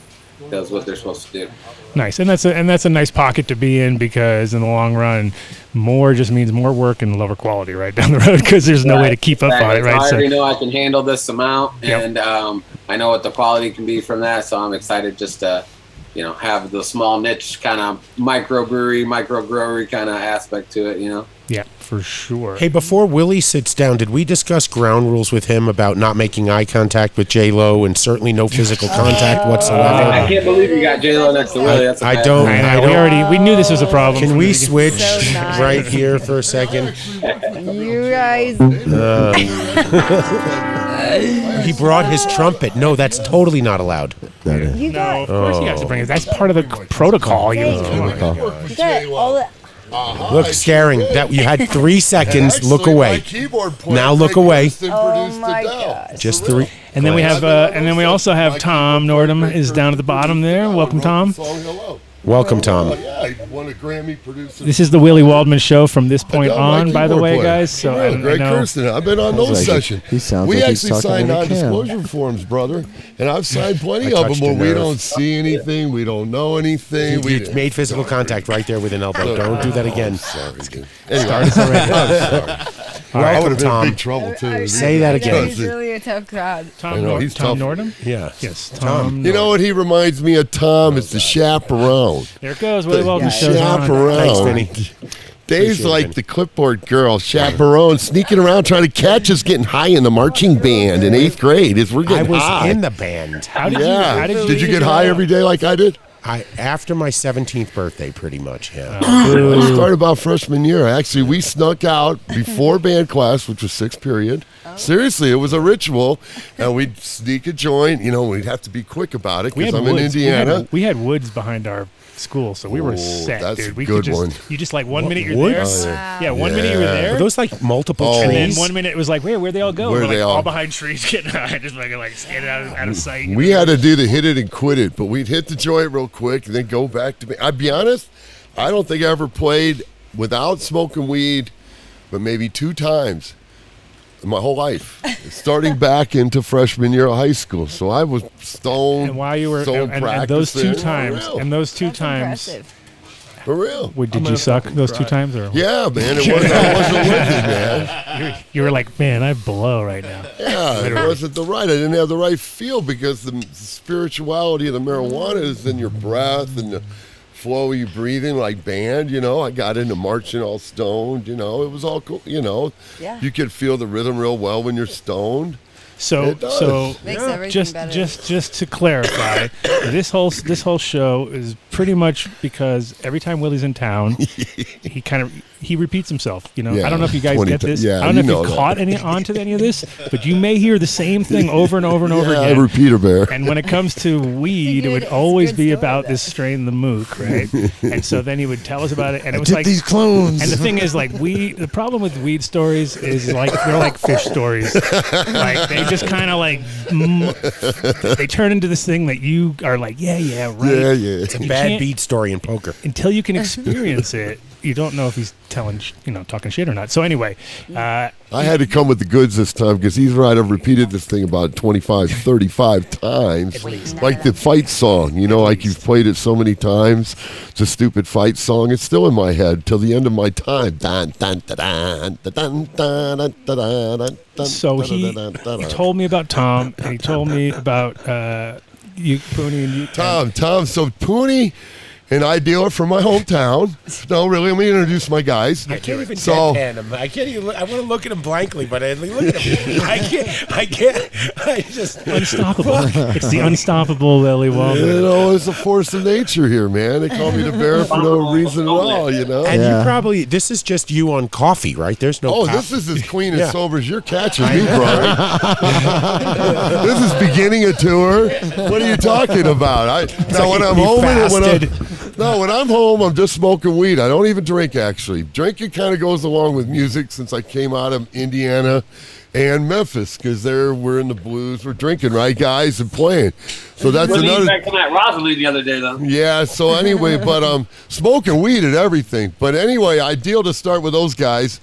does what they're supposed to do. Nice, and that's a and that's a nice pocket to be in because in the long run, more just means more work and lower quality right down the road because there's no way to keep up on Exactly. it, right? I already So, know I can handle this amount, Yep. and um, I know what the quality can be from that. So I'm excited just to, you know, have the small niche kind of microbrewery, microbrewery kind of aspect to it. You know, yeah, for sure. Hey, before Willie sits down, did we discuss ground rules with him about not making eye contact with J Lo and certainly no physical Oh. contact whatsoever? I can't believe you got J Lo next to Willie. That's a I bad- don't. I I know, we don't. already we knew this was a problem. Can from the we beginning. switch So nice. right here for a second? Uh, You guys. He brought his trumpet. No, that's totally not allowed. You No, got. of course you have to bring it. That's part of the c- protocol. You come on. You got all the. Look, staring. That you had three seconds. Look away. Now look away. Oh my gosh. Just three. And then we have, I've uh, been and then we also have Tom Nordum is down at the bottom there. Welcome, Tom. So Oh, hello. Welcome, Tom. Yeah, he won a Grammy producer. This is the Willie Waldman show from this I point know my on, by the keyboard way, player. guys. So yeah, I, I Greg know. Kirsten, I've been on Sounds those like he- sessions. he sounds we like he's actually talking signed in a can. non-disclosure forms, brother, and I've signed I plenty of them touched where a we nerve. don't see anything, we don't know anything. You we Oh, you made physical contact right there with an elbow. Don't do that again. Sorry, dude. Anyway, I would Welcome, have been in Tom. big trouble too. Say that again. It's really a tough crowd. I Tom, know, Nor- he's Tom tough. Nordum. Yeah. Yes, Tom. You know what? He reminds me of Tom. It's the chaperone. There it goes. Willie Waldman show's on. chaperone. Thanks, Vinny. Dave's Appreciate it, like Vinny. the clipboard girl, chaperone, sneaking around trying to catch us, getting high in the marching band in eighth grade. As we're I getting was high. in the band. How did you? yeah. How did you? you get high every day like I did? I after my 17th birthday, pretty much. Yeah. it started about freshman year. Actually, we snuck out before band class, which was sixth period. Seriously, it was a ritual, and we'd sneak a joint. You know, we'd have to be quick about it We because had I'm in woods. We Indiana. had, we had woods behind our school, so we were Oh, set, that's dude. a We good could just one. you just like one What, minute you're woods? there, Wow. yeah, one minute you were Yeah. there. Were those, like, multiple and trees? then one minute it was like, where where they all go? Where We're, like, they all- Mm. all? behind trees, getting high, just like like standing out of, out of sight. We had to do the hit it and quit it, but we'd hit the joint real quick and then go back to me. I'd be honest, I don't think I ever played without smoking weed, but maybe two times in my whole life, starting back into freshman year of high school. So I was stoned. And while you were stoned and, and- and those two practicing. times, and those two times, For real. Wait, did you suck those two times? Or Yeah, man, it wasn't- I wasn't with it, man. You were, you were like, man, I blow right now. Yeah, it Literally. wasn't the right. I didn't have the right feel because the spirituality of the marijuana is in your breath and the flow you breathing, like band. You know, I got into marching all stoned. You know, it was all cool. You know, Yeah. you could feel the rhythm real well when you're stoned. So It does. so Makes yeah, everything just better. just just to clarify, this whole this whole show is pretty much because every time Willie's in town, he kind of he repeats himself. You know, I don't know if you guys 20 get this. ti- yeah, I don't know you if you know that. caught any onto any of this, but you may hear the same thing over and over and over Yeah, again. repeater bear. And when it comes to weed, it would always be about this strain, the mook, right? and so then he would tell us about it, and I it was did like these clones. And the thing is, like weed, the problem with weed stories is like they're like fish stories. like they just kind of like mm, they turn into this thing that you are like, yeah, yeah, right. Yeah, yeah. It's a You bad can't- beat story in poker. until you can experience it. You don't know if he's telling, sh- you know, talking shit or not. So anyway, uh, I had to come with the goods this time because he's right. I've repeated this thing about 25, 35 times. Like the fight song, you know, like you've played it so many times. It's a stupid fight song. It's still in my head till the end of my time. Dun, dun, dun, dun, dun, dun, dun, dun, dun, dun, dun, so dun, he, dun, dun, dun, he dun. told me about Tom, and he told me about uh, you, Pony, and you. Tom, Tom. So Pooney and I deal it from my hometown. No, really, let me introduce my guys. I can't even so, deadpan him. I can't even. Look, I want to look at him blankly, but I look at him. I can't. I can't. I just unstoppable. it's the unstoppable Lily You Walden. know, it's a force of nature here, man. They call me the bear for no reason at all, you know? And you probably this is just you on coffee, right? There's no. Oh, coffee. this is as clean and Yeah. sober as you're catching me, Brian. this is beginning a tour. What are you talking about? I now when I'm He home and when I'm, fasted. no, when I'm home, I'm just smoking weed. I don't even drink actually. Drinking kind of goes along with music since I came out of Indiana and Memphis because there we're in the blues. We're drinking, right, guys, and playing. So that's We're leaning another. back from that Rosalie the other day, though. Yeah. So anyway, but um, smoking weed and everything. But anyway, ideal to start with those guys.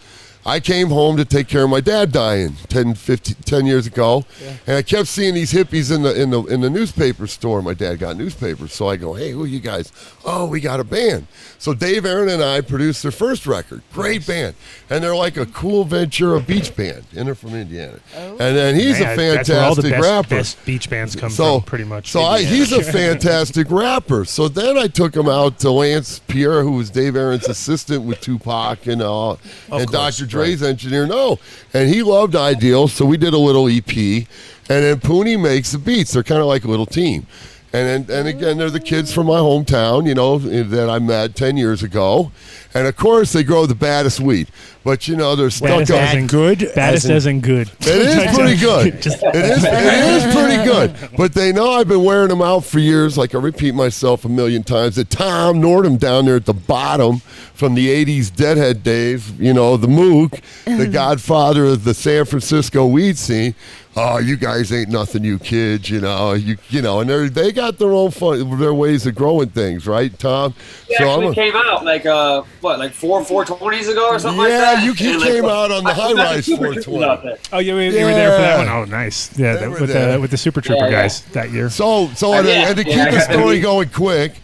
I came home to take care of my dad dying 10, 15, 10 years ago, and I kept seeing these hippies in the in the in the newspaper store. My dad got newspapers, so I go, "Hey, who are you guys? Oh, we got a band." So Dave Aaron and I produced their first record. Great band, and they're like a cool Ventura beach band, and they're from Indiana. And then he's Man, a fantastic that's where all the best, rapper. best beach bands come from, pretty much. So I, he's a fantastic rapper. So then I took him out to Lance Pierre, who was Dave Aaron's assistant with Tupac and uh, and Dr. Dre's engineer. No, and he loved Ideal, so we did a little EP, and then Pooney makes the beats. They're kind of like a little team. And, and, and again, they're the kids from my hometown, you know, that I met 10 years ago. And of course, they grow the baddest weed. But, you know, they're stuck Baddest as up. in good, baddest as in good. It is pretty good. it, is, it is pretty good. But they know I've been wearing them out for years. Like I repeat myself a million times. That Tom Nordum down there at the bottom from the 80s Deadhead days, you know, the Mook, the godfather of the San Francisco weed scene. Oh, you guys ain't nothing, you kids. You know, you you know, and they they got their own fun, their ways of growing things, right, Tom? He So actually I'm a- came out like uh what like four four twenties ago or something Yeah, like that. you- you And, like, came out on the I forgot high-rise the Super Troopers 420. out there. Oh, you, you were there for that one. Oh, nice. Yeah, They that, were with there. the with the Super Trooper Yeah, yeah. guys that year. So, so Uh, and, yeah. and to Yeah, keep I the got that story beat. going quick,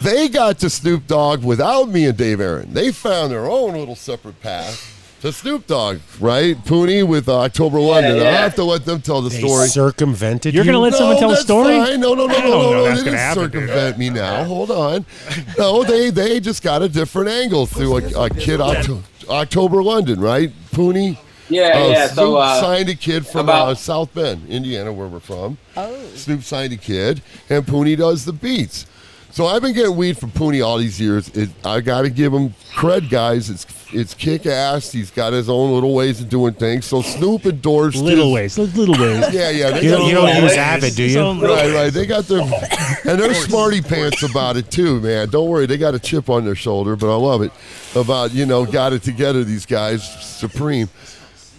they got to Snoop Dogg without me and Dave Aaron. They found their own little separate path to Snoop Dogg, right? Pooney with uh, October London. I yeah. have to let them tell the They story. circumvented. You're you? gonna let someone No, tell a that's story? fine. No, no, no, I don't no, know no, no. that's It gonna is happen, dude. circumvent me now. Hold on. No, they they just got a different angle through a, a kid Octo- October London, right? Pooney. Yeah, Uh, yeah. Snoop So uh, signed a kid from about- uh, South Bend, Indiana, where we're from. Oh. Snoop signed a kid, and Pooney does the beats. So I've been getting weed from Pooney all these years. It, I got to give him cred, guys. It's it's kick ass. He's got his own little ways of doing things. So Snoop endorsed Little his- ways, those little ways. Yeah, yeah. they You got don't- you their don't own use ways. Avid, do you? It's own little Right, ways. right. They got their and they're smarty pants about it too, man. Don't worry, they got a chip on their shoulder, but I love it about you know got it together. These guys, supreme.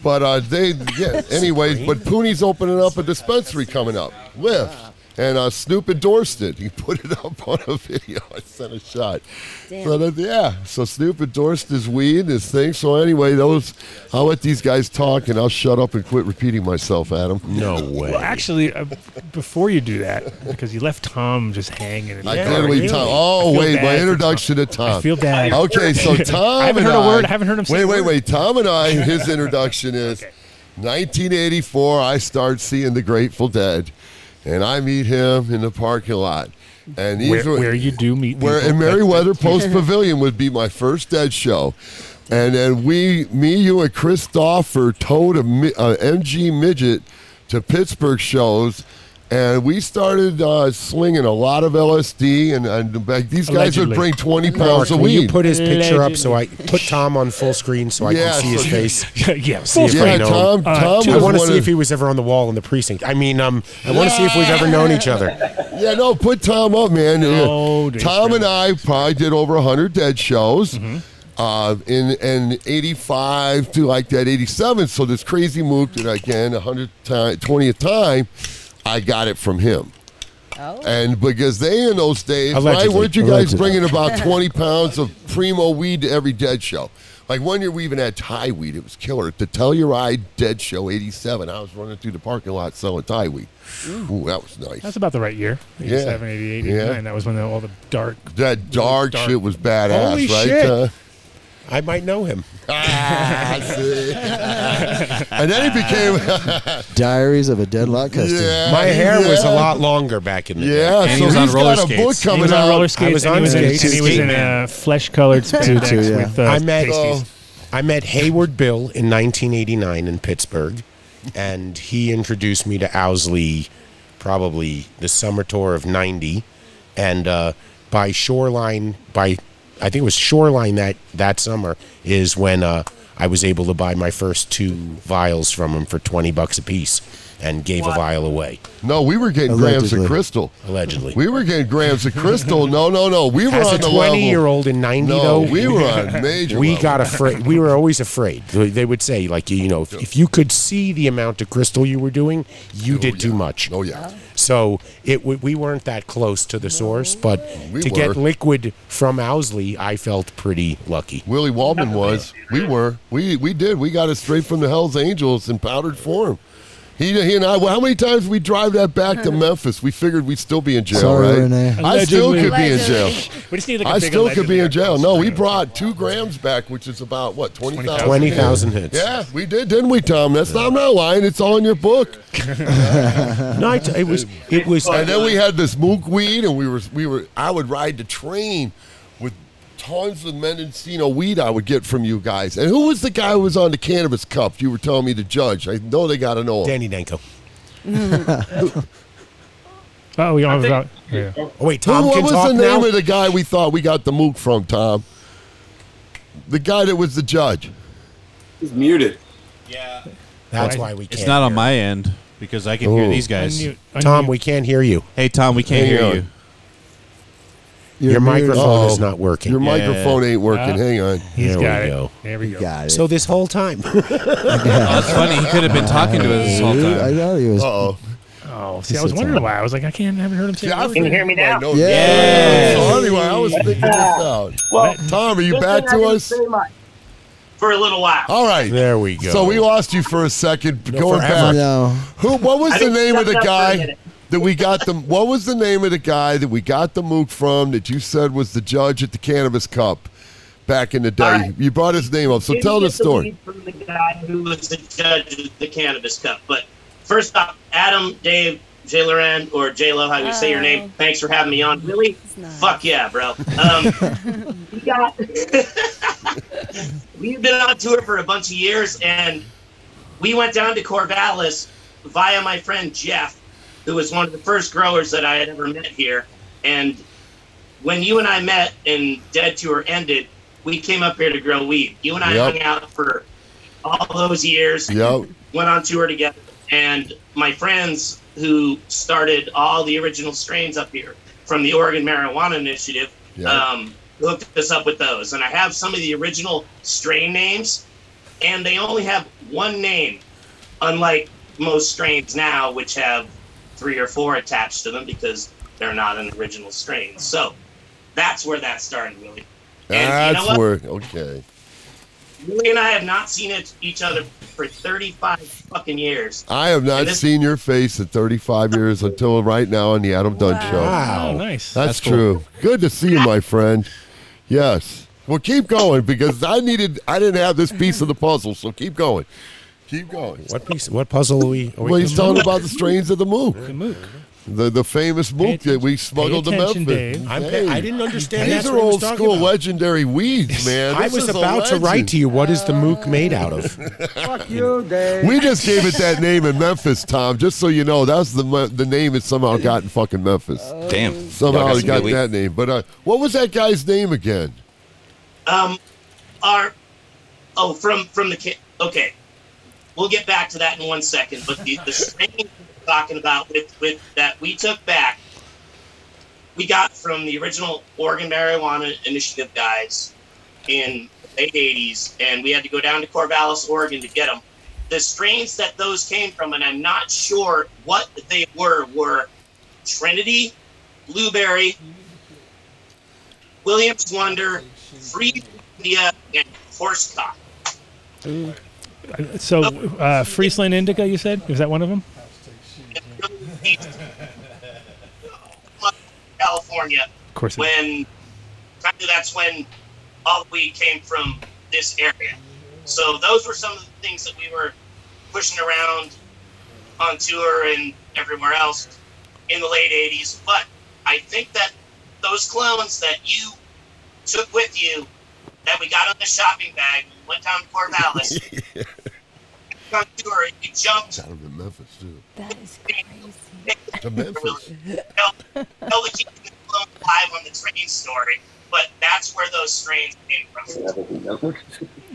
But uh, they, yeah. Anyways, but Pooney's opening up a dispensary coming up. Lift. And uh, Snoop endorsed it. He put it up on a video. I sent a shot. So that, yeah. So Snoop endorsed his weed, his thing. So anyway, those. I'll let these guys talk, and I'll shut up and quit repeating myself, Adam. No way. Well, actually, uh, before you do that, because you left Tom just hanging. in the I car. did leave Tom. Oh I feel wait, bad my for introduction to Tom. I feel bad. Okay, so Tom I haven't and heard a I- word. I haven't heard him. say Wait, a wait, word. wait. Tom and I. His introduction is 1984. I start seeing the Grateful Dead, and I meet him in the parking lot. And these Where- were- where you do meet where people. in Meriwether Post Pavilion would be my first Dead show. And then we, me, you, and Christopher towed a, mi- a MG midget to Pittsburgh shows, and we started uh, slinging a lot of LSD. And, and like, these guys would Allegedly. bring twenty Mark, pounds of will weed. you put his picture up so I put Tom on full screen so I Yeah, can see so- his face? yeah, see if Yeah, I know. Tom- him. Tom I was want to one see of- if he was ever on the wall in the precinct. I mean, um, I want to see if we've ever known each other. Yeah, no, put Tom up, man. No, dude, Tom and I probably did over 100 dead shows. Mm-hmm. Uh, in in 85 to like that 87 so this crazy move that again 120th time i got it from him oh. and because they in those days Allegedly. why weren't you guys Allegedly. bringing about 20 pounds of primo weed to every dead show like one year we even had Thai weed. It was killer. The Telluride Dead Show '87. I was running through the parking lot selling Thai weed. Ooh, that was nice. That's about the right year. Yeah. 87, 88, Yeah. 89. That was when the, all the dark. That dark, dark. shit was badass, Holy right? shit. Uh, I might know him. Ah, I see. and then he became. Diaries of a Deadlock Customer. Yeah, My hair was a yeah. lot longer back in the day. Yeah, so he's got a book He coming was on out. roller skates. I was and on he was skates. in, and he was in Man. a flesh-colored spandex Too, yeah. with uh, I met pasties. I met Hayward Bill in 1989 in Pittsburgh, and he introduced me to Owsley probably the summer tour of '90, and uh, by Shoreline by I think it was Shoreline that that summer is when uh, I was able to buy my first two vials from him for 20 bucks a piece, and gave a vial away. No, we were getting grams of Allegedly. crystal. Allegedly. We were getting grams of crystal. No, no, no. We were As on a the level. twenty-year-old in ninety, No, though we were on major. We level. got afraid. We were always afraid. They they would say, like, you know, if, if you could see the amount of crystal you were doing, you did too much. Oh yeah. So it w- we weren't that close to the source, but We to get were. liquid from Owsley, I felt pretty lucky. Willie Waldman was. We were. We we did. We got it straight from the Hell's Angels in powdered form. He, he and I. Well, how many times we drive that back to Memphis? We figured we'd still be in jail, Sorry, right? Renee. I still could be in Allegedly. jail. We just need like a I big still could allegedly be in or jail. No, something. we brought two grams back, which is about what twenty thousand. 20,000 hits. Yeah, we did, didn't we, Tom? That's not, I'm not lying. It's all in your book. no, I t- it was. It was. And then we had this mook weed, and we were we were. I would ride the train with tons of Mendocino weed I would get from you guys. And who was the guy who was on the cannabis cup? You were telling me to judge. I know they got to know him. Danny Danko. Oh, we don't have yeah. Oh, wait, Tom Who- what can was talk the name now? of the guy we thought we got the mook from? Tom, the guy that was the judge. He's muted. That's why we can't. It's not on my end because I can hear Ooh. these guys. Unmute. Tom, we can't hear you. Hey, Tom, we can't Hang hear on. you. Your, microphone is Uh-oh. not working. Your Yeah. microphone ain't working. Uh, Hang on. He's There we got it. go. There we go. Got it. So this whole time. Oh, that's funny. He could have been talking to us this whole Dude, I time. know he was. Uh-oh. Oh, see, I was wondering why. I was like, I can't. I haven't heard him say. Yeah, I a word. figured hear me my now? notes- Yeah. So anyway, I was thinking this out. Well, Tom, are you good back thing I to didn't us? say much For a little while. All right. There we go. So we lost you for a second. No, Going forever. back. No. Who? What was I the didn't name of shut the up for a guy minute. that we got the? What was the name of the guy that we got the mook from that you said was the judge at the Cannabis Cup back in the day? right. You brought his name up, so Didn't tell the get story. lead From the guy who was the judge of the Cannabis Cup. But first off, Adam, Dave, Jay Loren, or J Lo, how you say your name, thanks for having me on. Really? Fuck yeah, bro. Uh, Um, we got, we've been on tour for a bunch of years, and we went down to Corvallis via my friend Jeff, who was one of the first growers that I had ever met here. And when you and I met and Dead Tour ended, we came up here to grow weed. You and I Yep. hung out for all those years. Yep. Went on tour together, and my friends who started all the original strains up here from the Oregon Marijuana Initiative Yep. um, hooked us up with those. And I have some of the original strain names, and they only have one name, unlike most strains now, which have three or four attached to them because they're not an original strain. So that's where that started, Willie. And you know That's what? where. Okay. Willie and I have not seen it, each other for 35 fucking years. I have not And this- seen your face in 35 years until right now on the Adam Dunn Show. Wow. Oh, nice. That's, That's cool. true. Good to see you, my friend. Yes. Well, keep going because I needed, I didn't have this piece of the puzzle, so keep going. Keep going. What piece? What puzzle are we? Are we Well, he's talking about the strains of the mook. The mook. The, the famous mook that we smuggled to Memphis. attention, Dave. I'm pay- I didn't understand These that's are what he was old talking school about. legendary weeds, man. I This was is a about to write legend. to you. What is the mook made out of? Fuck you, Dave. We just gave it that name in Memphis, Tom. Just so you know, that's the mo- the name it somehow got in fucking Memphis. Damn. Y'all Somehow got it some got good weed. that name. But uh, what was that guy's name again? Um, are oh from from the kid. Okay, we'll get back to that in one second. But the, the strain we're talking about with with that we took back, we got from the original Oregon Marijuana Initiative guys in the late '80s, and we had to go down to Corvallis, Oregon, to get them. The strains that those came from, and I'm not sure what they were, were Trinity, Blueberry, Williams Wonder, Free India, and Horsecock. So, uh, Friesland Indica, you said? Is that one of them? California. Of course it- When kind of that's when all we came from this area. So those were some of the things that we were pushing around on tour and everywhere else in the late '80s. But I think that those clones that you took with you, that we got on the shopping bag, went down to Corvallis, on tour, you jumped Out of the Memphis too. that is To Memphis. tell, tell the kid in the club live on the train story, but that's where those strains came from.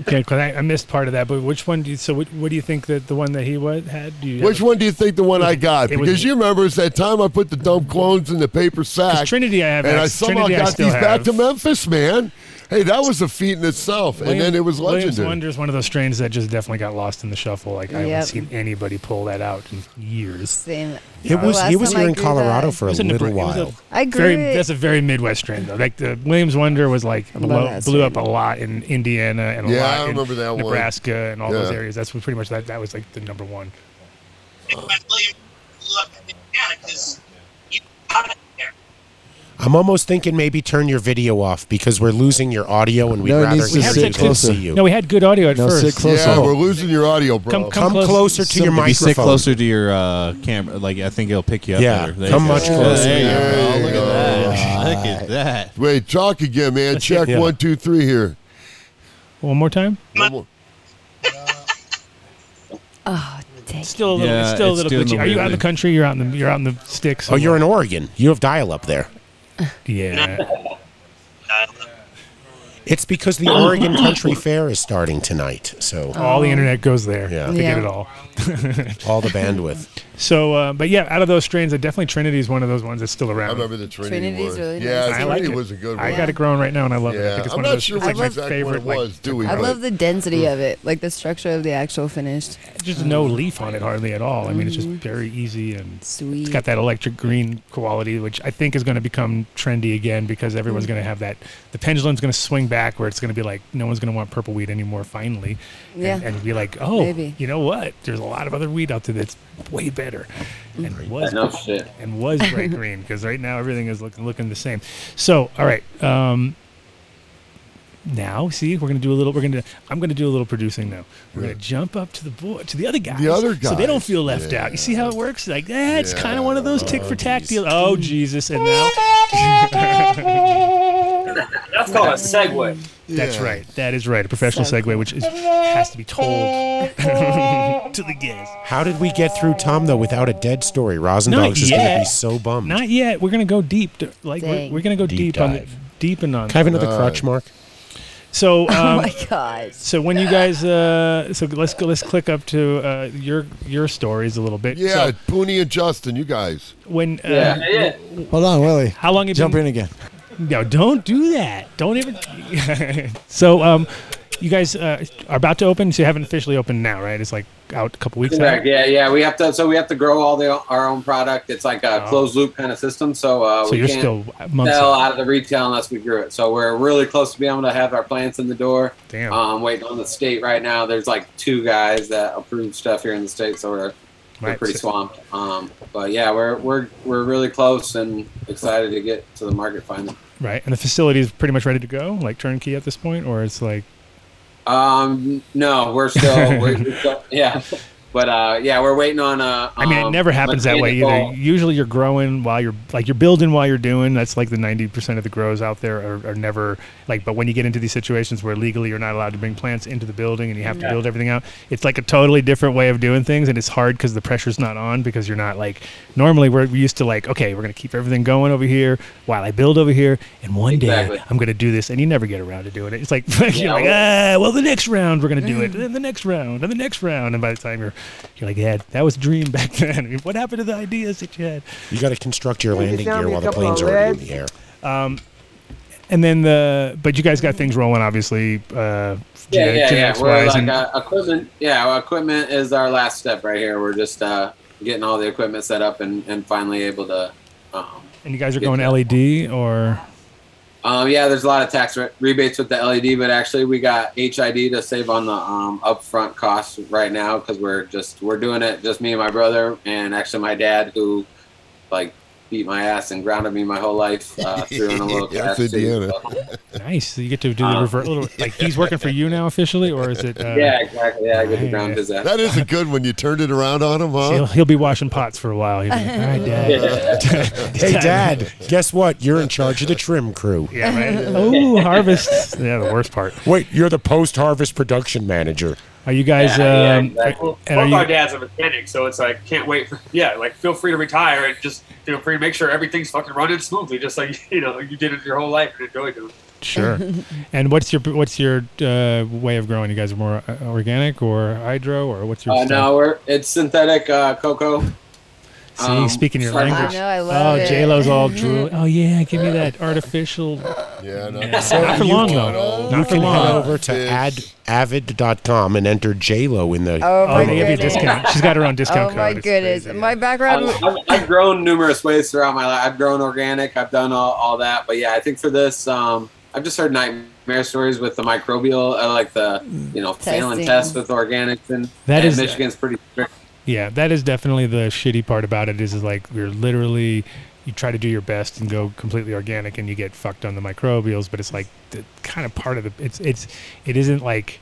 Okay, 'cause I, I missed part of that. But which one do you? So, what, what do you think that the one that he was had? Do you Which one do you think the one I got? It was- Because you remember it's that time I put the dumb clones in the paper sack. Trinity I have and I ex- somehow Trinity I got still these back have. to Memphis, man. Hey, that was a feat in itself. and then it was Williams legendary. Wonder is one of those strains that just definitely got lost in the shuffle. Like I Yep. haven't seen anybody pull that out in years. Same. It The was- last it was time here I in grew Colorado that. It for a was in little Nebra- it was a- while. I grew Very, it. that's a very Midwest strain though. Like the Williams Wonder was like love blow, that blew up a lot in Indiana and a Yeah, lot I remember in that one. Nebraska and all those Yeah. areas. That's pretty much that. That was like the number one. I'm almost thinking maybe turn your video off because we're losing your audio and we'd No, it rather needs to hear sit you than closer. see you. No, we had good audio at No, first. sit closer. Yeah, we're losing your audio, bro. Come- come Come closer to your Maybe sit microphone. closer to your uh, camera. Like I think it'll pick you up. Yeah, better. There come you go. much closer. There you go. There Look you at that. Look at that. Wait, talk again, man. Check Yeah. one, two, three here. One more time. One more. Still a little, Yeah, it's still a it's little doing glitchy. the Are you weird out in the thing. country? You're out in the you're out in the sticks. Oh, you're in Oregon. You have dial up there. Yeah. It's because the Oregon Country Fair is starting tonight, so All the internet goes there. Yeah, to get it all. all the bandwidth. So, uh, but yeah, out of those strains, uh, definitely Trinity is one of those ones that's still around. I remember the Trinity Trinity's one. really yeah, nice. I like Trinity it. was a good one. I got it growing right now, and I love it. I Yeah, think it's I'm one not of those, sure it's which my exactly what favorite, it was, do we? I but- love the density of it, like the structure of the actual finished. Just no leaf on it hardly at all. I mean, it's just very easy and Mm. sweet. It's got that electric green quality, which I think is going to become trendy again because everyone's Mm. going to have that. The pendulum's going to swing back where it's going to be like no one's going to want purple weed anymore. Finally, And- Yeah. and, be like, oh, Maybe. you know what? There's a lot of other weed out there that's way better, Mm. and was No shit. and was bright green because right now everything is looking looking the same. So, all right. Um, now, see, we're gonna do a little. We're gonna. I'm gonna do a little producing now. We're gonna jump up to the board to the other guys. other so they don't guys, feel left out. You see how it works? Like eh, it's Yeah. kind of one Oh, of those tick for tack deals. Oh Jesus! And now, That's called a segue. That's Yeah. right. That is right. A professional segue, which is, has to be told to the gays. How did we get through Tom though without a dead story? Rosendogs is going to be yet. so Um, bummed. Not yet. We're gonna go deep. to- Like we're, Dang. we're gonna go Deep deep, on the, dive. deep and on. Can I have another Uh, crutch, Mark? So, um, oh my god. so when you guys, uh, so let's go. Let's click up to uh, your your stories a little bit. Yeah, So Booney and Justin, you guys. when uh, Hold on, Willie. How long have Jump been- in again. No, don't do that. Don't even. so, um, you guys uh, are about to open, so you haven't officially opened now, right? It's like out a couple weeks. Correct. Out. Yeah, yeah. We have to, so we have to grow all the our own product. It's like a Oh. closed loop kind of system. So, uh, So we you're can't still months sell out. out of the retail unless we grew it. So we're really close to being able to have our plants in the door. Damn. Um, waiting on the state right now. There's like two guys that approve stuff here in the state, so we're we're Right, pretty so- swamped. Um, but yeah, we're we're we're really close and excited to get to the market finally. Right, and the facility is pretty much ready to go, like turnkey at this point, or it's like Um, no, we're still, we're, we're still yeah, but uh, yeah, we're waiting on. Uh, I mean, it um, never happens that way either. mechanical- Usually, you're growing while you're like you're building while you're doing. That's like the ninety percent of the grows out there are, are never like. But when you get into these situations where legally you're not allowed to bring plants into the building and you have to Yeah. build everything out, it's like a totally different way of doing things, and it's hard because the pressure's not on because you're not like normally we're we're used to like okay we're gonna keep everything going over here while I build over here, and one Exactly. day I'm gonna do this, and you never get around to doing it. It's like you're Yeah, like well- ah well the next round we're gonna do it, and then the next round, and the next round, and by the time you're you're like yeah that was a dream back then. what happened to the ideas that you had? You got to construct your Can you landing sell gear me a while the couple planes of are already in reds? the air. Um, and then the but you guys got things rolling, obviously. Yeah, Uh, genetic- yeah, yeah. genetics We're wise, like and- uh, equipment. Yeah, well, equipment is our last step right here. We're just uh, getting all the equipment set up and, and finally able to. Um, and you guys are get going that. LED or Um, yeah, there's a lot of tax re- rebates with the LED, but actually we got HID to save on the um, upfront costs right now because we're just we're doing it just me and my brother and actually my dad who like beat my ass and grounded me my whole life uh, through in a little That's class too. Indiana. So- nice. So you get to do the Um, reverse. Little, like he's working for you now officially, or is it? Uh, yeah, exactly. Yeah, I get to Dang. ground his ass. That is a good one. You turned it around on him, huh? He'll, he'll be washing pots for a while. He'll be like, All right, Dad. hey, Dad, guess what? You're in charge of the trim crew. Yeah, right. Oh, harvest. Yeah, the worst part. Wait, you're the post-harvest production manager. Are you guys? Yeah, yeah, um, exactly. are- And are Both you- our dads are mechanics, so it's like can't wait. For, yeah, like feel free to retire and just feel free to make sure everything's fucking running smoothly, just like you know you did it your whole life and enjoyed it. Sure. and what's your what's your uh, way of growing? You guys are more uh, organic or hydro or what's your? Uh, style? no, we're it's synthetic uh, cocoa. See, speaking your um, sorry. language. I know, I love oh, it. J Lo's all drool. Oh yeah, give me that artificial. Yeah, Not for long though. You Not for can head long. over to ad, avid.com and enter JLo in the. Oh, my they give you a goodness. discount. She's got her own discount oh my code. It's goodness. My background. I've, I've- I've grown numerous ways throughout my life. I've grown organic. I've done all, all that. But yeah, I think for this, um, I've just heard nightmare stories with the microbial, uh, like the you know failing Testing. test with organics, and That and is- Michigan's pretty strict. Yeah, that is definitely the shitty part about it. Is, is like you're literally you try to do your best and go completely organic, and you get fucked on the microbials. But it's like the kind of part of the it's it's it isn't like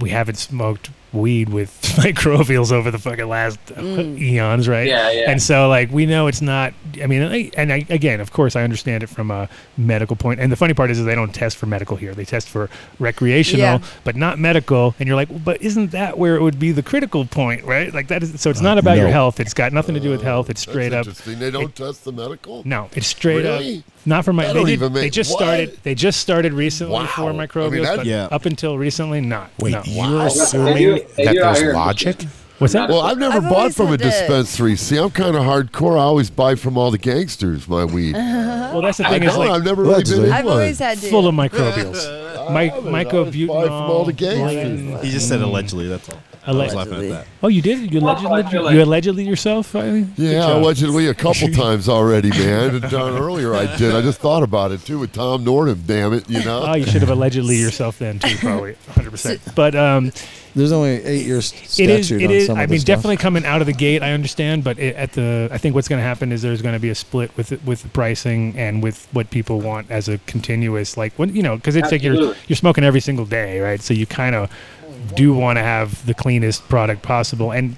we haven't smoked weed with microbials over the fucking last uh, Mm. eons, right? Yeah, yeah. And so like we know it's not. I mean, I- and I, again, of course, I understand it from a medical point. And the funny part is, is they don't test for medical here. They test for recreational, Yeah. but not medical. And you're like, well, but isn't that where it would be the critical point, right? Like that is. So it's not about Uh, no. your health. It's got nothing to do with health. It's straight up. Uh, Interesting. They don't test the medical. No, it's straight Really? up. Not for my. That They, don't did- even they make- just what? started. They just started recently Wow. for I mean, microbials, that- but Yeah. up until recently, not. Wait, no. you're assuming They do- they that do out here there's in logic? What's that? Well, I've never I've bought always from a had to- dispensary. See, I'm kind of hardcore. I always buy from all the gangsters my weed. Well, that's the I thing is know, like I've never really been in I've one. always had to. full of microbials. Mi- microbutanol. all the gangsters. blend- He just said allegedly. That's all. I was laughing Allegedly. at that. Oh, you did? You allegedly, allegedly. you allegedly yourself? Riley? Good Yeah, job. allegedly a couple times already, man. Done earlier, I did. I just thought about it too with Tom Nordham. Damn it, you know. Oh, you should have allegedly yourself then too, probably 100. percent But um, There's only eight years it statute is. It on is. some I of mean, this stuff. definitely coming out of the gate, I understand. But it, at the, I think what's going to happen is there's going to be a split with it- with the pricing and with what people want as a continuous, like when you know, because it's like you're Absolutely. you're smoking every single day, right? So you kind of do want to have the cleanest product possible and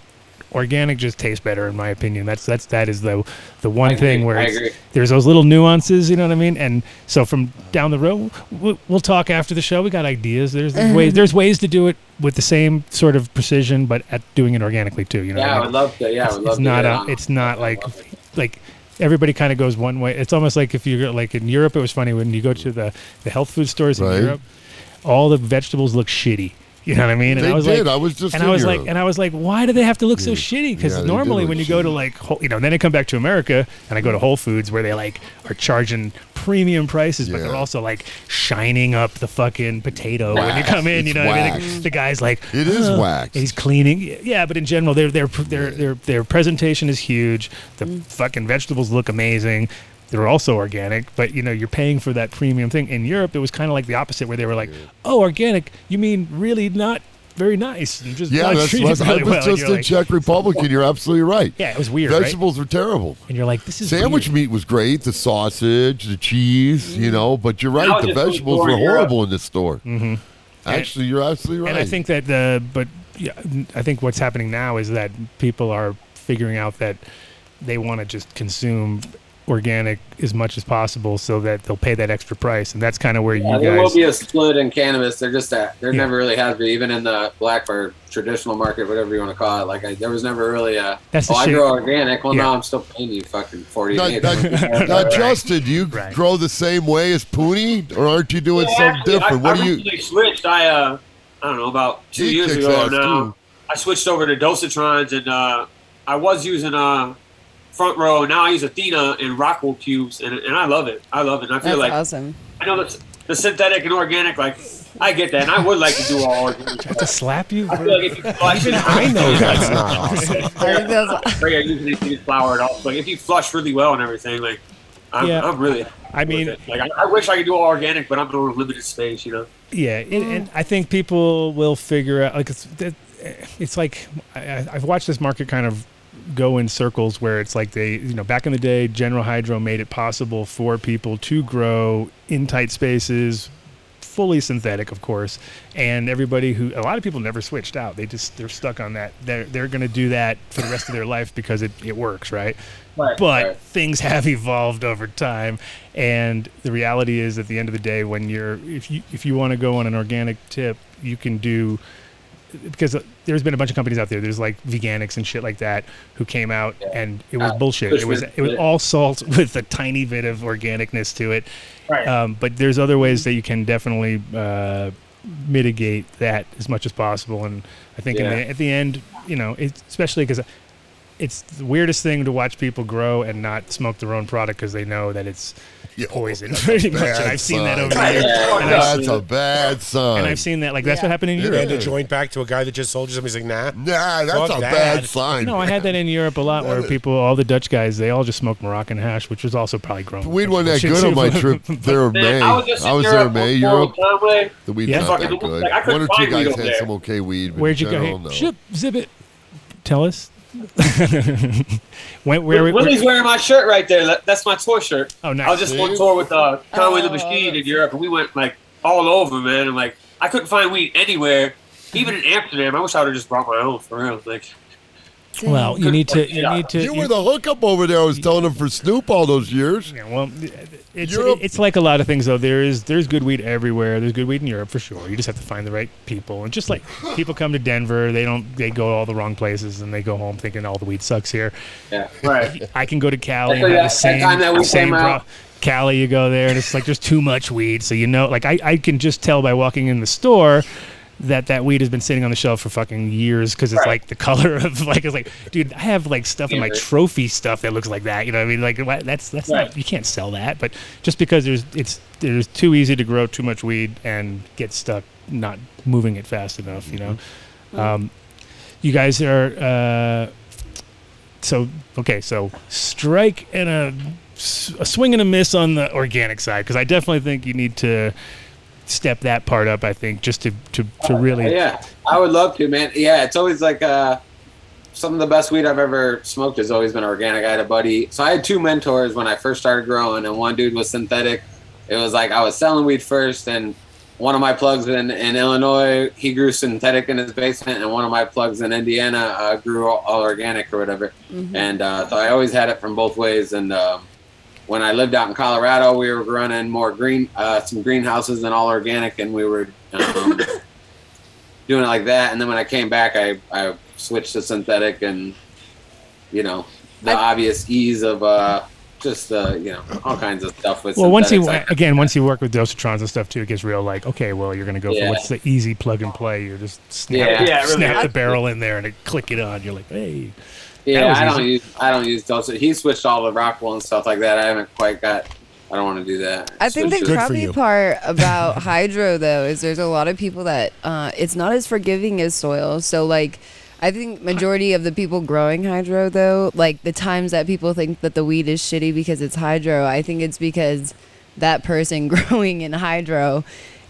organic just tastes better in my opinion. That's that's that is the the one I thing agree, where I it's- agree. there's those little nuances, you know what I mean? And so from down the road, we'll, we'll talk after the show. We got ideas. There's, Um, Mhm. ways there's ways to do it with the same sort of precision, but at doing it organically too. You know, what yeah, I I mean? would love to. Yeah, I it's, would love it's to. not get a, on. it's not like like everybody kind of goes one way. It's almost like if you're like in Europe, it was funny when you go to the the health food stores Right. in Europe, all the vegetables look shitty. You know what I mean? They I was did. like, I was just and in I was Europe. like, and I was like, why do they have to look so shitty? Because Yeah, they do normally look when you go to like, Whole- you know, then I come back to America and I go to Whole Foods where they like are charging premium prices, but they're also like shining up the fucking potato when you Wax. come in. you It's know, what I mean? wax. The, the guy's like, It is "Oh," waxed. He's cleaning. Yeah, but in general, their their their their, their presentation is huge. The fucking vegetables look amazing. They're also organic, but you know you're paying for that premium thing. In Europe, it was kind of like the opposite, where they were like, "Oh, organic? You mean really not very nice?" And just Yeah, not that's treated what I really was well. And just you're in like- Czech Republic, and you're absolutely right. Yeah, it was weird, right? Vegetables were terrible. And you're like, this is sandwich meat was great, the sausage, the cheese, you know. But you're Now right, the just eat vegetables more were in Europe. horrible in this store. Mhm. Actually, you're absolutely right. And I think that the but yeah, I think what's happening now is that people are figuring out that they want to just consume organic as much as possible so that they'll pay that extra price and that's kind of where Yeah, you Uh, there guys will be a split in cannabis. There just that there never really has been, even in the black or traditional market, whatever you want to call it. Like I, there was never really a. That's the oh, I shit. grow organic. Well, Yeah. no, I'm still paying you fucking forty. Now, an now- acre. now, Justin, do you grow the same way as Poonie, or aren't you doing something Actually, different? I, what I do you? recently switched. I uh, I don't know about two He years kicks ago ass, now. too. I switched over to Dosatrons, and uh, I was using uh, front row. Now I use Athena and Rockwell cubes, and, and I love it. I love it. And I feel That's like awesome. I know the, the synthetic and organic. Like I get that, and I would like to do all organic. have to slap you I feel like if you flush it, I know that's not awesome. I are using it to use flour at all. Like if you flush really well and everything, like I'm, Yeah. I'm really. I mean, like I, I wish I could do all organic, but I'm in a limited space, you know. Yeah, and, and I think people will figure out like it's that- it's like I, I- I've watched this market kind of go in circles where it's like they you know back in the day General Hydro made it possible for people to grow in tight spaces fully synthetic of course and everybody who a lot of people never switched out they just they're stuck on that they're they're going to do that for the rest of their life because it, it works right Right, but right. things have evolved over time and the reality is at the end of the day when you're if you if you want to go on an organic tip you can do because there's been a bunch of companies out there there's like veganics and shit like that who came out and it was Uh, bullshit which it was was- it was all salt with a tiny bit of organicness to it Right. um, but there's other ways that you can definitely uh, mitigate that as much as possible and i think in Yeah. the, at the end you know it, especially because it's the weirdest thing to watch people grow and not smoke their own product because they know that it's poison pretty much and bad i've seen that sign. over the years And I've That's seen- a bad sign. and i've seen that like that's what happened in You europe hand a joint back to a guy that just sold you something. He's like, nah. Nah, that's Fuck a that. bad sign. No, I had that in Europe a lot where people, all the Dutch guys, they all just smoked Moroccan hash, which was also probably grown. Weed wasn't that Shit, good on too. my trip there in May. Man, I was just in I was there Europe in May, before Europe. Conway. The weed's Yeah. not that Fucking the- good. like, I couldn't One or two find weed guys over had there. some okay weed. but in Where'd you general, go? no. Hey, ship, zip it. Tell us. Went where? where- Willie's wearing my shirt right there. That- That's my tour shirt. Oh, nice. I was just on tour with uh, Conway Oh. the Machine in Europe, and we went like all over, man. And like I couldn't find weed anywhere, even in Amsterdam. I wish I would have just brought my own for real. Like, Well, you need to. You need to. You were the hookup over there. I was telling him for Snoop all those years. Yeah, well, it's, Europe. it's like a lot of things though. There is there's good weed everywhere. There's good weed in Europe for sure. You just have to find the right people. And just like people come to Denver, they don't they go all the wrong places and they go home thinking all the weed sucks here. yeah, right. I can go to Cali That's and like have the that- same, that time that we the same came pro- out. Cali, you go there and it's like there's too much weed. So you know, like I, I can just tell by walking in the store that that weed has been sitting on the shelf for fucking years because it's Right. like the color of like it's like dude I have like stuff in my Yeah. trophy stuff that looks like that you know what I mean like why- that's that's Right. not you can't sell that but just because there's it's there's too easy to grow too much weed and get stuck not moving it fast enough you know Mm-hmm. um, you guys are uh, so okay so strike and a, a swing and a miss on the organic side because i definitely think you need to step that part up i think just to to, to really Oh, Yeah, I would love to, man. Yeah, it's always like uh, some of the best weed I've ever smoked has always been organic. I had a buddy, so I had two mentors when I first started growing, and one dude was synthetic. It was like I was selling weed first, and one of my plugs in, in Illinois, he grew synthetic in his basement, and one of my plugs in Indiana uh, grew all, all organic or whatever. Mhm. And uh, so I always had it from both ways. And um when I lived out in Colorado, we were running more green, uh, some greenhouses and all organic, and we were um, doing it like that. And then when I came back, I, I switched to synthetic, and you know the obvious ease of uh, just uh, you know all kinds of stuff with. Well, once you synthetics. I- again, once you work with dosatrons and stuff too, it gets real like, okay, well, you're gonna go Yeah. for what's the easy plug and play. You just snap, Yeah. Yeah, really. snap the barrel in there and it click it on. You're like, hey, that Yeah, was I don't easy. use I don't use Delta. He switched all the Rockwell and stuff like that. I haven't quite got. I don't want to do that. I think the Switch it. crappy part about hydro though is there's a lot of people that uh, it's not as forgiving as soil. So like, I think majority of the people growing hydro though, like the times that people think that the weed is shitty because it's hydro, I think it's because that person growing in hydro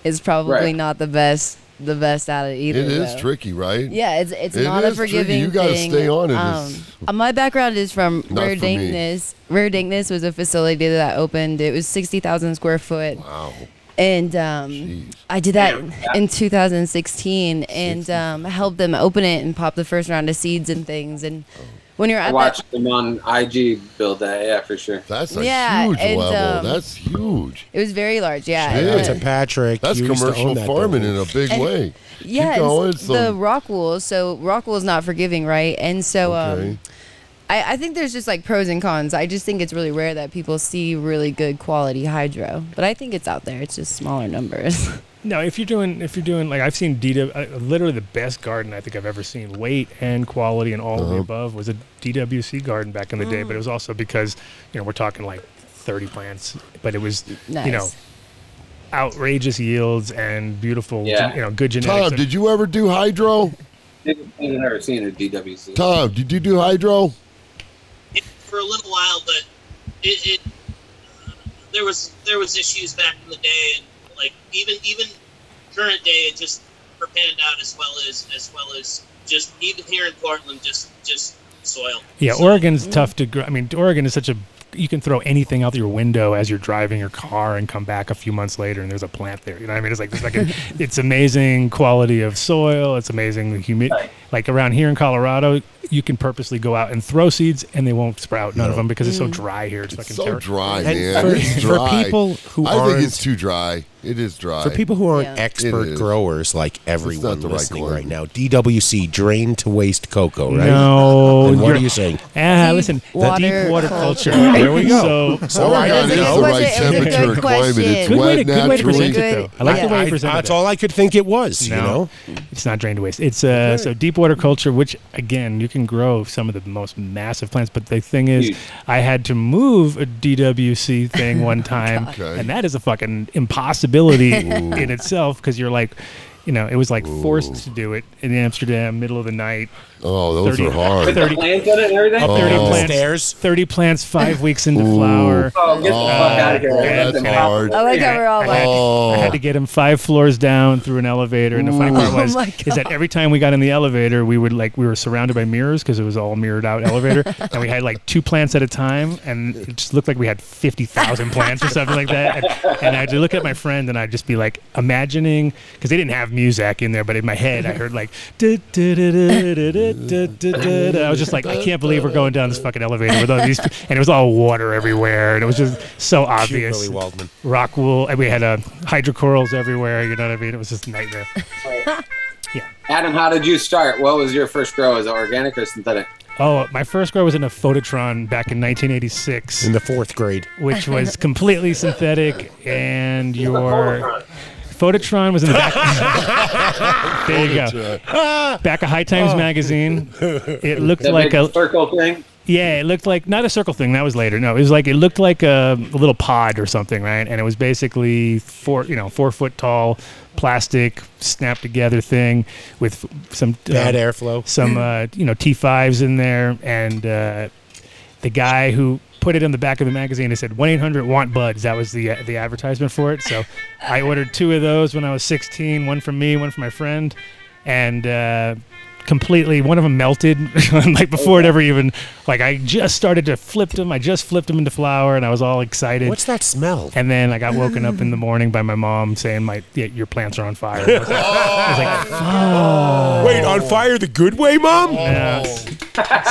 is probably Right. not the best the best at it either. It is though. tricky, right? Yeah, it's it's It not a is tricky. forgiving You gotta thing. stay on it. Um, It's- uh, my background is from Not Rare for me. Dankness. Rare Dankness was a facility that opened. It was sixty thousand square foot. Wow. And um, I did that in 2016 and um, helped them open it and pop the first round of seeds and things. And when you're I at that, watched him on IG build that. Yeah, for sure. That's a Yeah, huge and, level. um, That's huge. it was very large. Yeah. Shit. it was- That's a Patrick. That's you used to commercial own that farming building. in a big And- way. Yeah, Keep and going. s- the Rockwell. So Rockwell's not forgiving, right? And so um, Okay. I, I think there's just like pros and cons. I just think it's really rare that people see really good quality hydro, but I think it's out there. It's just smaller numbers. No, if you're doing if you're doing like I've seen DW uh, literally the best garden I think I've ever seen weight and quality and all of the Uh-huh. above was a DWC garden back in the day, Mm. but it was also because you know we're talking like 30 plants, but it was you know Nice. outrageous yields and beautiful Yeah. you know good genetics. Tom, did you ever do hydro? I've never seen a DWC. Tom, did you do hydro? for a little while, but it, it there was there was issues back in the day, and like even even current day, it just panned out as well as as well as just even here in Portland, just just soil. Yeah, Oregon's tough to grow. I mean, Oregon is such a you can throw anything out your window as you're driving your car and come back a few months later and there's a plant there. You know what I mean? It's like, it's, like a, it's amazing quality of soil. It's amazing the humidity. Like around here in Colorado, you can purposely go out and throw seeds and they won't sprout none of them because it's so Mm. dry here. It's, fucking so terri- dry, And man. for- it's for dry. people who I think it's aren't- too dry. It is dry For people who aren't It expert is. growers like everyone the right listening garden. right now, DWC drain to waste cocoa, right? No, And what you're- are you saying? Ah, listen, the deep water culture. There we go. So, So God, I don't it's know. the right temperature and climate. It's Good way wet to- good way to naturally. present it, though. I like the way you presented it. That's all I could think it was. You know, it's not drained to waste. It's uh, so deep water culture, which again you can grow some of the most massive plants. But the thing is, Huge. I had to move a DWC thing one time, and that is a fucking impossibility Ooh. in itself because you're like. You know, it was like forced to do it in Amsterdam, middle of the night. Oh, those are hard. With the plants on it and everything? Up 30 Oh. plants. Stairs. 30 plants five weeks into flower. Oh, get the fuck outta here. That's and hard. I like how we're all like- I had to get him five floors down through an elevator. And the funny part Ooh. was Oh my is that every time we got in the elevator, we would like we were surrounded by mirrors because it was all mirrored out elevator, and we had like two plants at a time, and it just looked like we had fifty thousand plants or something like that. And, and I'd look at my friend, and I'd just be like imagining because they didn't have Muzak in there, but in my head I heard like du- du- du- du- du- du- du- du- du- du. I was just like I can't believe we're going down this fucking elevator with all these, and it was all water everywhere, and it was just so obvious. Willie Waldman. Rock wool, and we had uh, hydrocorals everywhere. You know what I mean? It was just a nightmare. Adam, how did you start? What was your first grow? Is it organic or synthetic? Oh, my first grow was in a phototron back in 1986, in the fourth grade, which was completely synthetic, and your phototron was in the back. there you go. Back of High Times Oh. magazine. It looked That like big a circle thing. yeah, it looked like not a circle thing. That was later. No, it was like it looked like a, a little pod or something, right? And it was basically four, you know, four foot tall plastic snapped together thing with some Bad airflow. some uh, you know T fives in there, and uh, the guy who put it on the back of the magazine, it said one eight hundred want buds. That was the uh, the advertisement for it. So I ordered two of those when I was sixteen. One for me, one for my friend, and. Uh, completely. One of them melted Oh, like before it ever even like I just started to flip them. I just flipped them into flour, and I was all excited. What's that smell? And then I got woken up in the morning by my mom saying my yeah, your plants are on fire. I was like, Oh. Wait, on fire the Oh. good way, mom?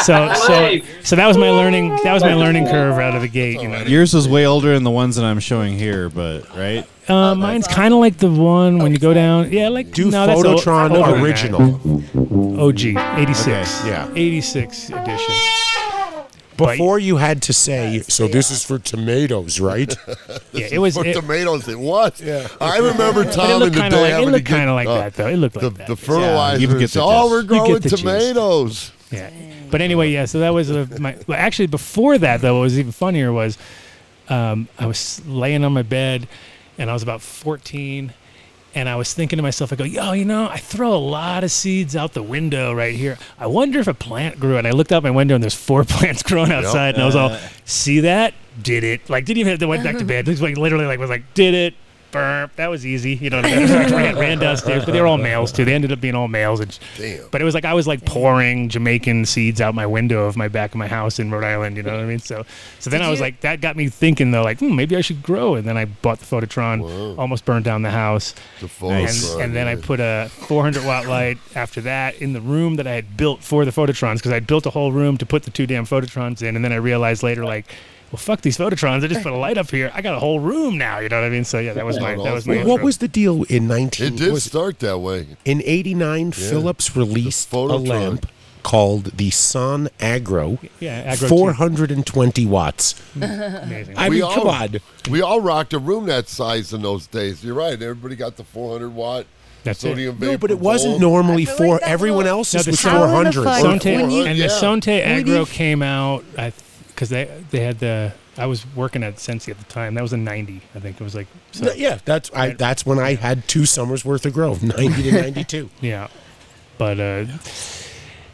so so so that was my learning. That was my learning curve out of the gate. You know. Yours is way older than the ones that I'm showing here, but right? Uh, mine's kind of like the one when you go down. Yeah, like Do no, that's o- Phototron older than that. original. OG eighty six. Okay, yeah. eighty six edition. Before you had to say, so this is for tomatoes, right? Yeah, it was- for it- tomatoes. It was. Yeah, I remember But it Tom in looked the kinda day like- it having looked to get kinda like uh, that, though. It looked the, like that. the Yeah. fertilizer. You get the oh, gist. we're You growing get the gist. tomatoes. Yeah, but anyway, yeah. So that was a, my. Well, actually, before that though, what was even funnier was, um, I was laying on my bed, and I was about fourteen, and I was thinking to myself, I go, yo, you know, I throw a lot of seeds out the window right here. I wonder if a plant grew. And I looked out my window, and there's four plants growing Yep. outside, and I was all, Uh. see that? Did it? Like, didn't even have to went back to bed. Just like literally, like was like, did it? Burp. That was e- easy. You know what I mean? I ran, ran downstairs, but they were all males too. They ended up being all males. And, Damn. But it was like I was like pouring Jamaican seeds out my window of my back of my house in Rhode Island. You know what I mean? So, so then Did I was you- like, that got me thinking though, like hmm, maybe I should grow. And then I bought the Phototron, almost burned down the house. The and, Phototron, and then I yeah. put a 400 watt light after that in the room that I had built for the Phototrons because I built a whole room to put the two damn Phototrons in. And then I realized later, like. Well, fuck these phototrons! I just put a light up here. I got a whole room now. You know what I mean? So yeah, that was my that was my. What intro. was the deal in 19? It did start that way. In 89, Phillips released a Phototron. lamp called the Sun Agro. Yeah, Agro 420 watts. Amazing. I mean, come on. We all rocked a room that size in those days. You're right. Everybody got the 400 watt That's it. sodium No, vapor but it bowl. wasn't normally four. everyone else's was 400. Sonte- and the Sonte When you- Agro came out because they they had the. I was working at Sensi at the time. That was a ninety, I think. It was like so, No, yeah, that's I, that's when I had two summers worth of growth, 90 to 92. yeah. But uh,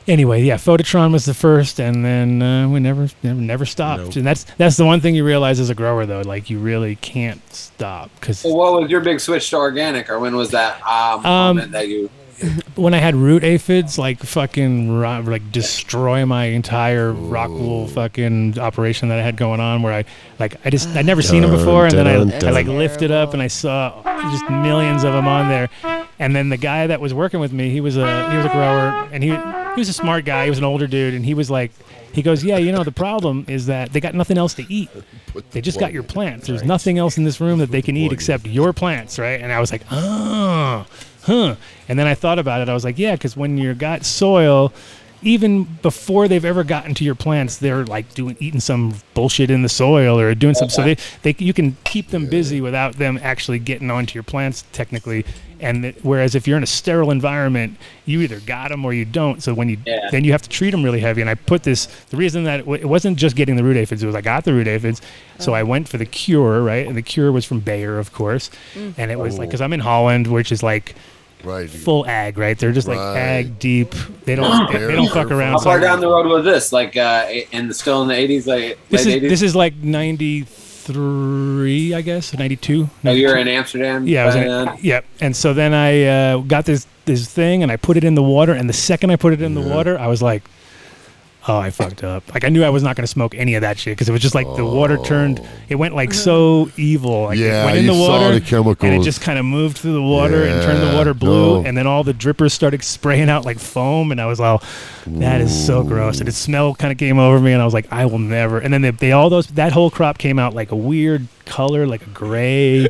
anyway, yeah, Phototron was the first, and then uh, we never never never stopped. Nope. And that's that's the one thing you realize as a grower though, like you really can't stop because So what was your big switch to organic, or when was that um, moment that you? when I had root aphids, like fucking ro- like destroy my entire rock wool fucking operation that I had going on. Where I like I just I'd never seen them Dun, before, and then dun, I, I dun. like lifted up and I saw just millions of them on there. And then the guy that was working with me, he was a he was a grower, and he he was a smart guy. He was an older dude, and he was like. He goes, yeah. You know, the problem is that they got nothing else to eat. They just got your plants. There's nothing else in this room that they can eat except your plants, right? And I was like, oh, huh. And then I thought about it. I was like, yeah, because when you got soil, even before they've ever gotten to your plants, they're like doing eating some bullshit in the soil or doing some. So they, they you can keep them busy without them actually getting onto your plants technically. And th- whereas if you're in a sterile environment, you either got them or you don't. So when you Yeah. then you have to treat them really heavy. And I put this the reason that it, w- it wasn't just getting the root aphids. It was I got the root aphids, Oh. so I went for the cure right, and the cure was from Bayer, of course. Mm. And it was Oh. like because I'm in Holland, which is like right. full ag, right? They're just like Right. ag deep. They don't they, they don't fuck around. How so far I- down the road was this? Like uh, in the still in the eighties, like this late 80s? is this is like 93 i guess 92 Oh, you were 92. in Amsterdam yeah I was by in, then? yep and so then i uh, got this this thing and i put it in the water and the second i put it in the water i was like oh i fucked up like i knew i was not going to smoke any of that shit because it was just like the water turned it went like so evil like Oh. Yeah, it went in you the saw water the and it chemicals. just kind of moved through the water and turned the Yeah, water blue no. and then all the drippers started spraying out like foam and i was all that is so gross and the smell kind of came over me and i was like i will never and then they, they all those that whole crop came out like a weird color like a gray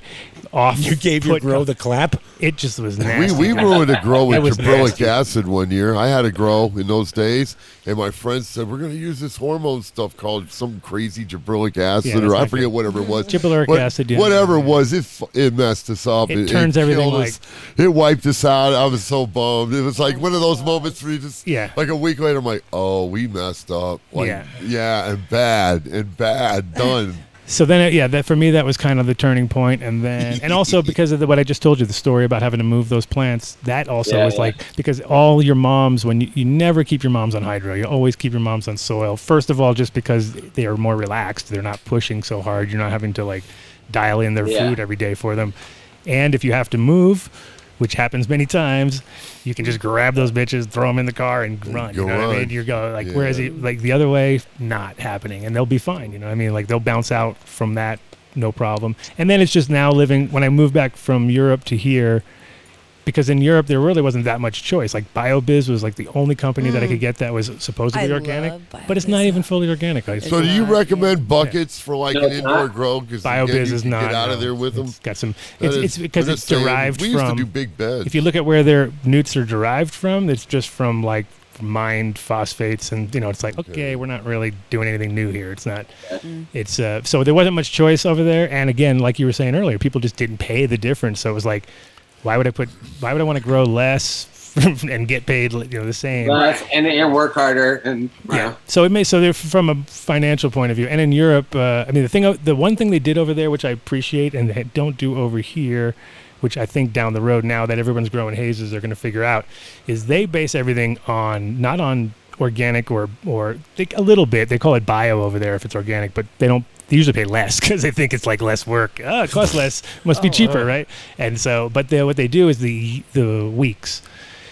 off You gave your put- grow the clap? it just was We, nasty we ruined a grow with It was gibberellic nasty. acid one year. I had a grow in those days, and my friends said, We're going to use this hormone stuff called some crazy gibberellic acid, that's or I not forget good. whatever it was. Gibberellic acid, yeah. Whatever it was, it, fu- it messed us up. It turns everything killed us. It wiped us out. I was so bummed. It was like one of those moments where you just, Yeah. like a week later, I'm like, Oh, we messed up. Like, Yeah. yeah, and bad, and bad, done. So then, it, yeah, that for me that was kind of the turning point, and then, and also because of the, what I just told you, the story about having to move those plants, that also Yeah, was yeah. like because all your moms, when you, you never keep your moms on hydro, you always keep your moms on soil. First of all, just because they are more relaxed, they're not pushing so hard, you're not having to like dial in their Yeah. food every day for them, and if you have to move, which happens many times, you can just grab those bitches, throw them in the car, and Mm-hmm. run. you Go know what I run. mean? You're going like, whereas Yeah. it, like the other way, not happening, and they'll be fine. You know what I mean? Like they'll bounce out from that, no problem. And then it's just now living. When I moved back from Europe to here, because in Europe there really wasn't that much choice. Like BioBiz was like the only company that I Mm. could get that was supposedly I organic, but it's not even fully organic. Like, So do you recommend buckets for like No, an it's indoor not. grow? Because BioBiz is not, Get out of no. there with them. It's got some. That It's, is- it's because I'm it's just saying, derived we from. used to do big beds. If you look at where their newts are derived from, it's just from like mined phosphates, and you know, it's like okay, we're not really doing anything new here. It's not. It's uh, so there wasn't much choice over there, and again, like you were saying earlier, people just didn't pay the difference. So it was like, why would I put? Why would I want to grow less and get paid? You know, the same. Less and, and work harder and yeah. So it may so they're from a financial point of view, and in Europe, uh, I mean the thing the one thing they did over there, which I appreciate and they don't do over here, which I think down the road now that everyone's growing hazes, they're going to figure out, is they base everything on not on organic or or they, a little bit. They call it bio over there if it's organic, but they don't. They usually pay less because they think it's like less work. Ah, it costs less, must be Oh, cheaper, wow. right? And so, but they, what they do is the the weeks.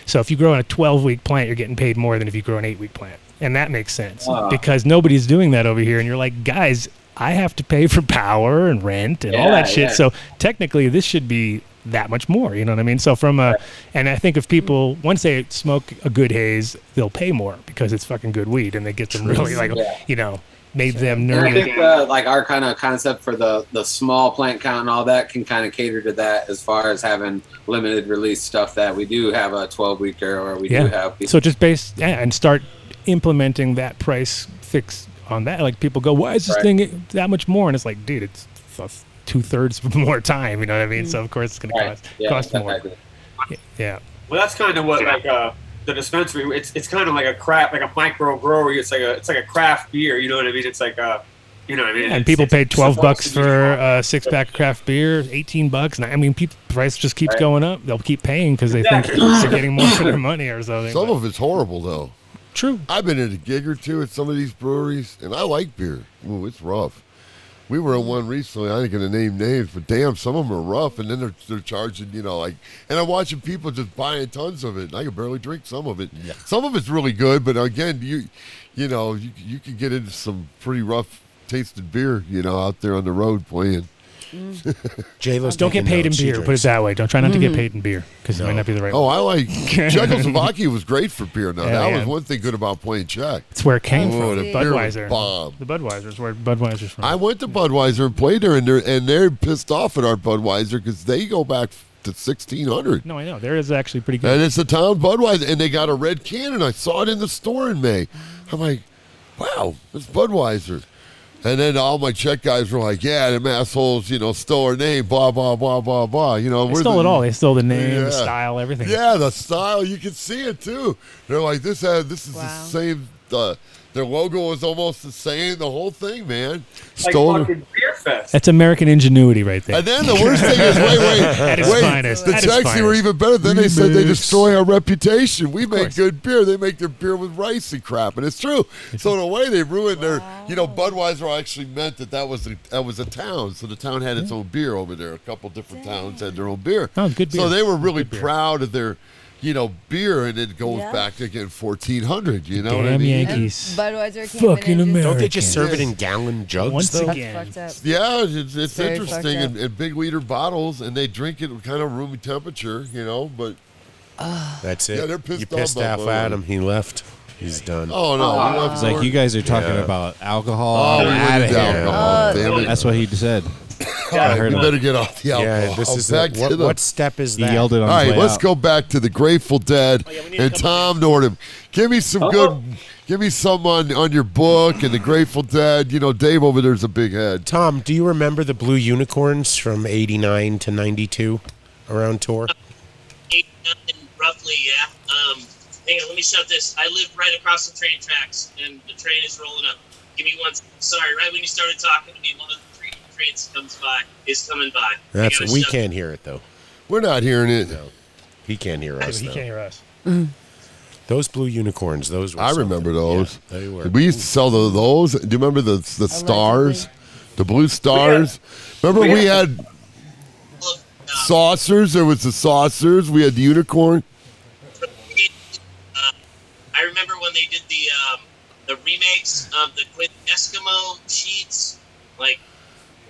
So if you grow in a 12 week plant, you're getting paid more than if you grow an eight week plant. And that makes sense Oh, Wow. because nobody's doing that over here. And you're like, guys, I have to pay for power and rent and all Yeah, that shit. yeah. So technically, this should be that much more. You know what I mean? So from a, and I think if people, once they smoke a good haze, they'll pay more because it's fucking good weed and they get them really like, Yeah. you know, made them And I nerdy. think uh, like our kind of concept for the the small plant count and all that can kind of cater to that as far as having limited release stuff that we do have a 12 weeker or we do have. So just base yeah, and start implementing that price fix on that. Like people go, why is this Right. thing that much more? And it's like, dude, it's two thirds more time. You know what I mean? So of course it's gonna Right. cost Yeah, cost that more. I Yeah, yeah. Well, that's kind of what like uh, the dispensary. It's it's kind of like a craft, like a micro growery. It's like a it's like a craft beer. You know what I mean? It's like uh, you know what I mean. And It's- people it's paid twelve supposed bucks to be- for a six pack of craft beer, eighteen bucks. And I mean, people, price just keeps Right. going up. They'll keep paying because they think Exactly. they're getting more for their money or something. Some of it's horrible though. True. I've been at a gig or two at some of these breweries, and I like beer. Ooh, it's rough. We were in one recently. I ain't gonna name names, but damn, some of them are rough. And then they're they're charging, you know, like. And I'm watching people just buying tons of it, and I can barely drink some of it. Some of it's really good, but again, you, you know, you you can get into some pretty rough tasted beer, you know, out there on the road playing. J-Lo's Don't get paid in beer. Put it that way. Don't try not to Hmm. get paid in beer because it might not be the right. Oh, one. I like Czechoslovakia was great for beer. Now Yeah, that yeah. was one thing good about playing Czech. It's where it came Oh, from. the beer was Budweiser. Bomb. The Budweiser's where Budweiser's from. I went to Budweiser and played there, and they're and they're pissed off at our Budweiser because they go back to sixteen hundred. No, I know. There is actually pretty good. And it's the town Budweiser, and they got a red can, and I saw it in the store in May. I'm like, wow, it's Budweiser. And then all my Czech guys were like, yeah, them assholes, you know, stole our name, blah, blah, blah, blah, blah. You know, They we're stole the- it all. They stole the name, Yeah. the style, everything. Yeah, the style. You can see it too. They're like, this uh, this is the same. Uh, their logo is almost the same. The whole thing, man. Like Stole- fucking beer fest. That's American ingenuity right there. And then the worst thing is, wait, wait, At its wait. finest. The At its Czechs they were finest. even better. Then they said they destroy our reputation. We make course. good beer. They make their beer with rice and crap, and it's true. So in a way, they ruined their. You know, Budweiser actually meant that that was a, that was a town. So the town had its own beer over there. A couple different towns had their own beer. Oh, good So beer. they were really proud of their. You know, beer, and it goes back to again fourteen hundred. You know what I Damn mean? Yankees. Budweiser came Fucking in and American. Don't they just serve it in gallon jugs? Once though? again. fucked up. Yeah, it's, it's Very interesting. fucked In, in big liter bottles, and they drink it kind of room temperature, you know. But That's it. Yeah, they're pissed you pissed off off about at voting. him. He left. He's done. Oh, no, we love It's like you guys are talking Yeah. about alcohol. Oh, I'm we outta went here. to alcohol, damn it. That's what he said. All right, we better get off the Yeah, alcohol. this is Back the, to what, the- what step is He that? yelled all it on right, his way let's out. go back to the Grateful Dead and Tom Nordham. Give me some good. Give me some on, on your book and the Grateful Dead. You know, Dave over there's a big head. Tom, do you remember the Blue Unicorns from '89 to '92 around tour? roughly, yeah. Um, hang on, let me shut this. I live right across the train tracks, and the train is rolling up. Give me one. Sorry, right when you started talking to me, one of the three trains comes by. Is coming by. I That's gotta we shut- can't hear it though. We're not hearing it. He can't hear us. He though. can't hear us. Those Blue Unicorns. Those were. I remember those. they were. We used to sell tho- those. Do you remember the the stars, the blue stars? Remember we had saucers. There was the saucers. We had the unicorn. I remember when they did the um, the remakes of the Quint Eskimo sheets, like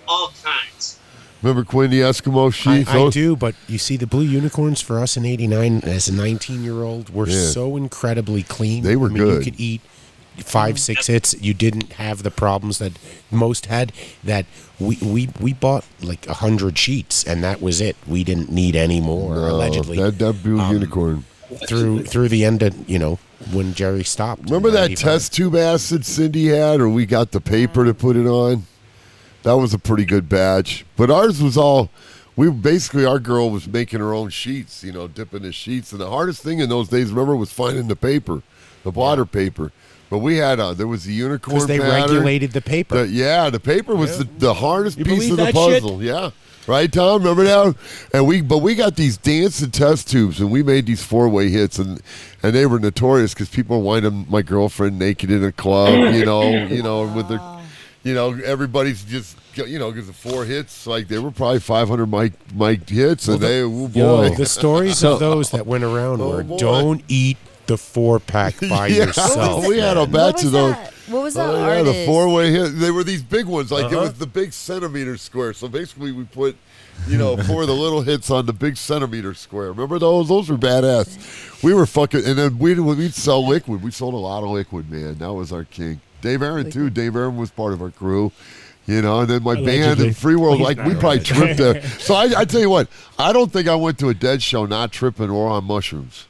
all kinds. Remember Quinn the Eskimo I, sheets? I Those- do, but you see, the blue unicorns for us in '89 as a 19-year-old were Yeah. so incredibly clean. They were I mean, good. You could eat five, six hits. You didn't have the problems that most had. That we we, we bought like hundred sheets, and that was it. We didn't need any more. No, allegedly, Um, that- that blue unicorn. through through the end of you know when Jerry stopped. Remember that test tube acid Cindy had, or we got the paper to put it on? That was a pretty good batch. But ours was all, we basically, our girl was making her own sheets, you know, dipping the sheets. And the hardest thing in those days, remember, was finding the paper, the blotter paper. But we had, uh, there was the unicorn because they pattern. regulated the paper. The- yeah, the paper was the, the hardest You piece believe of the that shit? puzzle. Yeah. Right, Tom? Remember that? And we but we got these dancing test tubes and we made these four way hits and and they were notorious because people wind up my girlfriend naked in a club, you know, you know, with their you know, everybody's just you know, because the four hits, like they were probably 500 mic mic hits, and they, oh boy, Yo, the stories of those that went around were Oh, boy. don't eat the four pack by Yeah, yourself. we had a man." batch of those. What was that Oh, yeah, artist? the four way hit. They were these big ones. Like it Uh-huh. was the big centimeter square. So basically, we put, you know, four of the little hits on the big centimeter square. Remember those? Those were badass. We were fucking, and then we we'd sell liquid. We sold a lot of liquid, man. That was our king. Dave Aaron too. Dave Aaron was part of our crew. You know, and then my band Allegedly. and Free World, Well, he's like we not probably allegedly. tripped there. So I, I tell you what, I don't think I went to a dead show not tripping or on mushrooms.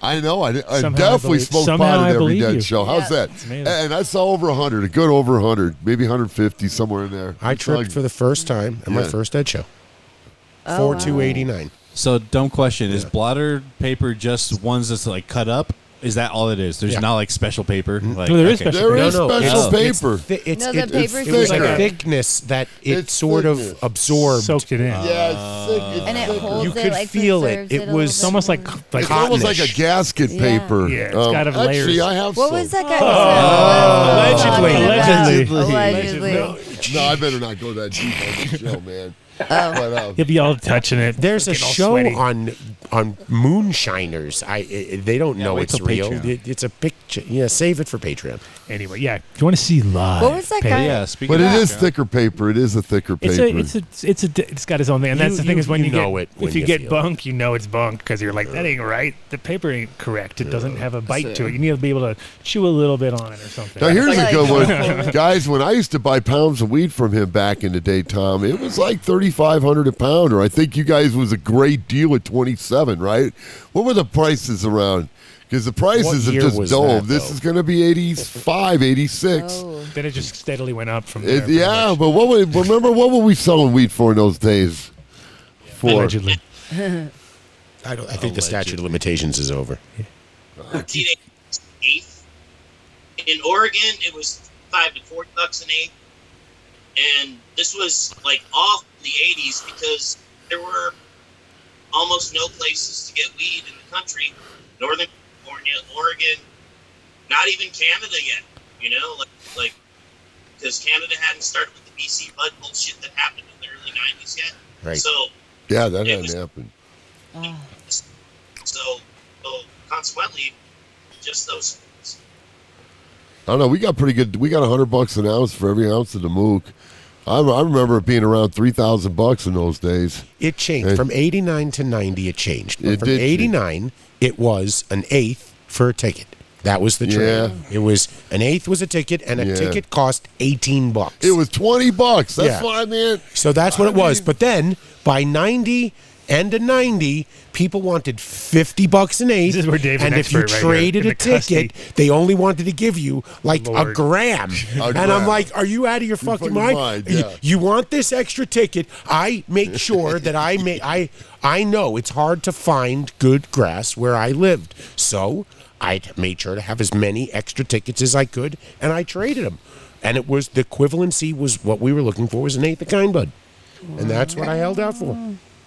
I know, I, I Somehow I definitely believe- smoked somehow pot I at every believe dead you. show. How's Yeah. that? It's amazing. And I saw over 100, a good over 100, maybe 150, somewhere in there. I It's tripped like- for the first time at my Yeah. first Ed show. Oh, Four wow. two eighty nine. So dumb question: Is blotter paper just ones that's like cut up? Is that all it is? There's Yeah. not like special paper. Mm-hmm. Like, No, there is okay. special There paper. is special it's- paper. it's thi- it's- No, the it- paper's it was like thicker. a thickness that it It's sort thickness. of absorbed, Uh, Soaked it in. Yeah, it's thick. It's And it thicker. holds you it, could like, feel preserves it. it It a was little almost like like it's almost like a gasket Yeah. paper. Yeah, it's um, got a Actually, layers. I have What some. was that guy? Oh, Allegedly. talking about? Allegedly. Allegedly. No, I better not go that deep on this show, man. Oh. But, um, You'll be all touching it. There's a Get all show sweaty. on on moonshiners. I, I they don't know wait it's till real. Patreon. It- it's a picture. Yeah, save it for Patreon. Anyway, yeah. If you want to see live, What was that pay- guy- Yeah, but it is thicker paper. It is a thicker paper. It's a, it's a, it's a, di- it's got its own thing, and You- that's the thing you- is when you you, know get, it when if you, you get feel bunk, you know it's bunk because you're like that ain't right. The paper ain't correct. It doesn't have a bite to it. You need to be able to chew a little bit on it or something. Now here's a good one, guys. When I used to buy pounds of weed from him back in the day, Tom, it was like thirty five hundred a pound, or I think you guys was a great deal at twenty seven, right? What were the prices around? Because the prices have year just was dove. that, This though? is going to be 85, Oh. 86. Oh. Then it just steadily went up from It- there. yeah, but what would, remember what were we selling weed for in those days? For Allegedly. I don't. I think the statute of limitations is over. Teenage eighth. In Oregon, it was five to four bucks an eighth, and this was like off the '80s because there were almost no places to get weed in the country. Northern California, Oregon, not even Canada yet. You know, like like because Canada hadn't started with the BC bud bullshit that happened in the early '90s yet. Right. So yeah, that hadn't happened. so so consequently, just those. I don't know. We got pretty good. We got hundred bucks an ounce for every ounce of the mook. I, I remember it being around three thousand bucks in those days. It changed Hey. from eighty nine to ninety. It changed. But It from did change. eighty nine, it was an eighth for a ticket. That was the trade. Yeah. It was an eighth was a ticket, and a Yeah. ticket cost eighteen bucks. It was twenty bucks. That's Yeah. what I mean. So that's what it was. But then by 90 and a 90, people wanted 50 bucks an eighth. This is where Dave's an and if you expert right here, traded in a the custody. ticket, they only wanted to give you like a Lord. gram. A and gram. I'm like, are you out of your fucking, fucking mind? mind, You- yeah. You, want this extra ticket? I make sure that I make I I know it's hard to find good grass where I lived. So I made sure to have as many extra tickets as I could and I traded them. And it was the equivalency was what we were looking for was an eighth of kind bud and that's what I held out for.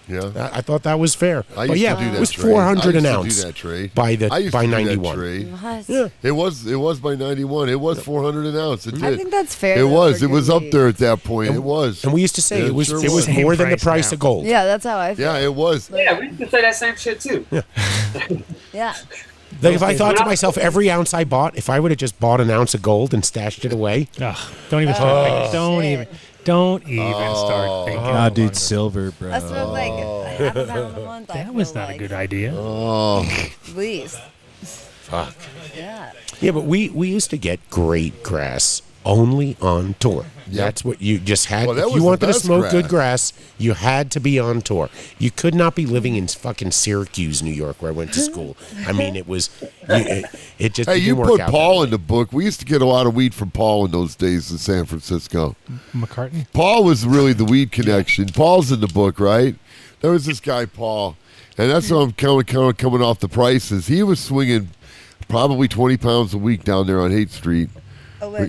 Yeah. I, I thought that was fair. I but used Oh, yeah, to do that it was trade. four hundred I used an to ounce do that trade. by the I used to by do that ninety one. trade. What? Yeah. It was it was by ninety one. It was four hundred an ounce. It I did. think that's fair, It though, was. for It was good up weed. there at that point. it was. And we used to say Yeah, it was sure it was. was more than the price of gold. Yeah, that's how I feel. Yeah, it was. Yeah, we used to say that same shit too. Yeah. Like if I thought to myself, every ounce I bought, if I would have just bought an ounce of gold and stashed it away, Oh. don't even start Oh, thinking. Don't even. Don't even Oh. start thinking. Nah, dude, silver, bro. That's what I'm like. I have a pound a month. I That was feel not a like, good idea. Oh, At least. fuck. Yeah. Yeah, but we we used to get great grass only on tour. That's what you just had. Well, that if was you the wanted to best smoke good grass. grass, you had to be on tour. You could not be living in fucking Syracuse, New York, where I went to school. I mean, it was you, it, it just hey, didn't you work put out. Paul in the book. We used to get a lot of weed from Paul in those days in San Francisco. McCartney. Paul was really the weed connection. Paul's in the book, right? There was this guy Paul, and that's what I'm kind of, kind of coming off the prices. He was swinging probably 20 pounds a week down there on Haight Street.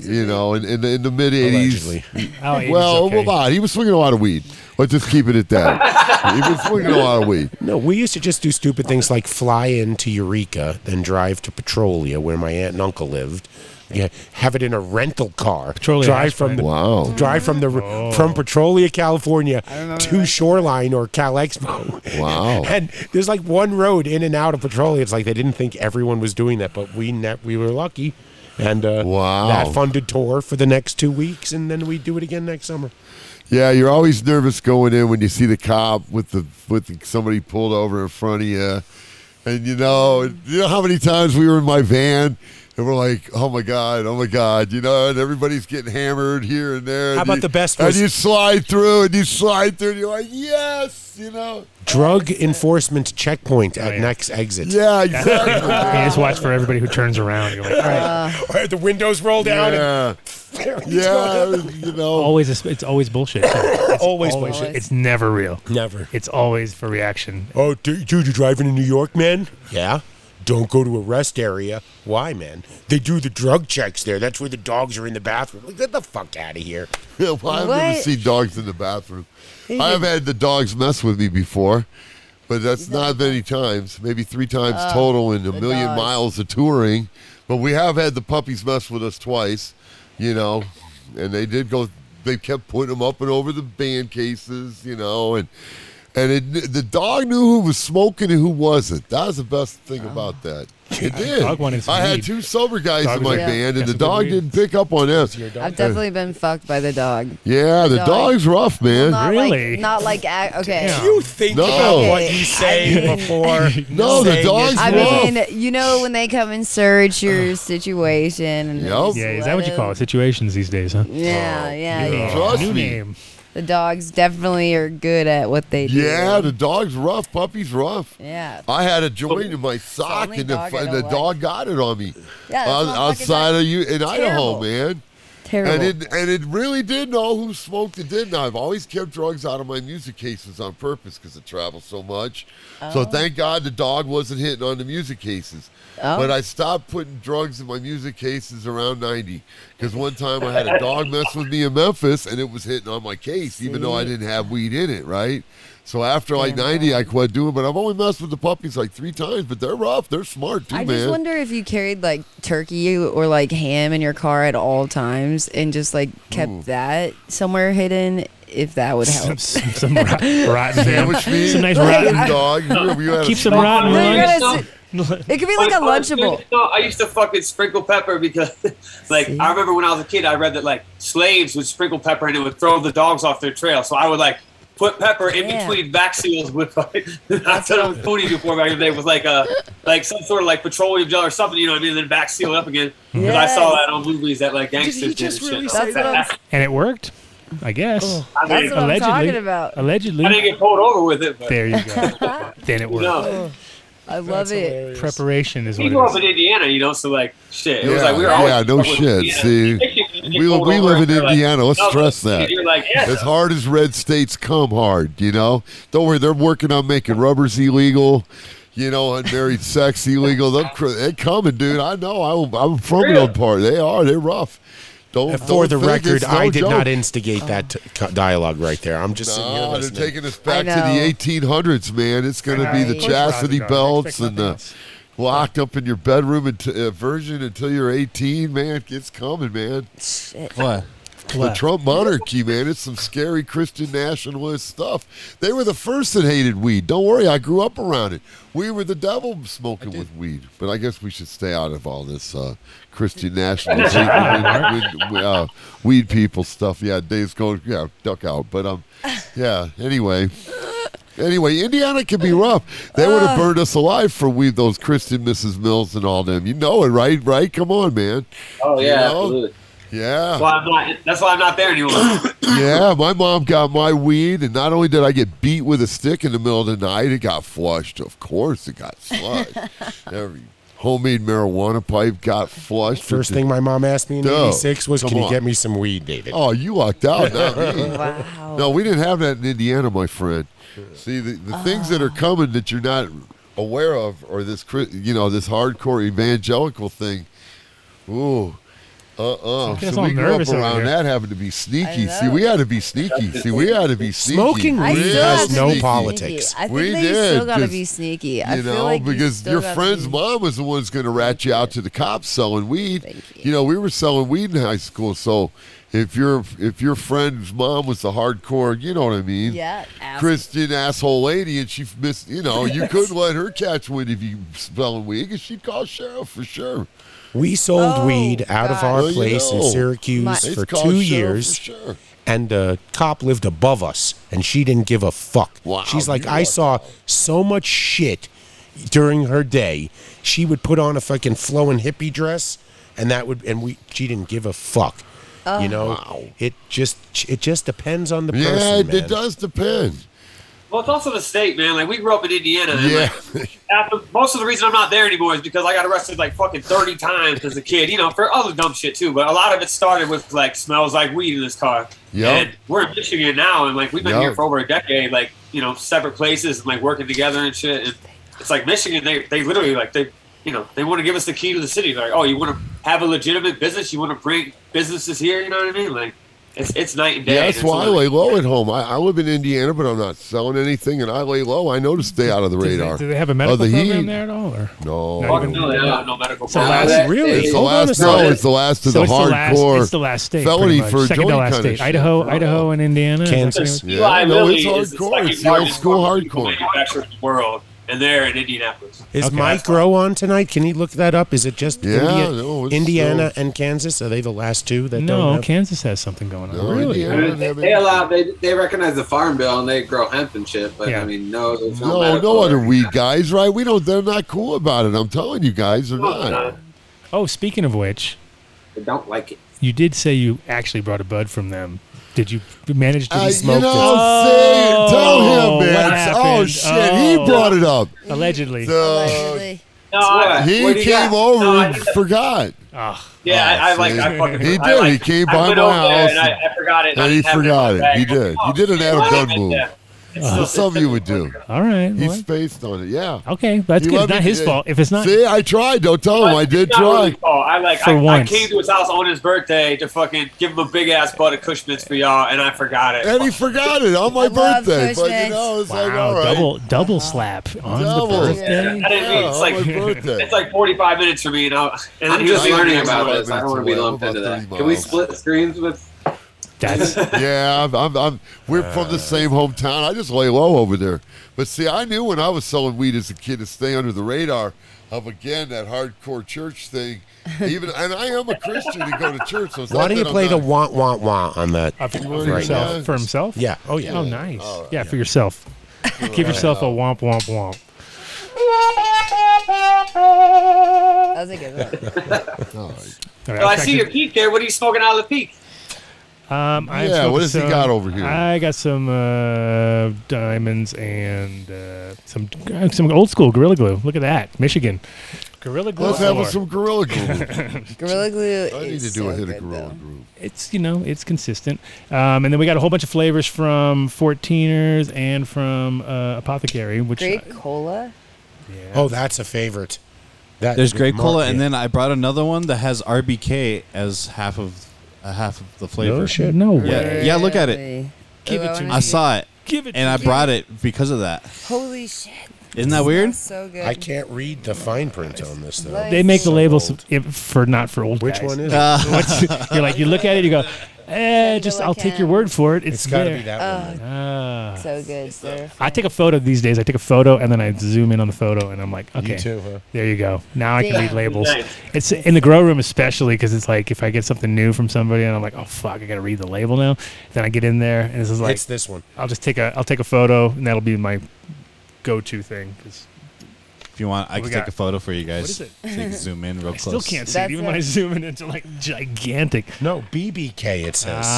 You know, in, in, the, in the mid 80s. Oh, 80s, well, okay. a lot. He was swinging a lot of weed. Let's just keep it at that. he was swinging a lot of weed. No, we used to just do stupid things like fly into Eureka, then drive to Petrolia, where my aunt and uncle lived. Yeah, have it in a rental car. Petrolia drive Hash from Brown. the, wow. Drive from the from Petrolia, California to Shoreline or Cal Expo. Wow. and there's like one road in and out of Petrolia. It's like they didn't think everyone was doing that, but we ne- we were lucky. And uh, Wow. that funded tour for the next two weeks, and then we do it again next summer. Yeah, you're always nervous going in when you see the cop with the with the, somebody pulled over in front of you, and you know you know how many times we were in my van and we're like, oh my god, oh my god, you know, and everybody's getting hammered here and there. and How about you- the best And was- you slide through, and you slide through, and you're like, yes, you know. Drug enforcement checkpoint at next exit. Yeah, Oh, you just watch for everybody who turns around. You're like, all right. the windows roll down. Uh, Yeah. And Yeah, you know. Always, a, sp- it's always bullshit. It's Always bullshit. It's never real. Never. It's always for reaction. Oh, dude, dude, you driving in New York, man? Yeah. Don't go to a rest area. Why, man? They do the drug checks there. That's where the dogs are in the bathroom. Like, get the fuck out of here. Yeah, well, I've never What? seen dogs in the bathroom. He I have did- had the dogs mess with me before, but that's not many times. Maybe three times Oh, total in a million dogs. miles of touring. But we have had the puppies mess with us twice, you know, and they did go. They kept putting them up and over the band cases, you know, and and it, the dog knew who was smoking and who wasn't. That was the best thing about that. It did. Dog wanted some I had weed. two sober guys Dog in my was like, band, and the "Got some good dog weed." didn't pick up on this. I've definitely been fucked by the dog. Yeah, the Dog. dog's rough, man. Not Like, not like ac- okay. You think No. about what Okay, you say before. No, the saying dog's it. I mean, you know when they come and search your situation. And they just Yeah, is let that what you call it? Situations these days, huh? them- Yeah, yeah, you yeah. trust New me. name. The dogs definitely are good at what they do. Yeah, the dog's rough. Puppy's rough. Yeah. I had a joint in my sock, only and the, dog I and don't the like. dog got it on me. Yeah, Out- that's what I'm talking outside about. of you in Idaho, Terrible. man. Terrible. And it and it really did know who smoked and didn't. I've always kept drugs out of my music cases on purpose because it travels so much. So Oh. thank God the dog wasn't hitting on the music cases. Oh. But I stopped putting drugs in my music cases around 90 because one time I had a dog mess with me in Memphis and it was hitting on my case, even though I See? didn't have weed in it, right? So after like 90, I quit doing but I've only messed with the puppies like three times, but they're rough. They're smart, too, I man. just wonder if you carried like turkey or like ham in your car at all times and just like kept that somewhere hidden, if that would help. some, some rot, rotten Sandwich meat, Some nice rotten rotten dog. You- you had a Keep some small- rotten No, you're lunch. gonna s- it could be like a My first lunchable. thing- No, I used to fucking sprinkle pepper because, like, I remember when I was a kid, I read that like slaves would sprinkle pepper and it would throw the dogs off their trail. So I would like put pepper in Yeah. between back seals with like I said I was pony before back in the day with like a like some sort of like petroleum gel or something, you know what I mean? And then back seal it up again because I saw Yes. that on movies that like gangsters did. just and shit. really say That's what that? And it worked, I guess. I mean, That's what I'm Allegedly. talking about. Allegedly. I didn't get pulled over with it. But. There you go. then it worked. No. I love it. Preparation is He what it grew up is. in Indiana, you know, so like shit. It was Yeah, like we were always yeah, no shit. See, we, we live in Indiana. Let's stress that. You're like, yeah. As hard as red states come hard, you know. Don't worry, they're working on making rubbers illegal. You know, unmarried sex illegal. They're, cr- they coming, dude. I know. I, I'm from an old part. They are. They're rough. Don't Uh, For don't the think record, it's no I did joke. not instigate that t- co- dialogue right there. I'm just sitting here No, they're listening. taking us Oh. I back to the 1800s, man. It's going to be the Right. Of course, chastity Roger, no, I belts expect and the locked up in your bedroom and uh, version until you're 18, man. It's coming, man. What? The What? Trump monarchy, man. It's some scary Christian nationalist stuff. They were the first that hated weed. Don't worry, I grew up around it. We were the devil smoking with weed. But I guess we should stay out of all this uh, Christian nationalist weed, weed- weed- uh, weed people stuff. Yeah, Dave's going, yeah, duck out. But um, yeah, anyway. Anyway, Indiana can be rough. They would have burned us alive for weed, those Christian Mrs. Mills and all them. You know it, right? Right? Come on, man. Oh You yeah, know? absolutely. Yeah. That's why I'm not. That's why I'm not there anymore. yeah, my mom got my weed, and not only did I get beat with a stick in the middle of the night, it got flushed. Of course, it got flushed. Every homemade marijuana pipe got flushed. First thing my mom asked me in No, '86 was, come "Can you on. get me some weed, David?" Oh, you lucked out. Not me. Wow. No, we didn't have that in Indiana, my friend. See, the, the things that are coming that you're not aware of, or this, cri- you know, this hardcore evangelical thing. Ooh. Uh-uh. Making us So all we grew up nervous over around here. that having to be sneaky. See, we had to be sneaky. See, we had to be sneaky. Smoking I weed still has have to no be sneaky. politics. I think we that you did. still gotta 'cause, be sneaky. You I know, feel like you because still your gotta friend's be- mom was the one's going to rat you out to the cops selling weed. You. know, we were selling weed in high school, so if your if your friend's mom was the hardcore, you know what I mean? Yeah, ass- Christian asshole lady, and she missed. You know, you Yes. couldn't let her catch wind if you selling weed, because she'd call sheriff for sure. We sold weed out of our Well, you place in know. Syracuse My- for It's called two sheriff for years, sure. and the cop lived above us, and she didn't give a fuck. Wow, She's like, you I lucked saw so much shit during her day. She would put on a fucking flowing hippie dress, and that would, and we, she didn't give a fuck. Oh. You know, it just, it just depends on the yeah, person. it, man. it does depend. Well, it's also the state, man. Like we grew up in Indiana. And, Yeah. Like, after, most of the reason I'm not there anymore is because I got arrested like fucking 30 times as a kid. You know, for other dumb shit too. But a lot of it started with like smells like weed in this car. Yep. And we're in Michigan now, and like we've been Yep. here for over a decade. Like you know, separate places and like working together and shit. And it's like Michigan. They they literally like they. You know, they want to give us the key to the city. Like, oh, you want to have a legitimate business? You want to bring businesses here? You know what I mean? Like, it's it's night and day. Yeah, that's It's why I like- lay low at home. I, I live in Indiana, but I'm not selling anything, and I lay low. I know to stay out of the Do they- radar. Do they have a Of medical the program heat. there at all? Or? No. Not even- No, they don't have no medical It's the program. last, really? It's the Hold on a last. No, second. it's the last of So the it's hardcore. last- it's the last state. felony pretty much. for second to joint last kind of state. shit. Idaho, Idaho, and Indiana. is that Kansas. something? Yeah, no, it's Liability is the hardcore. second It's the old largest school pharmaceutical hardcore. manufacturer in the world, and they're in Indianapolis. Is Mike Rowe on tonight? Can you look that up? Is it just Yeah, India- no, it's Indiana and Kansas? Are they the last two that don't No, have? Kansas has something going on. Really? They, they allow they, they recognize the farm bill and they grow hemp and shit, but I mean no there's no, No, medical no other weed guys, right? We don't. They're not cool about it. I'm telling you guys, they're No, they're not. Oh, speaking of which, They don't like it. you did say you actually brought a bud from them. Did you manage to Uh, you smoke know, it? see, tell him, what man. Oh happened? Oh. shit, he brought it up. Allegedly. So, No, I, what do he you came got? over No, I- and forgot. Oh, yeah, I, I like. See? I fucking, he did. I like- he came I by went my over there house, and I, I forgot it. and he forgot it. He did. He did an Adam Dunn move. That's something you would do. All right. He well, spaced on it. Yeah. Okay, that's He good. let It's me- not his fault. If it's not, See, I tried. Don't tell him Oh, I did Not really try. tall. I like. For I, once. I came to his house on his birthday to fucking give him a big ass butt of Cushman's for y'all, and I forgot it. And he forgot it on my birthday. But you know, it's like, wow, all right. double double slap on Double. the birthday. I didn't mean, Yeah, it's on like my birthday. it's like 45 minutes for me, and, I, and I'm I'm just just learning learning about about this. I don't want to be I'm lumped about into 30 that. Can we miles. split screens with That's yeah, I'm, I'm, I'm, we're from the same hometown. I just lay low over there. But see, I knew when I was selling weed as a kid to stay under the radar of again that hardcore church thing. Even and I am a Christian and go to church. So it's Why not don't you that I'm play the not- want want want on that Uh, for, for right yourself, now? for himself. Yeah. Oh yeah. Oh nice. yeah, for yourself. Give yourself a womp womp womp. That was a good one. All right, Well, I I'll see your crack peak there. What are you smoking out of the peak? it. Um, I am Yeah, what smoking has he some- got over here? I got some uh, diamonds and uh, some some old school gorilla glue. Look at that, Michigan. Gorilla glue. Let's have floor. some gorilla glue. Gorilla glue I need is to do so a hit good, of gorilla though. glue. it's you know it's consistent um, and then we got a whole bunch of flavors from 14ers and from uh, apothecary which Grape cola. Oh, that's a favorite. That There's great Mark- cola, yeah. and then I brought another one that has RBK as half of a half of the flavor. shit. No Yeah, way. yeah. Look at it. Really? Give it to I me. saw it. Give it And to I me. brought it because of that. Holy shit. Isn't that weird? So good. I can't read the fine print on this though. They make the labels if- for not for old Which guys. one is it? Uh, what's- you're like you look at it, you go, eh, just I'll take your word for it. It's, It's gotta there. be that one, Ah. So good, sir. I take a photo these days. I take a photo and then I zoom in on the photo and I'm like, okay, too, huh? there you go. Now I can read Yeah. labels. Nice. It's in the grow room especially because it's like if I get something new from somebody and I'm like, oh fuck, I gotta read the label now. Then I get in there and this is like, It's this one. I'll just take a I'll take a photo and that'll be my go-to thing. 'cause If you want, I What we can take got? a photo for you guys. What is it? So you can zoom in real I close. still can't see it. Even when I zoom in, it's like gigantic. No, BBK it says. Oh,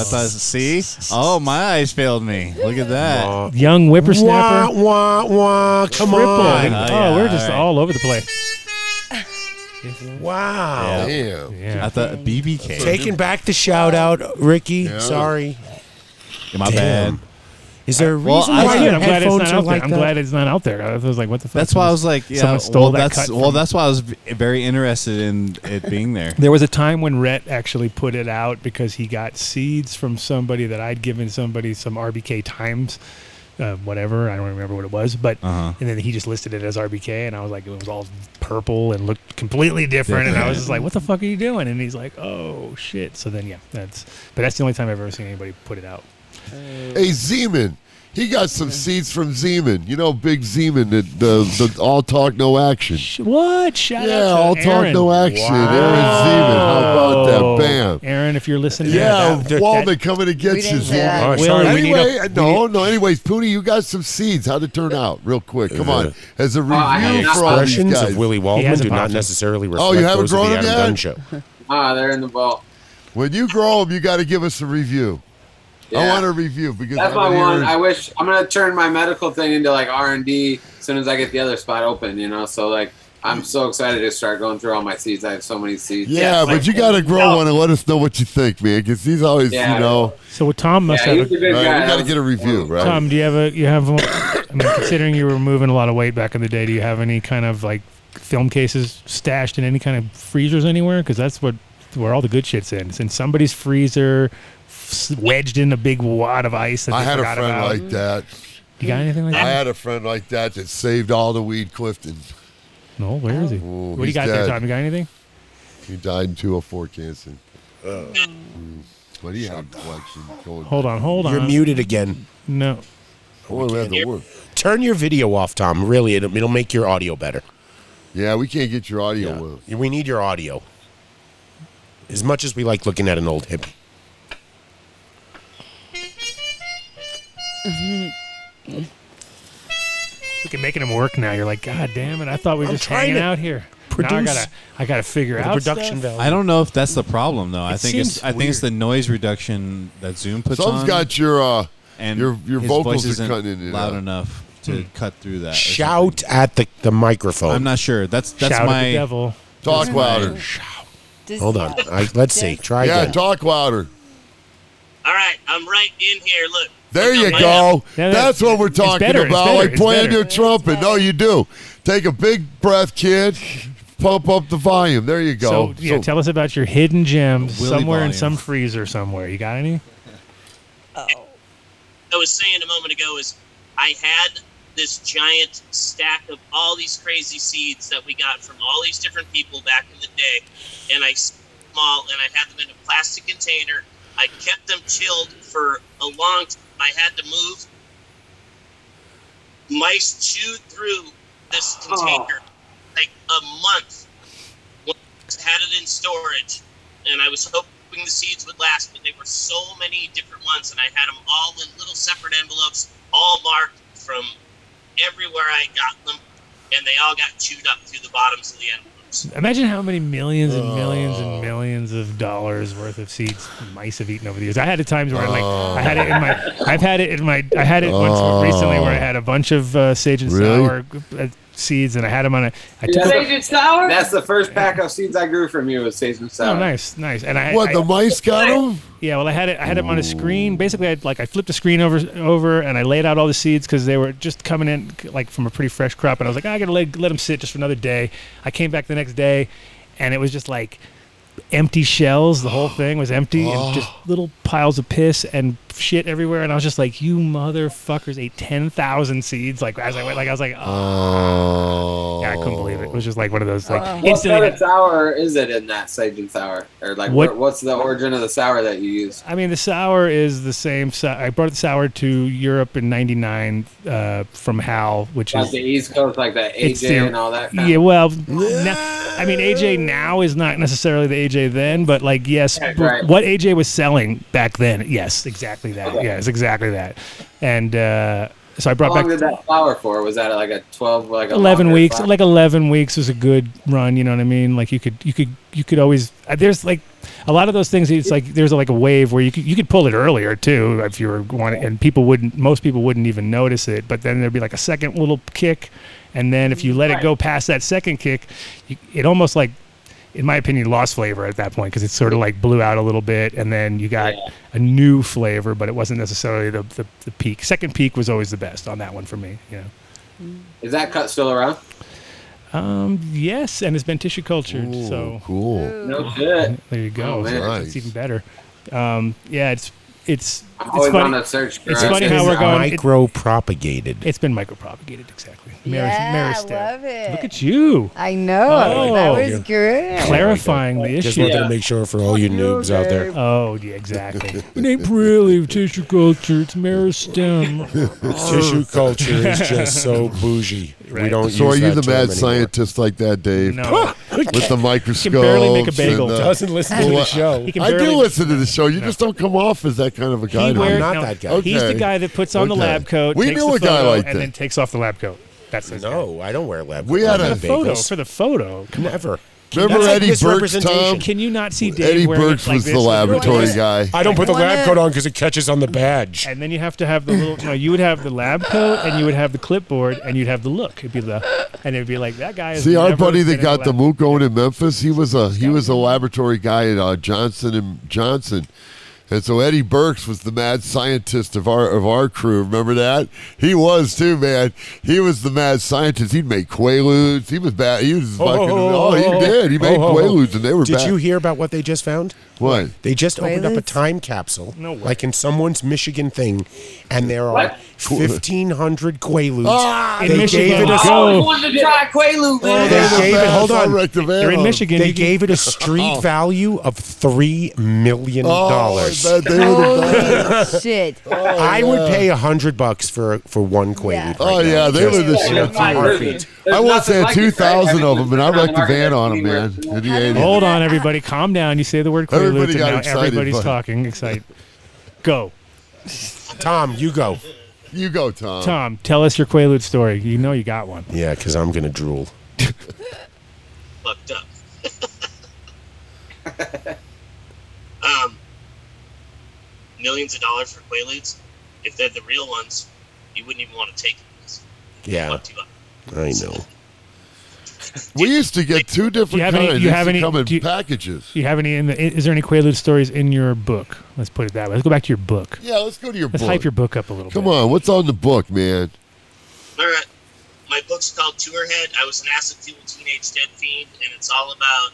I thought. See, oh, my eyes failed me. Look at that. Young whippersnapper. Wah, wah, wah, come Triple. on. Oh, we're just all over the place. Wow. Yeah. Yeah. I thought BBK. Taking back the shout out, Ricky. Yeah. Sorry. My Damn. bad. Is there a reason Well, why I- That's your good. I'm glad it's headphones not are out there. like I'm that? glad it's not out there. I was like, what the fuck? That's why I was like, yeah. someone stole well, that that's cut well, from- that's why I was v- very interested in it being there. There was a time when Rhett actually put it out because he got seeds from somebody that I'd given somebody some RBK times, uh, whatever. I don't remember what it was, but and then he just listed it as RBK, and I was like, it was all purple and looked completely different, and I was just like, what the fuck are you doing? And he's like, oh shit. So then yeah, that's but that's the only time I've ever seen anybody put it out. Hey, Zeman. He got some seeds from Zeman. You know, Big Zeman, the, the, the all talk, no action. What? Shout yeah, out to all talk, Aaron. no action. Aaron Zeman. How about that? Bam. Oh. Aaron, if you're listening, Yeah, that- that- Walden coming to get We you. didn't say that. All right, Zool. sorry, we need anyway, a- we no, no. Anyways, Pooty, you got some seeds. How'd it turn out? Real quick, come on. As a review I have not- for all these Uh, Expressions guys. of Willie Waldman do not necessarily reflect Oh, you haven't those of grown the them Adam yet? Dunn show. Ah, they're in the vault. When you grow them, you got to give us a review. I Yeah. want a review because That's I'm my gonna one. hear- I wish I'm gonna turn my medical thing into like R and D as soon as I get the other spot open. You know, so like I'm so excited to start going through all my seeds. I have so many seeds. Yeah, but you got to grow one and let us know what you think, man. Because he's always, Yeah. you know. So well, Tom must Yeah, have he's a a, good Right, guy. we gotta get a review, right? Tom, do you have a you have? one- I mean, considering you were moving a lot of weight back in the day, do you have any kind of like film cases stashed in any kind of freezers anywhere? Because that's what where all the good shit's in. It's in somebody's freezer, s- wedged in a big wad of ice. That I they had a forgot friend about. like that. You got anything like I that? had a friend like that that saved all the weed Clifton. No, where is he? Ooh, what do you he's got there, dead. Tom? You got anything? He died in 204 cancer. Mm. But he had a collection. going Hold back. on, hold on. You're muted again. No. Oh, we had the work. Turn your video off, Tom. Really, it'll, it'll make your audio better. Yeah, we can't get your audio. Will. We need your audio. As much as we like looking at an old hippie. Look at making him work now. You're like, God damn it! I thought we were I'm just trying hanging to out here. Now I produce gotta, I gotta figure the out production stuff. value. I don't know if that's the problem though. I It think it's seems I think it's the noise reduction that Zoom puts Some's on. got your uh, and your your his vocals voice are isn't cutting in and loud out. enough Hmm. to cut through that. or Shout at the, the microphone. I'm not sure. That's that's Shout at my the devil. Talk that's my- louder. Hold on. I, let's see. Try yeah, again. talk louder. All right, I'm right in here. Look. There you Yeah. go. Yeah, that- That's what we're it's talking better, it's about. better, like it's playing better. your trumpet. No, you do. Take a big breath, kid. Pump up the volume. There you go. So, yeah, tell us about your hidden gems Willy somewhere in volume. some freezer somewhere. You got any? I was saying a moment ago is I had this giant stack of all these crazy seeds that we got from all these different people back in the day, and I s- them all and I had them in a plastic container. I kept them chilled for a long time. I had to move. Mice chewed through this container like a month. When I Had it in storage, and I was hoping the seeds would last, but they were so many different ones, and I had them all in little separate envelopes, all marked from everywhere I got them, and they all got chewed up through the bottoms of the envelopes. Imagine how many millions and millions Uh. and millions of dollars worth of seeds mice have eaten over the years. I had at times where I like I had it in Uh. my I've had it in my I had it once recently where I had a bunch of uh, sage and Oh. Really? sour uh, seeds and I had them on a I took a, and sour. That's the first pack of seeds I grew from you was sage and sour. Oh, nice, nice. And I What, I- the mice got 'em? Yeah, well, I had it. I had it on a screen. Basically, I would like I flipped the screen over over, and I laid out all the seeds because they were just coming in like from a pretty fresh crop, and I was like, "Ah, I gotta let, let them sit just for another day. I came back the next day, and it was just like empty shells. The whole thing was empty Oh. and just little piles of piss and shit everywhere. And I was just like, you motherfuckers ate 10,000 seeds. Like, as I went, like, I was like, oh, Oh. yeah, I couldn't believe it. It was just like one of those, like, What instantly. kind of sour is it in that sage and sour? Or like, What- where- what's the origin of the sour that you use? I mean, the sour is the same. So I brought the sour to Europe in '99 uh, from Hal, which Like is the East Coast, like the it's AJ the- and all that. Kind Yeah, well, no- I mean, AJ now is not necessarily the AJ then, but like, yes, Right, b- right. what AJ was selling back then, yes, exactly that. Okay. Yes, exactly that. And uh, so I How brought long back did that flower for? Was that like a twelve, like a 11 longer weeks flower? like 11 weeks was a good run you know what i mean like you could you could you could always uh, there's like a lot of those things it's like there's like a wave where you could, you could pull it earlier too if you were wanting and people wouldn't most people wouldn't even notice it but then there'd be like a second little kick and then if you let it go past that second kick you, it almost like in my opinion lost flavor at that point because it sort of like blew out a little bit and then you got a new flavor but it wasn't necessarily the, the, the peak second peak was always the best on that one for me you know Is that cut still around? um, yes, and it's been tissue cultured. so cool. No shit. There you go. Oh, so man. it's- It's even better. Um, yeah, it's it's it's always on funny. that search it's for funny it. how we're going. it- Micro propagated. it's been micropropagated exactly. Maris, Yeah, Maris I love it. Look at you. I know. Oh. that was good. Clarifying the Just issue. wanted to make sure for all you noobs out there. Oh, yeah, exactly. Oh, it ain't really tissue culture. It's Oh. meristem. Tissue culture is just so bougie. We Right. don't So are use you that the term mad anymore. scientist like that, Dave? No. With the microscope. make a bagel. Doesn't listen to the show. He can I do barely- listen to the show. You just don't come off as that kind of a guy. to me. wear- no, He's the guy that puts on the Okay. lab coat. We takes knew the a guy photo, like and that. then takes off the lab coat. That's his no. I don't wear lab. We coat. had I a- wear the photo bagels. for the photo. Come on. Never. Remember That's like Eddie Burke's misrepresentation. time? Can you not see Dave Eddie wearing Burks it like was this the with your laboratory hands? guy. I don't put the Wanna- lab coat on because it catches on the badge. And then you have to have the little. No, you would have the lab coat, and you would have the clipboard, and you'd have the look. It'd be the, and it'd be like that guy. Is See, our never buddy that getting got a the lab- moot going in Memphis, he was a he was a laboratory guy at uh, Johnson and Johnson. And so Eddie Burks was the mad scientist of our of our crew. Remember that? He was too, man. He was the mad scientist. He'd make quaaludes. He was bad. He was fucking. Oh, he did. He made oh, oh, oh. quaaludes, and they were Did bad. you hear about what they just found? What? They just opened up a Quaaludes? time capsule, No way. like in someone's Michigan thing, and there are What? fifteen hundred Quaaludes. Ah, they gave Oh, it a wanted to try Quaalude, They man. gave it. Hold on. They're in Michigan. They You can- gave it a Oh. street value of three million dollars. Oh, I bet they were the best. Shit. I would pay a hundred bucks for for one Quaalude. right Oh now, yeah, they just were the in shit. a heartbeat. too. I once had two thousand of them, and I wrecked a van on them, man. In the eighties. Hold on, everybody, calm down. You say the word Everybody quaaludes, and got now excited, everybody's but- talking. Excite. Go, Tom. You go. You go, Tom. Tom. Tell us your quaalude story. You know you got one. Yeah, because I'm gonna drool. fucked up. um, millions of dollars for quaaludes. If they're the real ones, you wouldn't even want to take it. Yeah, I know. We used to get two Do you different have kinds. any? Do They you have used to any? come in Do you, packages? do you have any? In the, is there any quaalude stories in your book? Let's put it that way. Let's go back to your book. Yeah, let's go to your Let's book. hype your book up a little. Come on, what's on the book, man? All right. My book's called Tourhead. I was an acid fueled teenage dead fiend, and it's all about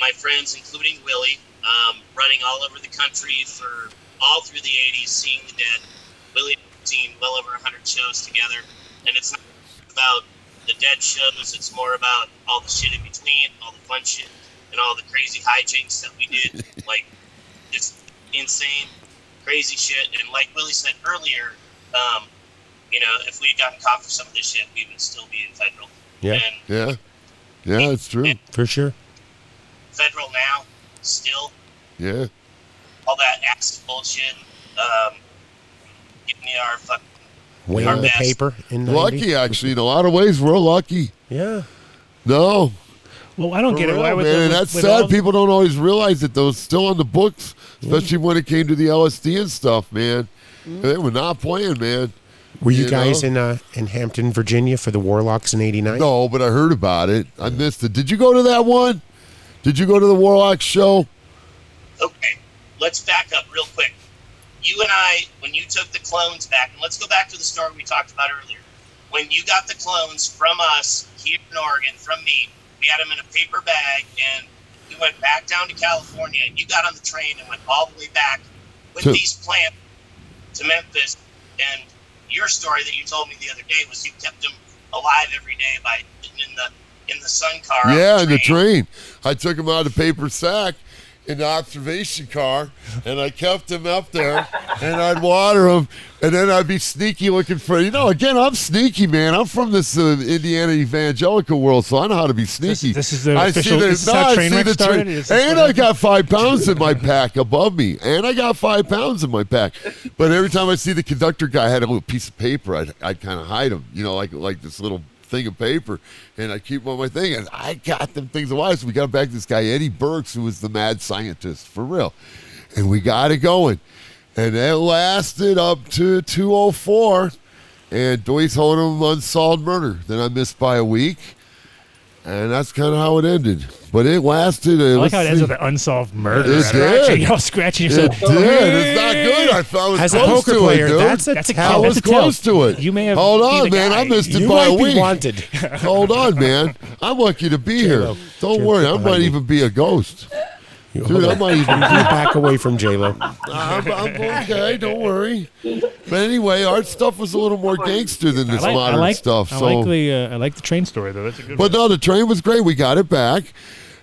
my friends, including Willie, um, running all over the country for all through the 80s, seeing the dead. Willie and I've seen well over 100 shows together, and it's not about the dead shows, it's more about all the shit in between, all the fun shit, and all the crazy hijinks that we did. like, just insane, crazy shit. And like Willie said earlier, um, you know, if we had gotten caught for some of this shit, we would still be in federal. Yeah, yeah, yeah. That's true. For sure. Federal now, still, Yeah. all that acid bullshit. Um, give me our fuck. Way yeah. on the paper. In 90. Lucky, actually, in a lot of ways, we're lucky. Yeah. No. Well, I don't For get it. real, Why would man, the- and that's with sad. all- People don't always realize that those still on the books, especially when it came to the LSD and stuff, man. Mm-hmm. They were not playing, man. Were you, guys know? in uh, in Hampton, Virginia for the Warlocks in '89? No, Oh, but I heard about it. I missed it. Did you go to that one? Did you go to the Warlock show? Okay, let's back up real quick. You and I, when you took the clones back, and let's go back to the story we talked about earlier. When you got the clones from us here in Oregon, from me, we had them in a paper bag, and We went back down to California, and you got on the train and went all the way back with To- these plants to Memphis. And your story that you told me the other day was you kept them alive every day by in the in the sun car. on Yeah, in the train. I took him out of the paper sack in the observation car, and I kept him up there, and I'd water him, and then I'd be sneaky looking for you know. Again, I'm sneaky, man. I'm from this uh, Indiana evangelical world, so I know how to be sneaky. this is the I official- the- this is how I train see wreck the train- started? Is this and what I got five pounds in my pack above me, and I got five pounds in my pack. But every time I see the conductor guy had a little piece of paper, I'd, I'd kind of hide him, you know, like like this little thing of paper, and I keep 'em on my thing, and I got them things alive. So we got back this guy Eddie Burks, who was the mad scientist for real, and we got it going, and that lasted up to two oh four, and Doyce Honum unsolved murder. Then I missed by a week. And that's kind of how it ended, but it lasted. I uh, like let's how it ends see. with an unsolved murder. It scratching, did. y'all scratching It yourself. did. It's not good. I felt- I was As a close poker to it, player, dude. that's a I tell. was That's a tell. close to it. You may have. Hold been on, the man. guy. I missed it by a week. Hold on, man. I'm lucky to be here. Don't worry. I might even be a ghost. Dude, I might even be back away from J Lo. I'm, I'm okay. Don't worry. But anyway, our stuff was a little more gangster than I this like, I modern like, stuff. I so like the uh, I like the train story though. That's a good. But no, the train was great. We got it back,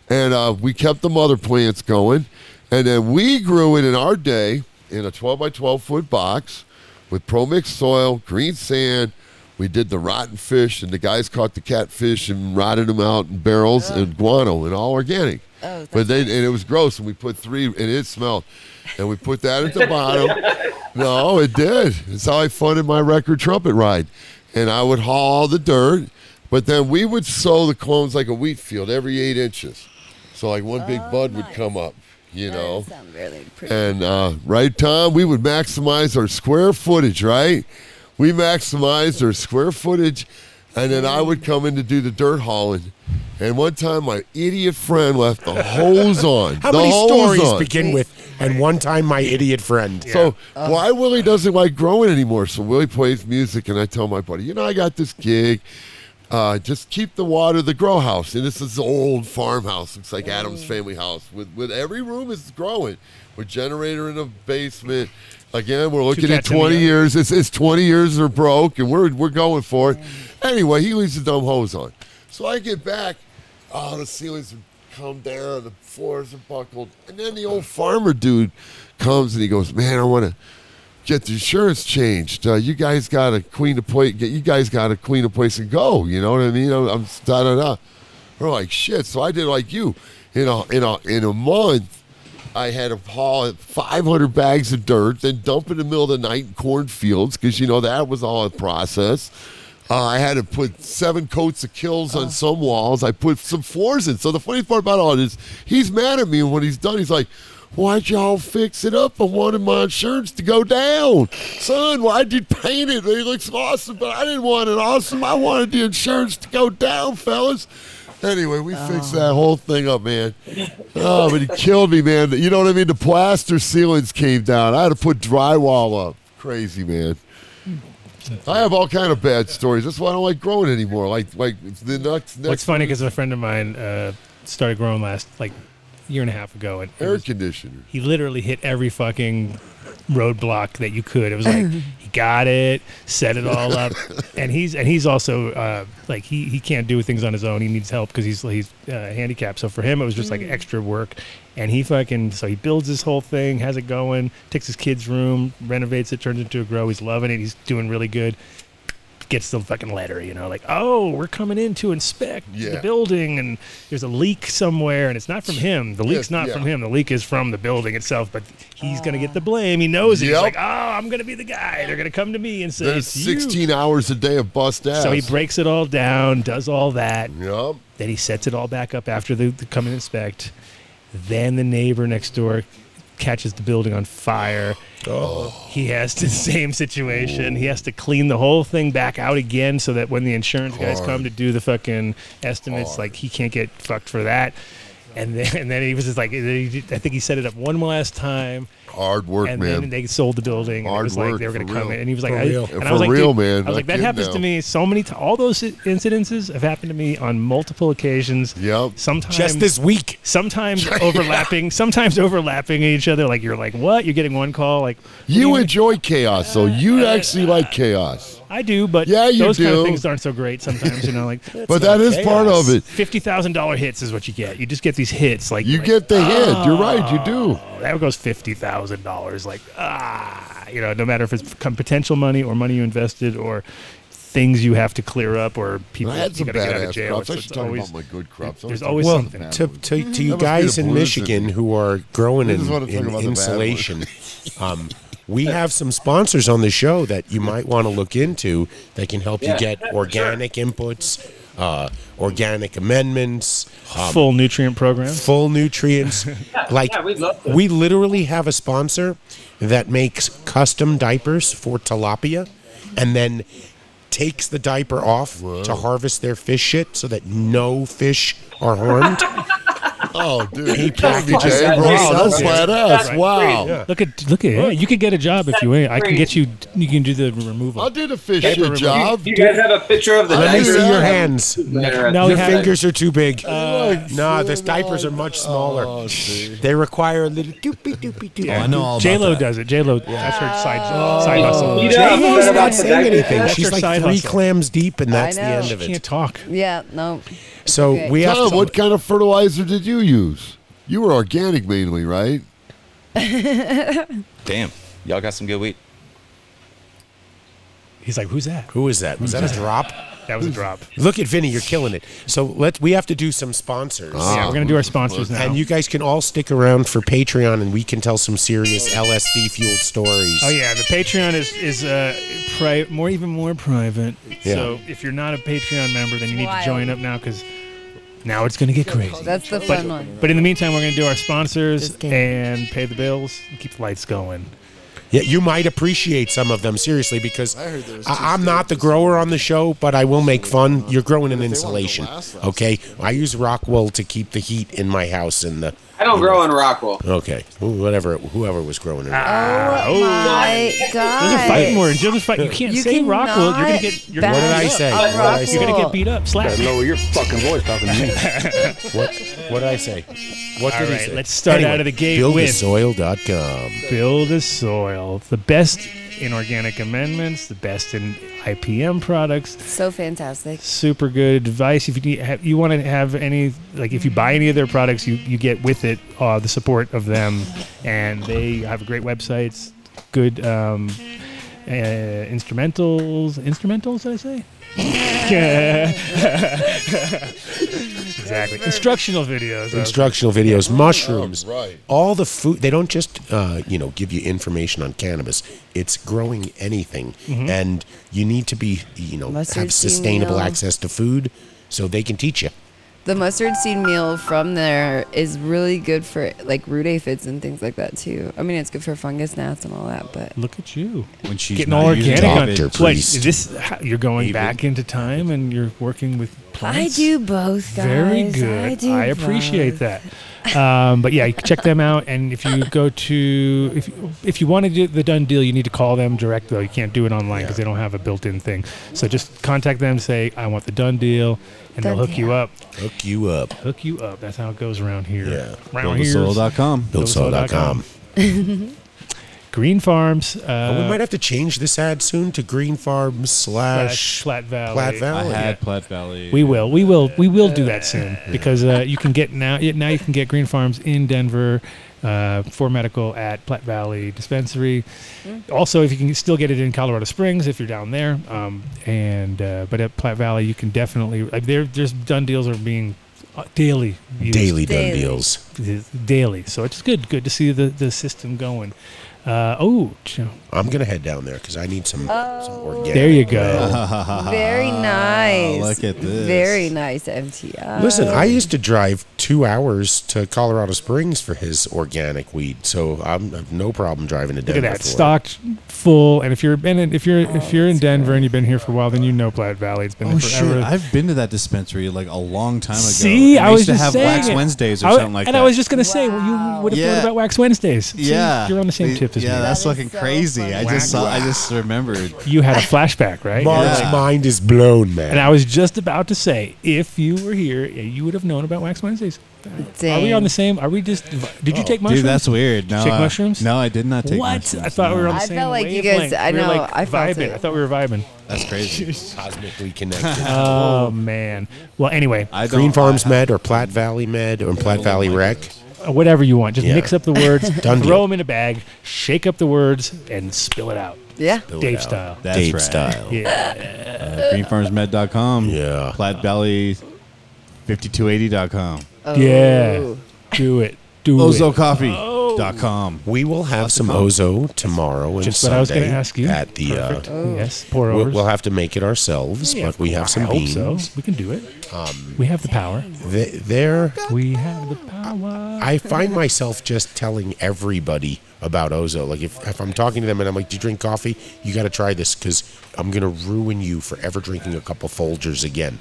and uh, we kept the mother plants going, and then we grew it in our day in a 12 by 12 foot box with promixed soil, green sand. We did the rotten fish, and the guys caught the catfish and rotted them out in barrels and guano and all organic. but they and it was gross, and we put three, and it smelled, and we put that at the bottom. no, it did. It's how I funded my record trumpet ride, and I would haul all the dirt, but then we would sow the clones like a wheat field every eight inches. So like one big bud would come up, you know. And uh, right, Tom, we would maximize our square footage, right? We maximized our square footage, and then I would come in to do the dirt hauling. And one time, my idiot friend left the hose on. How the many hose stories on. begin with? And one time, my idiot friend. So why Willie doesn't like growing anymore? So Willie plays music, and I tell my buddy, you know, I got this gig. Uh, just keep the water the grow house, and this is the old farmhouse. Looks like Adam's family house. With with every room is growing. We're generator in the basement. Again, we're looking at cats in the twenty yard. years. It's, it's twenty years are broke, and we're we're going for it. Anyway, he leaves the dumb hose on. So I get back. Oh, the ceilings have come down. The floors are buckled, and then the old farmer dude comes and he goes, "Man, I want to get the insurance changed. Uh, you guys got to clean the place. Get you guys got to clean the place and go. You know what I mean? I'm, I'm da da da. We're like shit. So I did like you. In a in a in a month, I had to haul 500 bags of dirt, then dump in the middle of the night in cornfields because you know that was all a process. Uh, I had to put seven coats of kills on some walls. I put some floors in. So the funny part about all this, he's mad at me. And when he's done, he's like, Why'd y'all fix it up? I wanted my insurance to go down. Son, why'd you paint it? It looks awesome, but I didn't want it awesome. I wanted the insurance to go down, fellas. Anyway, we fixed that whole thing up, man. Oh, but he killed me, man. You know what I mean? The plaster ceilings came down. I had to put drywall up. Crazy, man. I have all kind of bad stories. That's why I don't like growing anymore. Like, like the next. next What's funny because a friend of mine uh, started growing last like year and a half ago, and it Air was- conditioner. He literally hit every fucking roadblock that you could. It was like he got it, set it all up, and he's and he's also uh, like he he can't do things on his own. He needs help because he's he's uh, handicapped. So for him, it was just like Mm. extra work. And he fucking so he builds this whole thing, has it going, takes his kid's room, renovates it, turns it into a grow. He's loving it. He's doing really good. Gets the fucking letter, you know, like oh, we're coming in to inspect the Yeah. building, and there's a leak somewhere, and it's not from him. The leak's Yes, not yeah. from him. The leak is from the building itself, but he's going to get the blame. He knows it. He's Yep. like, oh, I'm going to be the guy. They're going to come to me and say, There's it's you." 16 hours a day of bust ass. So he breaks it all down, does all that. Yep. Then he sets it all back up after they they come and inspect. Then the neighbor next door catches the building on fire. Oh. He has the same situation. He has to clean the whole thing back out again so that when the insurance guys Hard. come to do the fucking estimates, like he can't get fucked for that. And then, and then he was just like, I think he set it up one last time, hard work, and man. then they sold the building. and it Hard was like work, they were going for to come real. in, and he was like, For I, real. and I For was like, real, dude- man, I was that like, that kid happens to now." me so many times. All those i- incidences have happened to me on multiple occasions. Yep. Sometimes Just this week. Sometimes overlapping. Sometimes overlapping each other. Like you're like, what? You're getting one call. Like You enjoy chaos, so you Uh, actually like chaos. I do, but Yeah, you those kind do. of things aren't so great sometimes. You know, like But that is part of it. Fifty thousand dollar hits is what you get. You just get these hits. Like You like, get the hit. You're right. You do. "Oh, That goes fifty thousand dollars. Like ah, you know, no matter if it's com- potential money or money you invested or things you have to clear up or people I had you some got to get out badass of jail. crops. I It's- should it's talk always- about my good crops. I There's wanna always talk well, about the bad to, ones. to, Mm-hmm. That to you must be guys the in blues Michigan who are growing I just in, wanna talk about in the bad ones. insulation, um, we have some sponsors on the show that you might want to look into that can help Yeah, you get yeah, organic inputs, uh, organic amendments, um, full nutrient program. full nutrients. like yeah, we'd love to. we literally have a sponsor that makes custom diapers for tilapia, and then takes the diaper off to harvest their fish shit so that no fish are harmed. Oh, dude. He you can't be packages Dave. that Wow, himself. that's badass. Right. Wow. Look at look at yeah, you could get a job if you ain't. I can get you. You can do the removal. I'll do the fish Paper shit removal. job. You- you guys have a picture of Let me see your hands. No, we your have- fingers are too big. Uh, no, the diapers are much smaller. Oh, they require a little doopy doopy doopy. Yeah. J Lo does it. J Lo, that's her side Oh. side hustle. J-Lo's not saying anything. That's her She's like side three hustle. clams deep, and I that's the know. end of She it. can't talk. Yeah, no. So Okay. we have Tom, to. what kind of fertilizer did you use? You were organic mainly, right? Damn, y'all got some good wheat. He's like, who's that? Who is that? Was that a drop? That was a drop. Look at Vinny, you're killing it. So let we have to do some sponsors. Yeah, we're gonna do our sponsors now. And you guys can all stick around for Patreon, and we can tell some serious LSD fueled stories. Oh yeah, the Patreon is is uh, pri- more even more private. Yeah. So if you're not a Patreon member, then you need Wild. to join up now because now it's going to get crazy. That's the but, fun one. But in the meantime, we're going to do our sponsors and pay the bills, and keep the lights going. Yeah, you might appreciate some of them seriously because I heard there was I, am not the grower on the show, but I will make fun. You're growing in insulation, okay? I use rock wool to keep the heat in my house and the. I don't grow in Rockwell. Okay, Who- whatever, whoever was growing Oh it. my Those are God. fighting words. You're just fighting. Ah. You can't You say Rockwell. You're going cannot to get. You're back gonna What did I get beat say? up. What did I You're going to say? get beat up. Slap. Better me. lower your fucking voice talking to me. what, what did I say? What All did he right, say? let's start out of the gate with- buildasoil.com. Build a soil. The best in organic amendments, the best in IPM products. So fantastic. Super good advice. If you need, have, you want to have any, like if you buy any of their products, you, you get with it uh, the support of them. And they have great websites, good um, uh, instrumentals. Instrumentals, did I say? exactly. Instructional videos. I was- Instructional videos, mushrooms, Oh, right. all the food. They don't just, uh, you know, give you information on cannabis. It's growing anything, Mhm. and you need to be, you know, Mustard have seed sustainable meal. access to food, so they can teach you. The mustard seed meal from there is really good for like root aphids and things like that too. I mean, it's good for fungus gnats and all that, but Look at you. When she's getting not all using organic on it. Wait, is this how- you're going back into time and you're working with plants. I do both, guys. Very good. I do. appreciate that. Um, but yeah, you can check them out. And if you go to if if you want to do the done deal, you need to call them direct though. You can't do it online because they don't have a built-in thing. So just contact them, say I want the done deal, and Done they'll hook you deal. up. Hook you up. Hook you up. That's how it goes around here. Yeah. Around here. Buildasoil.com. Buildasoil.com. Green Farms. Uh, Oh, we might have to change this ad soon to Green Farms slash Slash Platte Valley. Platte I Valley. had Platte Valley. We will. We will. We will do that soon because uh, you can get now. yeah, Now you can get Green Farms in Denver uh, for medical at Platte Valley Dispensary. Also, if you can still get it in Colorado Springs if you're down there. Um, and uh, but at Platte Valley, you can definitely. Like, there, there's done deals are being uh, daily. used. Daily done Daily. deals. Daily. So it's good. Good to see the the system going. Uh, oh, ch- I'm gonna head down there because I need some, some organic. There you go. Oh. Very nice. Ah, look at this. Very nice MTI. Listen, I used to drive two hours to Colorado Springs for his organic weed, so I'm I've no problem driving to Look Denver. at that, for it. stocked full. And if you're and if you're if you're in Denver and you've been here for a while, then you know Platte Valley. It's been Oh there shit! forever. I've been to that dispensary like a long time ago. See, And I they was used to just have saying Wax it. Wednesdays or I wa- something like and that. I was just gonna say, well, you would have Yeah. thought about Wax Wednesdays. See, yeah, you're on the same They- tip as me. yeah, that's looking crazy. I just saw. I just remembered. You had a flashback, right? Mark's Yeah. mind is blown, man. And I was just about to say, if you were here, yeah, you would have known about Wax Wednesdays. Are we on the same? Are we just? Did you take mushrooms? Oh. Dude, that's weird. Did you No, take I- mushrooms? No, I did not take What? mushrooms. I thought we were on the I same felt like you guys- wavelength. I We were, know, like, I felt vibing. it. I thought we were vibing. That's crazy. Cosmically connected. oh man. Well, anyway, Green Farms Med or Platte Valley Med or Platte Valley Rec. Uh, whatever you want. Just Yeah. mix up the words, Done throw deal. them in a bag, shake up the words, and spill it out. Yeah. Spill it Dave out. style. That's Dave right. style. Yeah. Uh, greenfarmsmed.com. Yeah. Platte Valley 5280.com. Oh. Yeah. Do it. Do it. Oh. OzoCoffee.com. We will have some Ozo tomorrow and Just what I was Sunday gonna ask you. at the. Uh, Perfect. Oh. Yes, pour we'll, overs. we'll have to make it ourselves, Yeah, but we have some I hope beans. Um, so. We can do it. we have the power. Th- there, we have the power. I find myself just telling everybody about Ozo. Like if, if I'm talking to them and I'm like, "Do you drink coffee? You got to try this because I'm gonna ruin you for ever drinking a cup of Folgers again."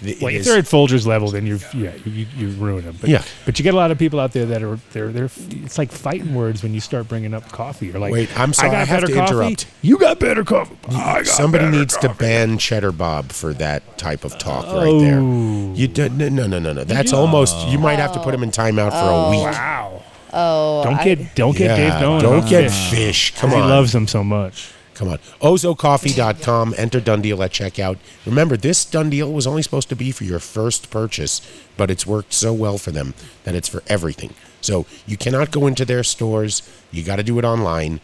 Th- it Well, if is- they're at Folgers level, then you've yeah you, you ruin them. But, Yeah. but you get a lot of people out there that are they're they're it's like fighting words when you start bringing up coffee. You're like, Wait, I'm sorry. I, got have better to coffee. interrupt. You got better coffee. I got Somebody better needs to coffee." ban Cheddar Bob for that type of talk right there. Oh. You do, no, no, no, no, no. That's do? almost. You might have to put him in timeout for a week. Wow. Oh, Don't I- get don't get Yeah, Dave Dolan. Don't on get fish. fish. Come 'Cause on. he loves them so much. Come on. Ozocoffee.com. Enter Done Deal at checkout. Remember, this Done Deal was only supposed to be for your first purchase, but it's worked so well for them that it's for everything. So you cannot go into their stores. You got to do it online.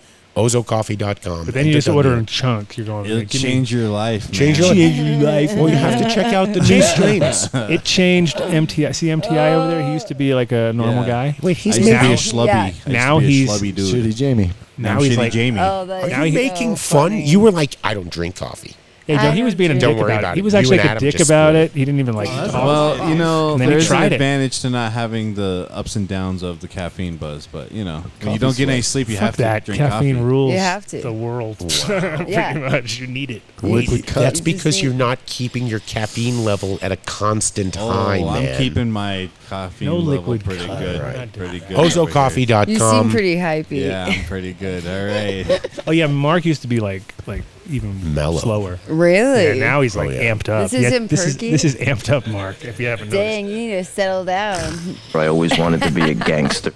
Ozocoffee.com. But then you Enter just Done order Deal. in chunk. You're going. It'll like, give me- change your life. Change your man. life. Well, you have to check out the new Change- streams. It changed MTI. See MTI over there. He used to be like a normal Yeah. guy. Wait, he's I used to be a schlubby. I used Now, to now be a he's schlubby dude. Shitty Jamie. Now I'm he's Shitty like Jamie. Oh, that now is he- so Making fun. funny. You were like, I don't drink coffee. Yeah, I John, he was being a don't dick worry about, about it. He it. was You actually and like a Adam dick just about split it. He didn't even like. talk about Well, it. you know, and then he there's an tried it. advantage to not having the ups and downs of the caffeine buzz, but you know, when you Coffee's don't get any like- sleep, you Fuck have to that. drink Caffeine coffee. rules You have to. the world. Yeah. Pretty much, you need it. Liquid cut. That's because you're not keeping your caffeine level at a constant Oh, high, I'm man. keeping my coffee No level liquid pretty coffee. good, Alright. pretty good. Ozocoffee.com. You seem pretty hypey. Yeah, I'm pretty good. All right. Oh yeah, Mark used to be like like even Mellow. Oh, slower. Really? Yeah, now he's like amped up. This is Yeah, in this is Perky? this is amped up, Mark. If you haven't noticed. Dang, you need to settle down. I always wanted to be a gangster.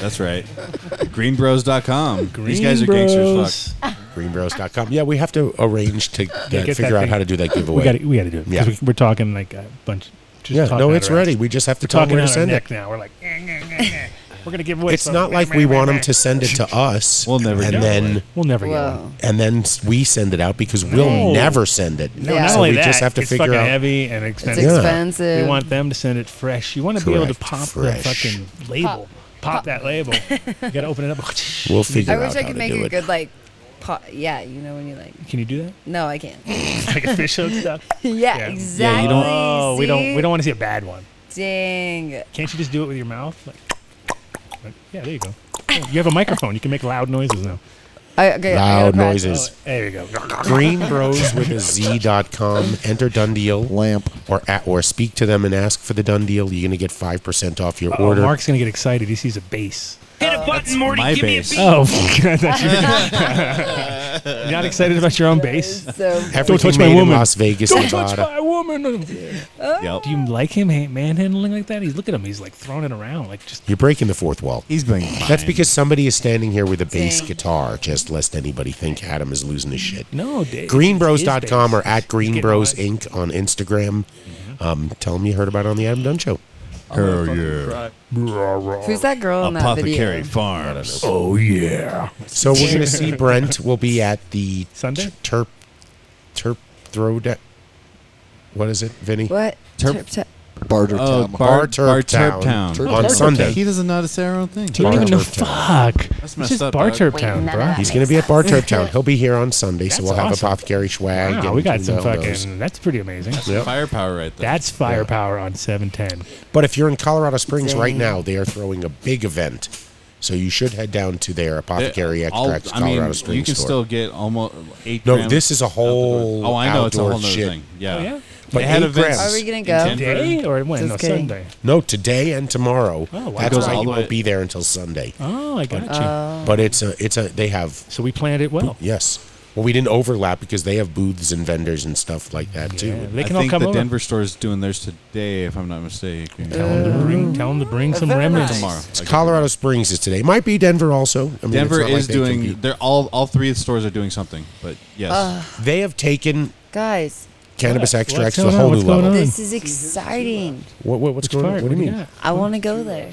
That's right. Greenbros.com. These guys are gangsters. Fuck. Greenbros.com. Yeah, we have to arrange to uh, Yeah, get that figure out thing- how to do that giveaway. We got we got to do it. Yeah. 'cause we, are talking like a bunch. Just yeah, talking no, out it's our ready. ass. We just have to We're tell them talking where to out our send it. neck now. We're like, "Eh, eh, eh, eh." we're gonna give away. It's some- not like we want them to send it to us. We'll never and get then away. We'll never get Wow. And then s- we send it out because we'll No. never send it. No, not so only we that, just have to it's figure fucking out. heavy and expensive. Yeah. expensive. We want them to send it fresh. You want to be able to Correct, pop fresh. the fucking label, pop, that label. you got to open it up. We'll figure I wish out I how could to make do a it. good like, po- yeah, you know when you like. Can you do that? No, I can't. Like a fishhook stuff. yeah, exactly. Oh, we don't. We don't want to see a bad one. see? Dang. Can't you just do it with your mouth? Like, like- yeah, there you go. Oh, you have a microphone. You can make loud noises now. I, okay, I gotta Loud practice. noises. Oh, there you go. Greenbros with a Z dot com. Enter done deal. Lamp. Or at, or speak to them and ask for the done deal. You're gonna get five percent off your Uh-oh, order. Mark's gonna get excited. He sees a bass. Hit a button, Morty. My base. Oh, I thought you were- You're not excited about your own bass? Everything Don't touch my made in woman. Las Vegas, Don't touch Nevada. my woman. Oh. Do you like him ha- manhandling like that? He's looking at him. He's like throwing it around. Like just You're breaking the fourth wall. He's being That's because somebody is standing here with a bass Dang. guitar, just lest anybody think Adam is losing his shit. no. Dave, his Greenbros.com bass. or at Greenbros Inc. on Instagram. Mm-hmm. Um, tell them you heard about it on the Adam Dunn Show. Hell yeah. Who's that girl in that Apothecary video? Farms. Oh, yeah. So we're going to see Brent. We'll be at the Sunday? Terp, terp Throwdown. What is it, Vinny? What? Terp- Terp- terp- Barter Oh, Bar Bar, Terp Bar Town. Terp Town. On Sunday. Oh, He doesn't know how to say our own thing. You don't even know- Fuck. That's It's messed just up. Bar dog. Terp Town, bro. He's going to be at Bar Terp Town. He'll be here on Sunday, so That's we'll have awesome. apothecary swag. Wow, and we got some dildos. fucking. That's pretty amazing. That's firepower right there. That's firepower on 710. But if you're in Colorado Springs right now, they are throwing a big event. So you should head down to their Apothecary I'll- Extracts I Colorado mean, Springs you can store. still get almost eight. no, grams this is a whole Oh, I know. It's a outdoor whole nother shit. Oh, thing. Yeah. But They had eight events grams. Are we gonna go? Today or when? Just No, kidding. Sunday. No, today and tomorrow. Oh, wow. That's It goes why all you the won't way- be there until Sunday. Oh, I got But- you. But it's a it's a they have. So we planned it well. Yes. Well, we didn't overlap because they have booths and vendors and stuff like that too. I think the Denver store is doing theirs today, if I'm not mistaken. Tell 'em to bring, Mm. tell 'em to bring some remnants. tomorrow. It's Colorado Springs is today. It might be Denver also. I mean, Denver it's not like is they doing. compete. They're all all three stores are doing something, but yes, Ugh. Uh, They have taken Guys, cannabis What? extracts What's to a going on? whole new What's going level. on? this is exciting. What, what, what's Which going part? on? What do you What do mean? I want to go there.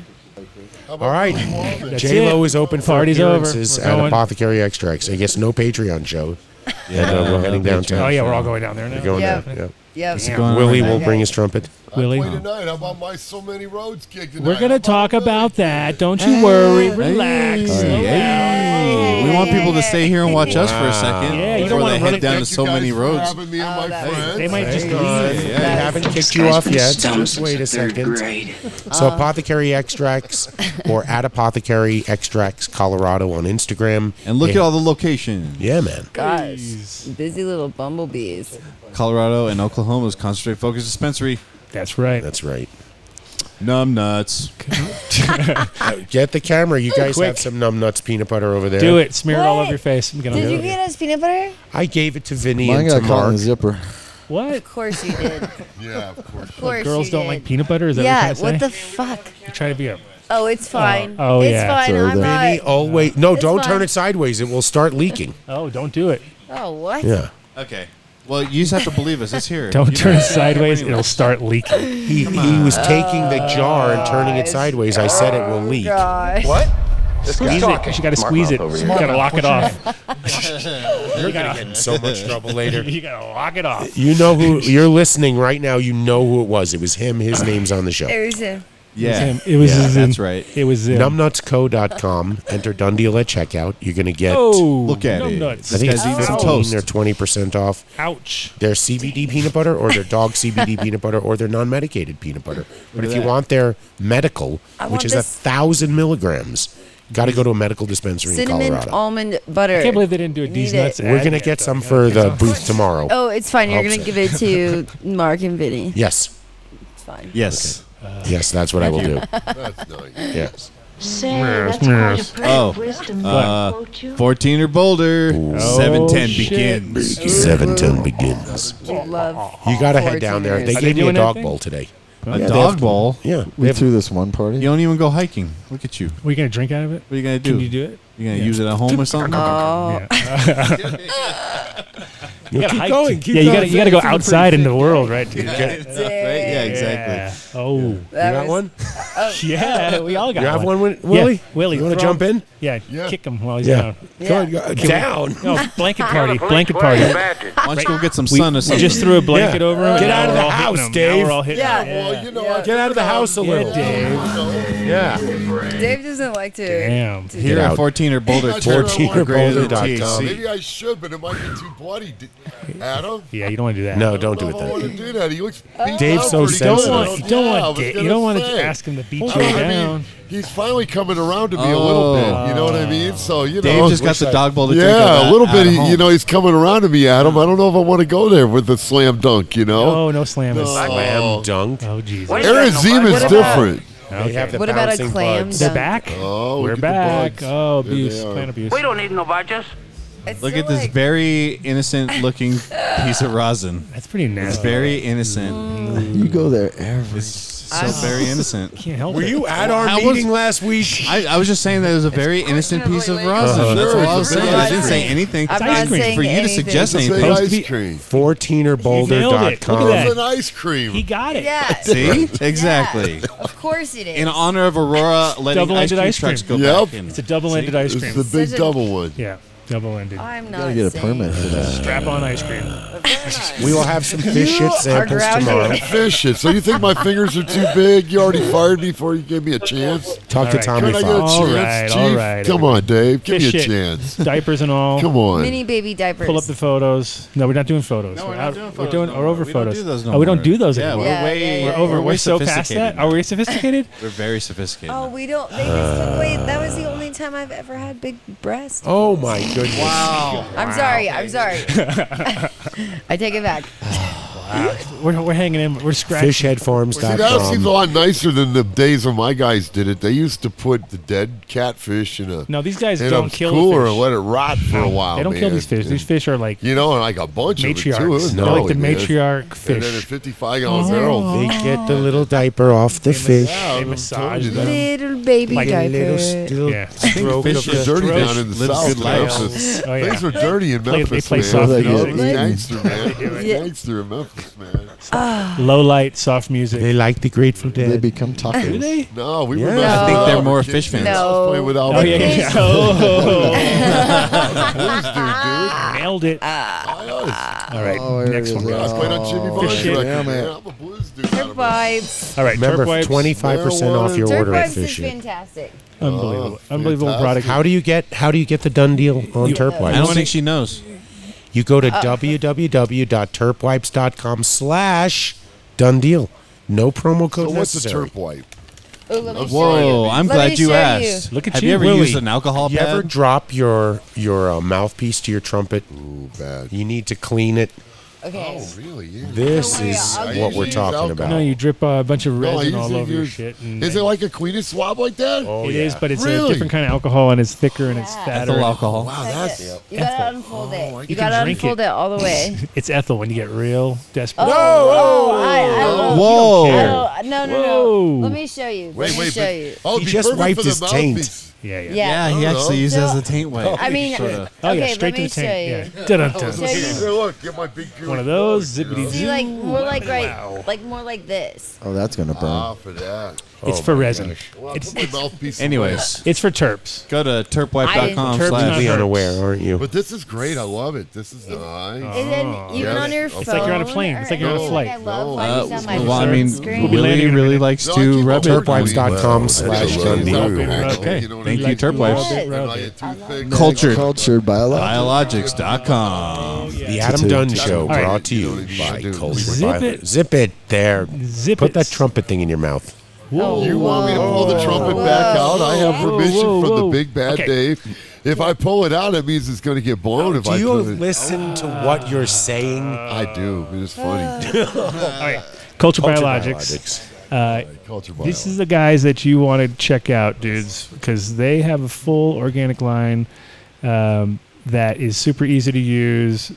All right. That's J Lo it. is open for Party's over. appearances We're at going. Apothecary Extracts. I guess no Patreon show. Yeah, and uh, no we're heading Patreon. downtown. Oh, yeah, we're all going down there We're now. going Yep. down, Yep. It's Yeah. going Willie on. will Okay. bring his trumpet. Willie. Play tonight. How about my so many roads gig tonight? We're gonna talk about that. Don't you worry. Relax. Hey, we want people to stay here and watch us for a second. Yeah, you before don't want they to head down to so many roads. me and my friends. They might just leave. They Uh, haven't kicked you off yet. Just wait a second. So Uh, Apothecary Extracts or at Apothecary Extracts Colorado on Instagram. And look at all the locations. Yeah, man. Guys, busy little bumblebees. Colorado and Oklahoma's concentrate focus dispensary. That's right. That's right. Numb nuts. Get the camera. You guys Quick. have some numb nuts peanut butter over there. Do it. Smear it all over your face. I'm gonna Did do you it. get us peanut butter? I gave it to Vinny Mine and got to caught in Mark. the zipper. What? Of course you did. yeah, of course. Of course Girls you don't did. like peanut butter. Is that yeah, what you're trying what to the say? fuck? you try to be a. Oh, it's fine. Oh, it's yeah. fine. I'm Vinny not. always oh, no. It's don't fine. turn it sideways. It will start leaking. Oh, don't do it. Oh, what? Yeah. Okay. Well, you just have to believe us. It's here. Don't You turn know. it sideways. It'll start leaking. He, he was taking the jar and turning Oh, it sideways. I said it will leak. What? This Squeeze guy's it. talking. You got to Smart squeeze mouth it. over You here. got to lock it off. You're gonna get in so much trouble later. you got to lock it off. You know who you're listening right now. You know who it was. It was him. His name's on the show. It was him. Yeah. It was Yeah, his- that's right. It was him. Numbnutsco.com. Enter Dun Deal at checkout. You're gonna get. Oh, Look at it. I nuts. think it's This guy's eating some 15 or toast. 20 percent off. Ouch. Their CBD peanut butter, or their dog CBD peanut butter, or their non-medicated peanut butter. But at if you that. want their medical, I which want is a this- thousand milligrams, got to go to a medical dispensary in Cinnamon Colorado. almond butter. I can't believe they didn't do a Need D's it. nuts. We're gonna ad. get some for the booth tomorrow. Oh, it's fine. You're Hope going so. to give it to Mark and Vinny. Yes, It's fine. Yes. yes, that's what I will do. That's nice. Yes. Say, Yes, that's quite yes. a pretty Oh, wisdom. uh, won't you? 14 or bolder, Oh, 710 shit. begins. Seven ten begins. We love You gotta head down there. They Are they gave me a doing dog anything? bowl today. A Yeah, they dog have- bowl? Yeah, We they have- threw this one party. You don't even go hiking. Look at you. What Are you going to drink out of it? are you going to do? Can you do it? You going to use it at home or something? Oh. you gotta keep hike. going, keep yeah, you going. gotta you gotta go outside into the world, right? Dude? Yeah, exactly. Yeah. Oh, You got one? Oh. yeah. We all got You have one. one, Wi- Yeah, Willie? Willie, you want to throw jump in? Yeah, Yeah. kick him while he's Yeah. down. Go ahead, go ahead. down. No, blanket party, blanket party. Why don't you go get some We sun or something? just threw a blanket Yeah. over him. Get and out of we're the all hitting house, him. Dave. Now we're all hitting Yeah. him. Well, you know, I Get out of the house a little. Dave. Yeah. Dave doesn't like to. Damn. to Here Get at out. 14 or bolder, 14 or greater than boulder.com. THC. Maybe I should, but it might be too bloody. D- Adam? Yeah, you don't want to do that. No, don't do it I want then. to do that. He looks beat Dave's up so pretty You good. don't want you don't Yeah, I want was to gonna you don't want to say. ask him to beat you Well, I mean, down. he's finally coming around to me a little bit. You know what I mean? So you know, Oh. Dave just got the dog bowl to drink out yeah, of a little at bit. home. He, you know, he's coming around to me, Adam. I don't know if I want to go there with the slam dunk. You know, Oh no, slam is. Slam dunk. Oh Jesus. Arizim is What about- different. They have the What about a bouncing clam? bugs. They're dunk? back. Oh, We're look at the back. bugs. Oh, There they abuse, are. plant abuse. We don't need no badges. It's Look still at this like- very innocent looking piece of rosin. That's pretty It's nasty. very innocent. Mm. You go there every. It's so Ah. very innocent. Can't help Were it. you at Well, our how was- meeting last week? I, I was just saying that it was a very innocent piece of rosin. Uh-huh. That's all I was Sure. saying. I didn't say anything. I'm ice not cream. saying For you to anything. suggest It's anything. an Supposed to ice be- cream. 14erboulder.com. that. It's an ice cream. He got it. Yeah. See? Exactly. Of course it is. In honor of Aurora letting ice Double-ended cream ice trucks cream. go Yep. back in. It's a double-ended ice It's cream. the big Such a- double one. yeah, double-ended. I'm not. gotta get a saying- permit for that. Strap-on ice cream. We will have some fish You shit are samples grounded. tomorrow. Fish it. So you think my fingers are too big? You already fired me before you gave me a chance. Talk to All right. Tommy Can I get a Fox. All right, chance, all Chief? right, Come on, Dave. Give Fish me a it. chance. Diapers and all. Come on. Mini baby diapers. Pull up the photos. No, we're not doing photos. No, we're not out- doing We're photos doing no or over more. We don't photos. do those no oh, we don't more. do those Yeah, anymore. we're Yeah, way yeah, We're yeah, over. we're We're way so past that. sophisticated Are we sophisticated? We're very sophisticated. Oh, we don't. They just took away. That was the only time I've ever had big breasts. Oh my goodness. wow. I'm sorry. I'm sorry. I take it back. We're, we're hanging in. We're scratching. See, that seems a lot nicer than the days when my guys did it. They used to put the dead catfish in a No, these guys in a don't kill the cooler fish. and let it rot for a while. They don't kill man. these fish. These fish are like you know, and like a bunch matriarchs. of it too. They're like the matriarch And fish. Oh. then a fifty-five gallon barrel. They get the little diaper off the fish. They massage them. Little baby Like diaper. little still Yeah. stroke Fish of is the dirty throat. down in the Little south. good man. life. Memphis. Oh, yeah. Things are dirty in Play- they Memphis. play man. soft You know, music. it's What? gangster, man. They do it. It's gangster in Memphis, man. Uh, Low light, soft music. They like the Grateful Dead. They become tacos. Do they? No, we Yeah. were. messing I think up. they're more Kids, fish fans. I was playing with No. Al Oh, yeah, Bundy. yeah. Oh. Blues dude, dude. Ah. Nailed it. All right, Oh, there next it one. is. I was playing on Jimmy Oh, Bond's shit. record, Yeah, man. man. I'm a blues dude. Turp vibes. All right, Remember, Turp Wipes. 25% off your Turp order at vibes is Fish Shack. fantastic. Unbelievable. Oh, Unbelievable product. How do you get how do you get the done deal Oh, on You- Turp I Wipes? don't think she knows. You go to Uh. www.turpwipes.com slash done deal. No promo code So what's a necessary. turp wipe? Ooh, let me show Whoa, you. I'm Let glad me you show asked. You. Look at Have you, you ever Willie. used an alcohol You pad? ever drop your your uh, mouthpiece to your trumpet? Ooh, bad. You need to clean it. Okay. Oh, really? Yeah. This Don't worry, is I'll what use we're these talking alcohol. about. No, you drip uh, a bunch of No, I resin all usually over your use- shit. And Is it like a Queen's swab like that? Oh, it is, but it's really? a different kind of alcohol, and it's thicker and it's fatter. Ethyl alcohol. Wow, That's that's. it. You gotta unfold it. you You can gotta drink unfold it. it. all the way. it's ethyl when you get real desperate. Oh, oh, I, I love, Whoa. I love- no, no, no. Whoa. Let me show you. Let Wait, me wait, show but- you. Oh, He just wiped his taint. Yeah, yeah. Yeah. Yeah, he actually used it as a taint wipe. I mean, Sorta. Oh, yeah, okay, straight let me to the taint, show you. yeah. Dun-dun-dun. So you Look, get my big One of those zippity see, zoo. like more like right, like more like this. Oh, that's gonna burn. Ah, for that. It's Oh for my resin. gosh. Well, it's put my mouthpiece away. Anyways, it's for terps. Go to I- turpwipe.com Turps slash not Be unaware, aren't you? But this is great. I love it. This is nice. And then even on your phone. It's like you're on a plane. It's like you're on a anything, flight. I love No. finding Uh, stuff on my well, I mean, phone screen. we'll be Willie really likes to rub it. Turpwipes.com slash done deal. Okay. Thank you, Turpwipes. Cultured. Cultured biological. Biologics.com. The Adam Dunn Show brought to you by Cold Zip Revival. it. Zip it there. Zip Put that trumpet thing in your mouth. Whoa. You want me to pull the trumpet back out? I have permission from the big bad Dave. If I pull it out, it means it's going to get blown. if Do I you put it- listen to Ah. what you're saying? I do. It's funny. All right. Culture, Biologics. Uh, Culture This is the guys that you want to check out, dudes, because they have a full organic line um, that is super easy to use.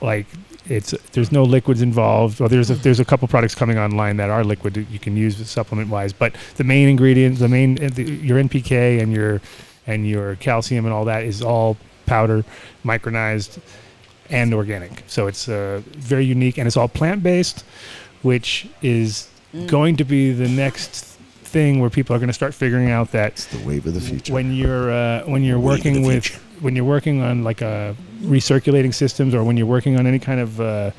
Like it's there's no liquids involved. Well, there's a, there's a couple products coming online that are liquid that you can use supplement wise, but the main ingredients, the main uh, the, your NPK and your and your calcium and all that is all powder, micronized, and organic. So it's uh, very unique and it's all plant based, which is going to be the next thing where people are going to start figuring out that The wave of the future. when you're uh, when you're working with when you're working on like uh, recirculating systems or when you're working on any kind of uh, uh,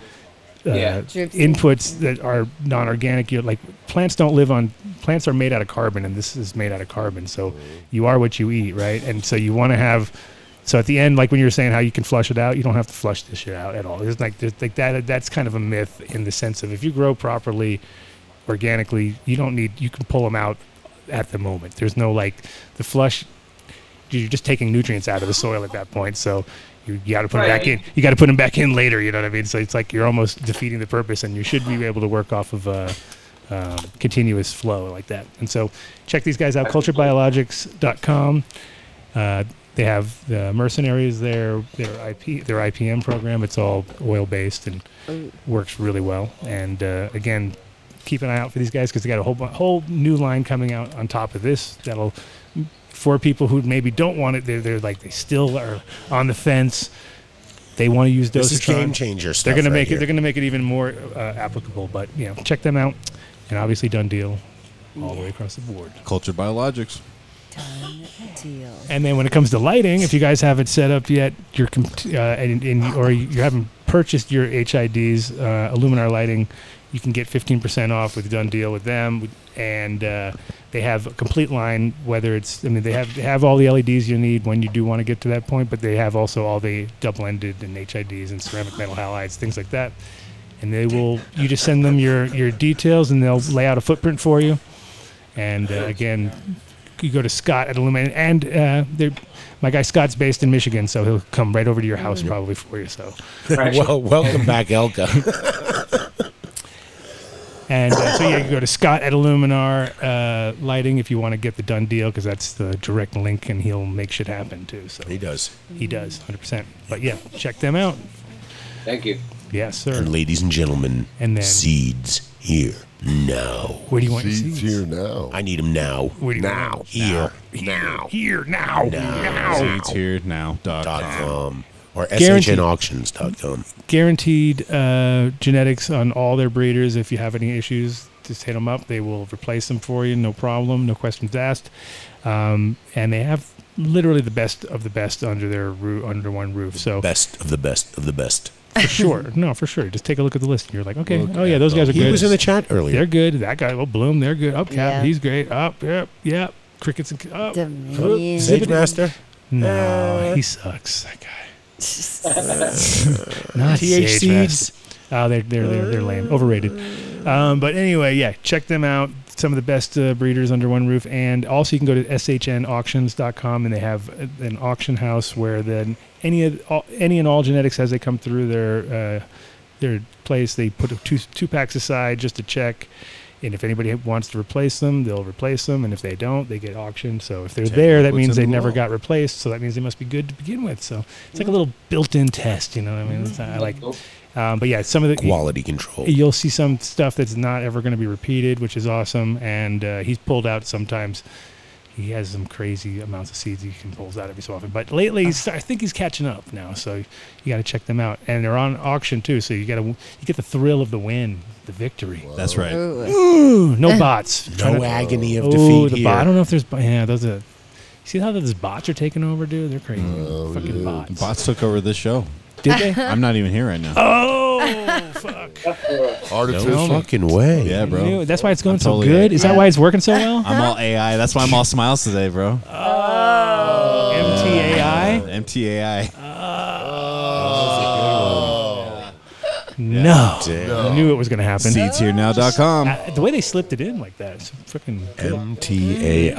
Yeah. Gypsy. inputs that are non-organic you like plants don't live on plants are made out of carbon and this is made out of carbon so you are what you eat right and so you want to have so at the end like when you were saying how you can flush it out you don't have to flush this shit out at all it's like, there's like that that's kind of a myth in the sense of if you grow properly organically you don't need you can pull them out at the moment there's no like the flush you're just taking nutrients out of the soil at that point. So you, you got to put them back Right. in. You got to put them back in later. You know what I mean? So it's like you're almost defeating the purpose, and you should be able to work off of uh, um, continuous flow like that. And so check these guys out, culturebiologics.com. Uh, they have the mercenaries there, their IP, their IPM program. It's all oil based and works really well. And uh, again, keep an eye out for these guys because they got a whole bu- whole new line coming out on top of this that'll for people who maybe don't want it. They're, they're like they still are on the fence. They want to use This is dosatron. game changer stuff They're gonna right make here. it. They're gonna make it even more uh, applicable. But you know, check them out. And obviously, done deal all the way across the board. Culture Biologics. Deal. And then when it comes to lighting, if you guys haven't set up yet, your com- uh, and, and or you haven't purchased your HIDs, uh, Illuminar lighting, you can get 15% off with done deal with them, and uh, they have a complete line. Whether it's, I mean, they have they have all the LEDs you need when you do want to get to that point, but they have also all the double-ended and HIDs and ceramic metal halides, things like that. And they will, you just send them your your details, and they'll lay out a footprint for you. And uh, again, you go to Scott at Illuminate, and uh, they're- my guy Scott's based in Michigan, so Mm-hmm. he'll come right over to your house probably for you. So, well, welcome back, Elka. And uh, so yeah, you can go to Scott at Illuminar uh, Lighting if you want to get the done deal because that's the direct link and he'll make shit happen too. So he does. He does, 100%. But yeah, check them out. Thank you. Yes, sir. And ladies and gentlemen, And then- seeds here now. Where do you want your seeds? here now? I need them now. Where do you now. Here. Now. Here now. Now. Seeds here now. Dot com. Or Guaranteed. shnauctions.com. guaranteed uh, genetics on all their breeders. If you have any issues, just hit them up. They will replace them for you, no problem, no questions asked. Um, and they have literally the best of the best under their roo under one roof. So Best of the best of the best. for sure, no, for sure. Just take a look at the list, and you're like, okay, Look oh yeah, at those guys are those. good. He was in the chat earlier. They're good. That guy, well, Bloom, they're good. Up, Cap, Yeah. he's great. Up, yep, yep. Crickets and up. Dominion. Sage Master? Oh. No, Uh, he sucks. That guy. Uh, Not THC. THC. Oh, they're they're they're, they're lame, overrated. Um, but anyway, yeah, check them out. Some of the best uh, breeders under one roof, and also you can go to shnauctions.com, and they have a- an auction house where then any of all, any and all genetics as they come through their uh, their place, they put two two packs aside just to check. And if anybody wants to replace them, they'll replace them. And if they don't, they get auctioned. So if they're Check there, that what's means in they the never wall. got replaced. So that means they must be good to begin with. So it's like a little built-in test. You know what I mean? It's not- I like. Um, but yeah, some of the Quality control. You'll see some stuff that's not ever going to be repeated, which is awesome. And uh, he's pulled out sometimes. He has some crazy amounts of seeds he can pulls out every so often. But lately, he's, I think he's catching up now. So you got to check them out, and they're on auction too. So you got to you get the thrill of the win, the victory. That's right. Ooh, no bots. No Tryna- agony of Ooh, defeat The here. bot. I don't know if there's. bo- Yeah, those are. See how those bots are taking over, dude? They're crazy. Oh, Fucking bots. Bots took over this show. Did they? I'm not even here right now. Oh fuck! No fucking way. Yeah, bro. Knew it. That's why it's going I'm so totally good. it. Is that why it's working so well? I'm all AI. That's why I'm all smiles today, bro. Oh. MTAI. MTAI. Oh. No. Damn. I knew it was going to happen. Seatsherenow.com. Uh, the way they slipped it in like that, it's freaking MTAI.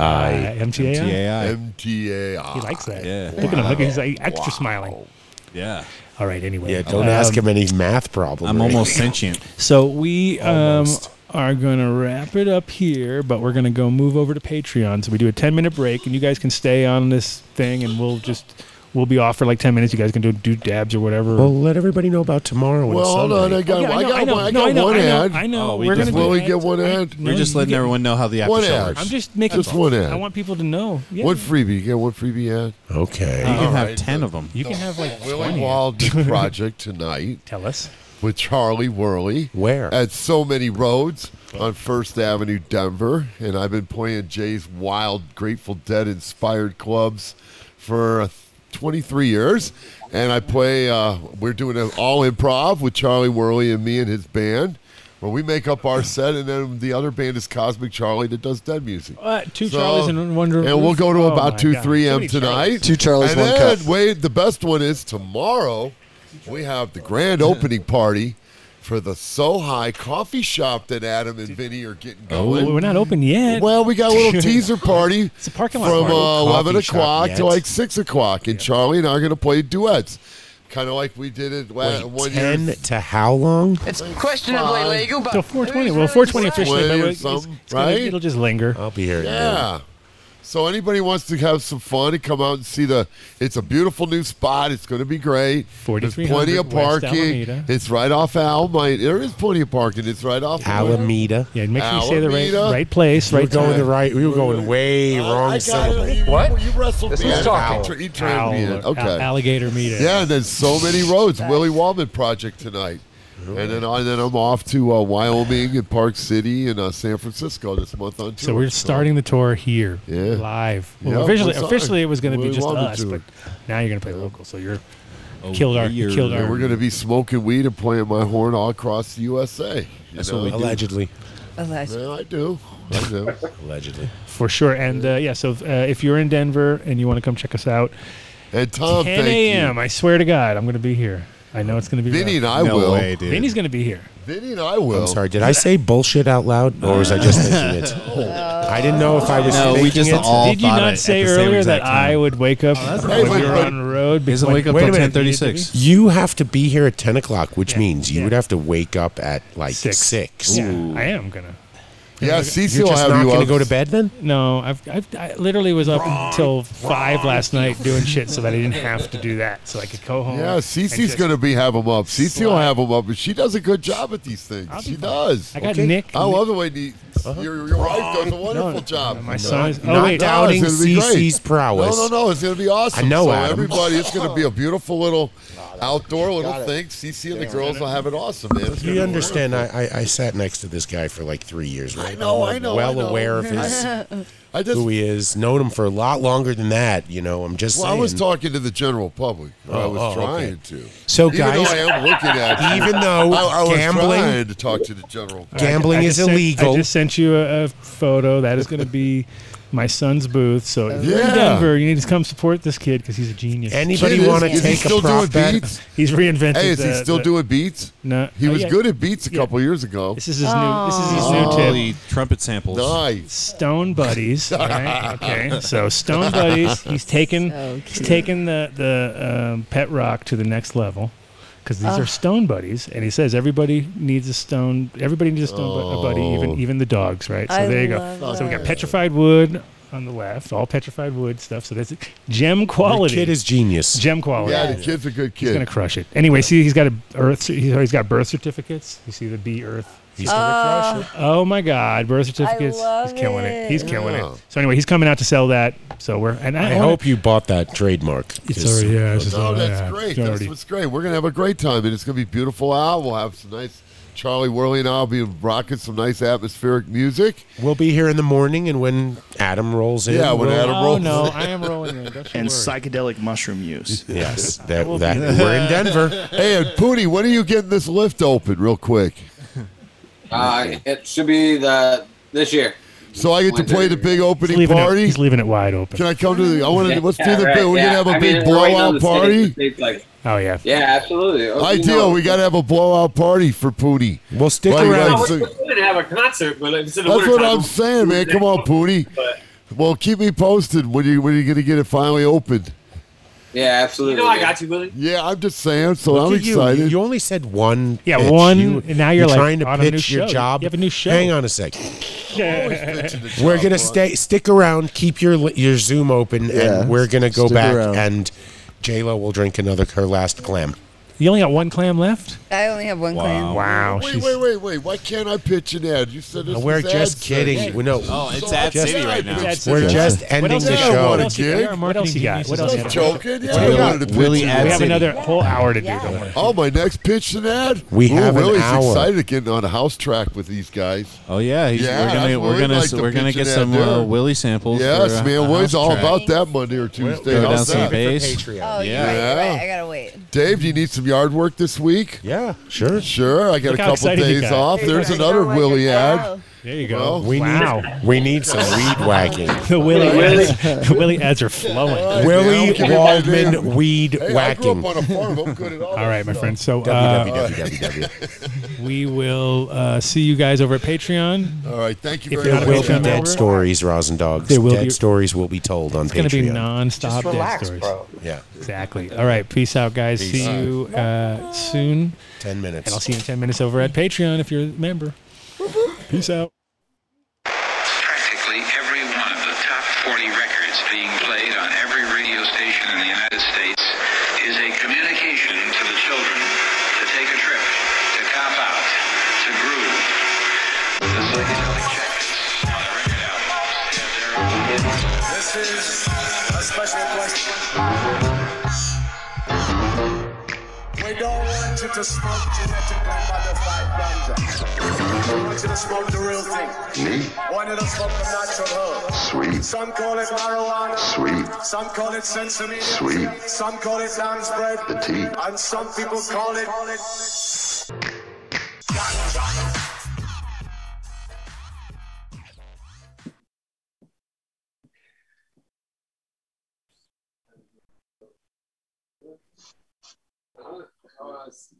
MTAI. MTAI. He likes that. Yeah. Look at him. Look, he's like extra smiling. Yeah. All right. Anyway. Um, Yeah, don't ask him any math problem. I'm or almost anything. sentient. So we um, are going to wrap it up here, but we're going to go move over to Patreon. So we do a 10 minute break, and you guys can stay on this thing, and we'll just. We'll be off for like ten minutes. You guys can do do dabs or whatever. Well, let everybody know about tomorrow. Well, hold on. I got, Oh, yeah, I I know, got, I know. one, I No, I got know, one I know, ad. I know. Oh, we We're just- gonna Will do we ads. get one ad? We're just letting everyone know how the after One show ad. works. I'm just making. Just one ad. I want people to know. Yeah. What freebie? You get what freebie ad? Okay. You can have 10 of them. You can have like Willing 20. Wild project tonight. Tell us. With Charlie Worley. Where? At So Many Roads on First Avenue, Denver. And I've been playing Jay's Wild Grateful Dead inspired clubs for 23 years. And I play, uh, we're doing an all improv with Charlie Worley and me and his band. Where we make up our set, and then the other band is Cosmic Charlie that does dead music. What? Two Charlies and one And we'll go to Oh my about two, God. three Too m many tonight. Charlies. Two Charlies, and one then, cup. Wait, the best one is tomorrow. We have the grand opening party for the So High Coffee Shop that Adam and Vinny are getting going. Well, Oh, we're not open yet. Well, we got a little teaser party it's a parking lot from party. uh, eleven Coffee shop o'clock yet. to like six o'clock, and Charlie and I are going to play duets, kind of like we did it la- one year. Ten to how long? It's questionably Fine. legal, but Till 420. Well, 420 officially, but Twenty or it's, it's something, gonna- right? it'll just linger. I'll be here. Yeah. So anybody wants to have some fun and come out and see the it's a beautiful new spot. It's going to be great. There's 4300 plenty of West parking. Alameda. it's right off Alameda. There is plenty of parking. It's right off Alameda. Yeah, make sure you say the right Alameda. right place, We were right going time. the right. We were going way wrong syllable. What? You wrestled This me. is in. talking. He tra- he trained me in. Owl- Okay. al- alligator meter. Yeah, and then so many roads. Willie Wallman project tonight. And then, and then I'm off to uh, Wyoming and Park City and uh, San Francisco this month on tour. So we're starting the tour here, live. Well, Yeah, officially, we're sorry. officially, it was going to be We just wanted us, to. but now you're going to play local. So you're killed our you killed And our. We're going to be smoking weed and playing my horn all across the USA. you That's know? what we do. Allegedly. Allegedly. Yeah, I do. I do. Allegedly. for sure. And uh, yeah, so uh, if you're in Denver and you want to come check us out, at Tom, 10 thank you. a.m. I swear to God, I'm going to be here. I know it's going to be. Vinny rough. and I No will. way, dude. Vinny's going to be here. Vinny and I will. I'm sorry. Did I say bullshit out loud, or was I just thinking it? Oh. I didn't know if I was. No, we thinking just it. all Did you thought not it at say the same earlier exact that I time. would wake Oh, up when we were on the road? He doesn't Wait- wake up wait a till minute, 10:36. You have to be here at ten o'clock, which means you would have to wake up at like six. Yeah, I am gonna. Yeah, Cece will have you up. bed then? No, I've, I've I literally was up until five last night doing shit so that I didn't have to do that, so I could go home. Yeah, and Cece's Oh, just- going to be have him up. Cece will Slide. have him up, and she does a good job at these things. She does. I got Nick- I love the way the, your, your wife does a wonderful Uh-huh. job. my son is- oh, No, wait. it's Doubting gonna be great. Cece's prowess. No, no, no. It's going to be awesome. I know, So Adam. everybody, it's going to be a beautiful little outdoor little Got it. thing. Cece and the girls will have it awesome, man. It's gonna You be understand? I, I I sat next to this guy for like three years. Right? I know, I'm, I know, Well I know. aware of his I just- who he is. Known him for a lot longer than that. You know, I'm just. Well, I was saying. talking to the general public. I Oh, was oh, okay. trying to. So, even though guys- I am looking at you, Even though I, I was gambling- trying to talk to the general. public. Gambling I is just sent- illegal. I just sent you a, a photo. That is going to be my son's booth. So if you're Yeah. in Denver, you need to come support this kid because he's a genius. Anybody Kid is- wanna is he take a still prop doing bet? beats? He's reinvented. Hey, is he the- still the- doing beats? No, he Oh, was yeah. good at beats a couple years ago. This is his new. This is his new Oh, tip. the trumpet samples. Nice. Stone Buddies. right? Okay, so Stone Buddies. He's taken. So he's cute. taken the the um, pet rock to the next level. Because these Ugh. are stone buddies, and he says everybody needs a stone. Everybody needs a stone bu- a buddy, even Oh. even the dogs, right? So I there you go. love So we got that. petrified wood on the left, all petrified wood stuff. So that's gem quality. kid is genius. Gem quality. Yeah, the kid's a good kid. He's gonna crush it. Anyway, see, he's got a earth. He's he's got birth certificates. You see the B Earth. He's Uh, gonna crush it. Oh my God! Birth certificates. love he's killing it. it. He's killing Yeah. it. So anyway, he's coming out to sell that. So we're and I, I hope you bought that trademark. It's 'cause- already- yeah, it's just Oh, already- that's yeah, great. it's That's already- what's great. We're gonna have a great time, and it's gonna be beautiful out. We'll have some nice Charlie Worley and I'll be rocking some nice atmospheric music. We'll be here in the morning, and when Adam rolls in, Yeah, when we'll- Adam Oh, rolls in. Oh, am rolling in. Don't and psychedelic mushroom use. Yes, that, that we're in Denver. Hey, and Pooty, when are you getting this lift open, real quick? Uh, it should be the this year. So I get to play the big He's opening leaving, party. it, he's leaving it wide open. Can I come to the? I want to. Let's do Yeah, the right, big. We're yeah. gonna have a I big mean, it's always on blowout the party. stage. It's like, Oh yeah. yeah, absolutely. Oh, you Ideal. know, We gotta have a blowout party for Pooty. We'll stick No, we're, we're gonna have a concert, but it's in the That's wintertime. what I'm saying, man. Come on, Pooty. Well, keep me posted when you when you're gonna get it finally opened. Yeah, absolutely. You know I got you, Willie. Yeah, I'm just saying. So Look I'm at you. excited. You only said one. Yeah, pitch. one, You, and now you're like trying to on a new pitch your show. job. You have a new show. Hang on a second. Yeah. We're gonna stay, stick around, keep your li- your Zoom open, Yeah, and we're gonna go stick back. around. And J Lo will drink another her last clam. You only got one clam left. I only have one Wow. clan. Wow, Wait, wait, wait, wait. Why can't I pitch an ad? You said this. No, we're was just ad kidding. City. We know. Oh, it's ad just- city right now. Ad We're City. just Yeah. ending the Yeah, I show. want a What else you got? gig. What else you got? What else you got? Just joking. Yeah, What I do you wanted got? to pitch Willie an Ad ad. We have City. another whole hour to do. Don't worry. Oh, my next pitch an ad. We Ooh, have an Willie's hour. excited at getting on a house track with these guys. Oh yeah, he's, Yeah, we're that's gonna what we're we'd gonna like s- to we're gonna pitch get it some out there. uh, Willie samples. Yes, for, uh, man. a Willie's house all track. about that Monday or Tuesday. Go down How's some that? bass. Oh, you're yeah. right, you're right. I gotta wait. Dave, do you need some yard work this week? Yeah, sure. Sure. I got Look a how couple excited he days got. off. There's There you another go. Willie ad. There you go. Well, We wow. need we need some weed whacking. the Willie ads, the Willie ads are flowing. Willie Waldman weed whacking. All right, my friend. So uh, www. we will uh, see you guys over at Patreon. All right, thank you If very There you're not a will be Patreon dead member, stories, Roz and Dogs. There will dead be- stories will be told on It's Patreon. going to be non-stop Just relax, dead stories. bro. Yeah. exactly. All right, peace out, guys. Peace. See you uh, soon. Ten minutes. And I'll see you in ten minutes over at Patreon if you're a member. peace out. practically every one of the top 40 records being played on every radio station in the United States is a communication to the children to take a trip, to cop out, to groove. The psychedelic jackets on the record albums have their own This is a special question. We don't want you to smoke genetically modified ganja. We want you to smoke the real thing. Neat. Want you to smoke the natural herb. Sweet. Some call it marijuana. Sweet. Some call it sesame. Sweet. Some call it lamb's bread. The tea. And some people call it. Call it I was-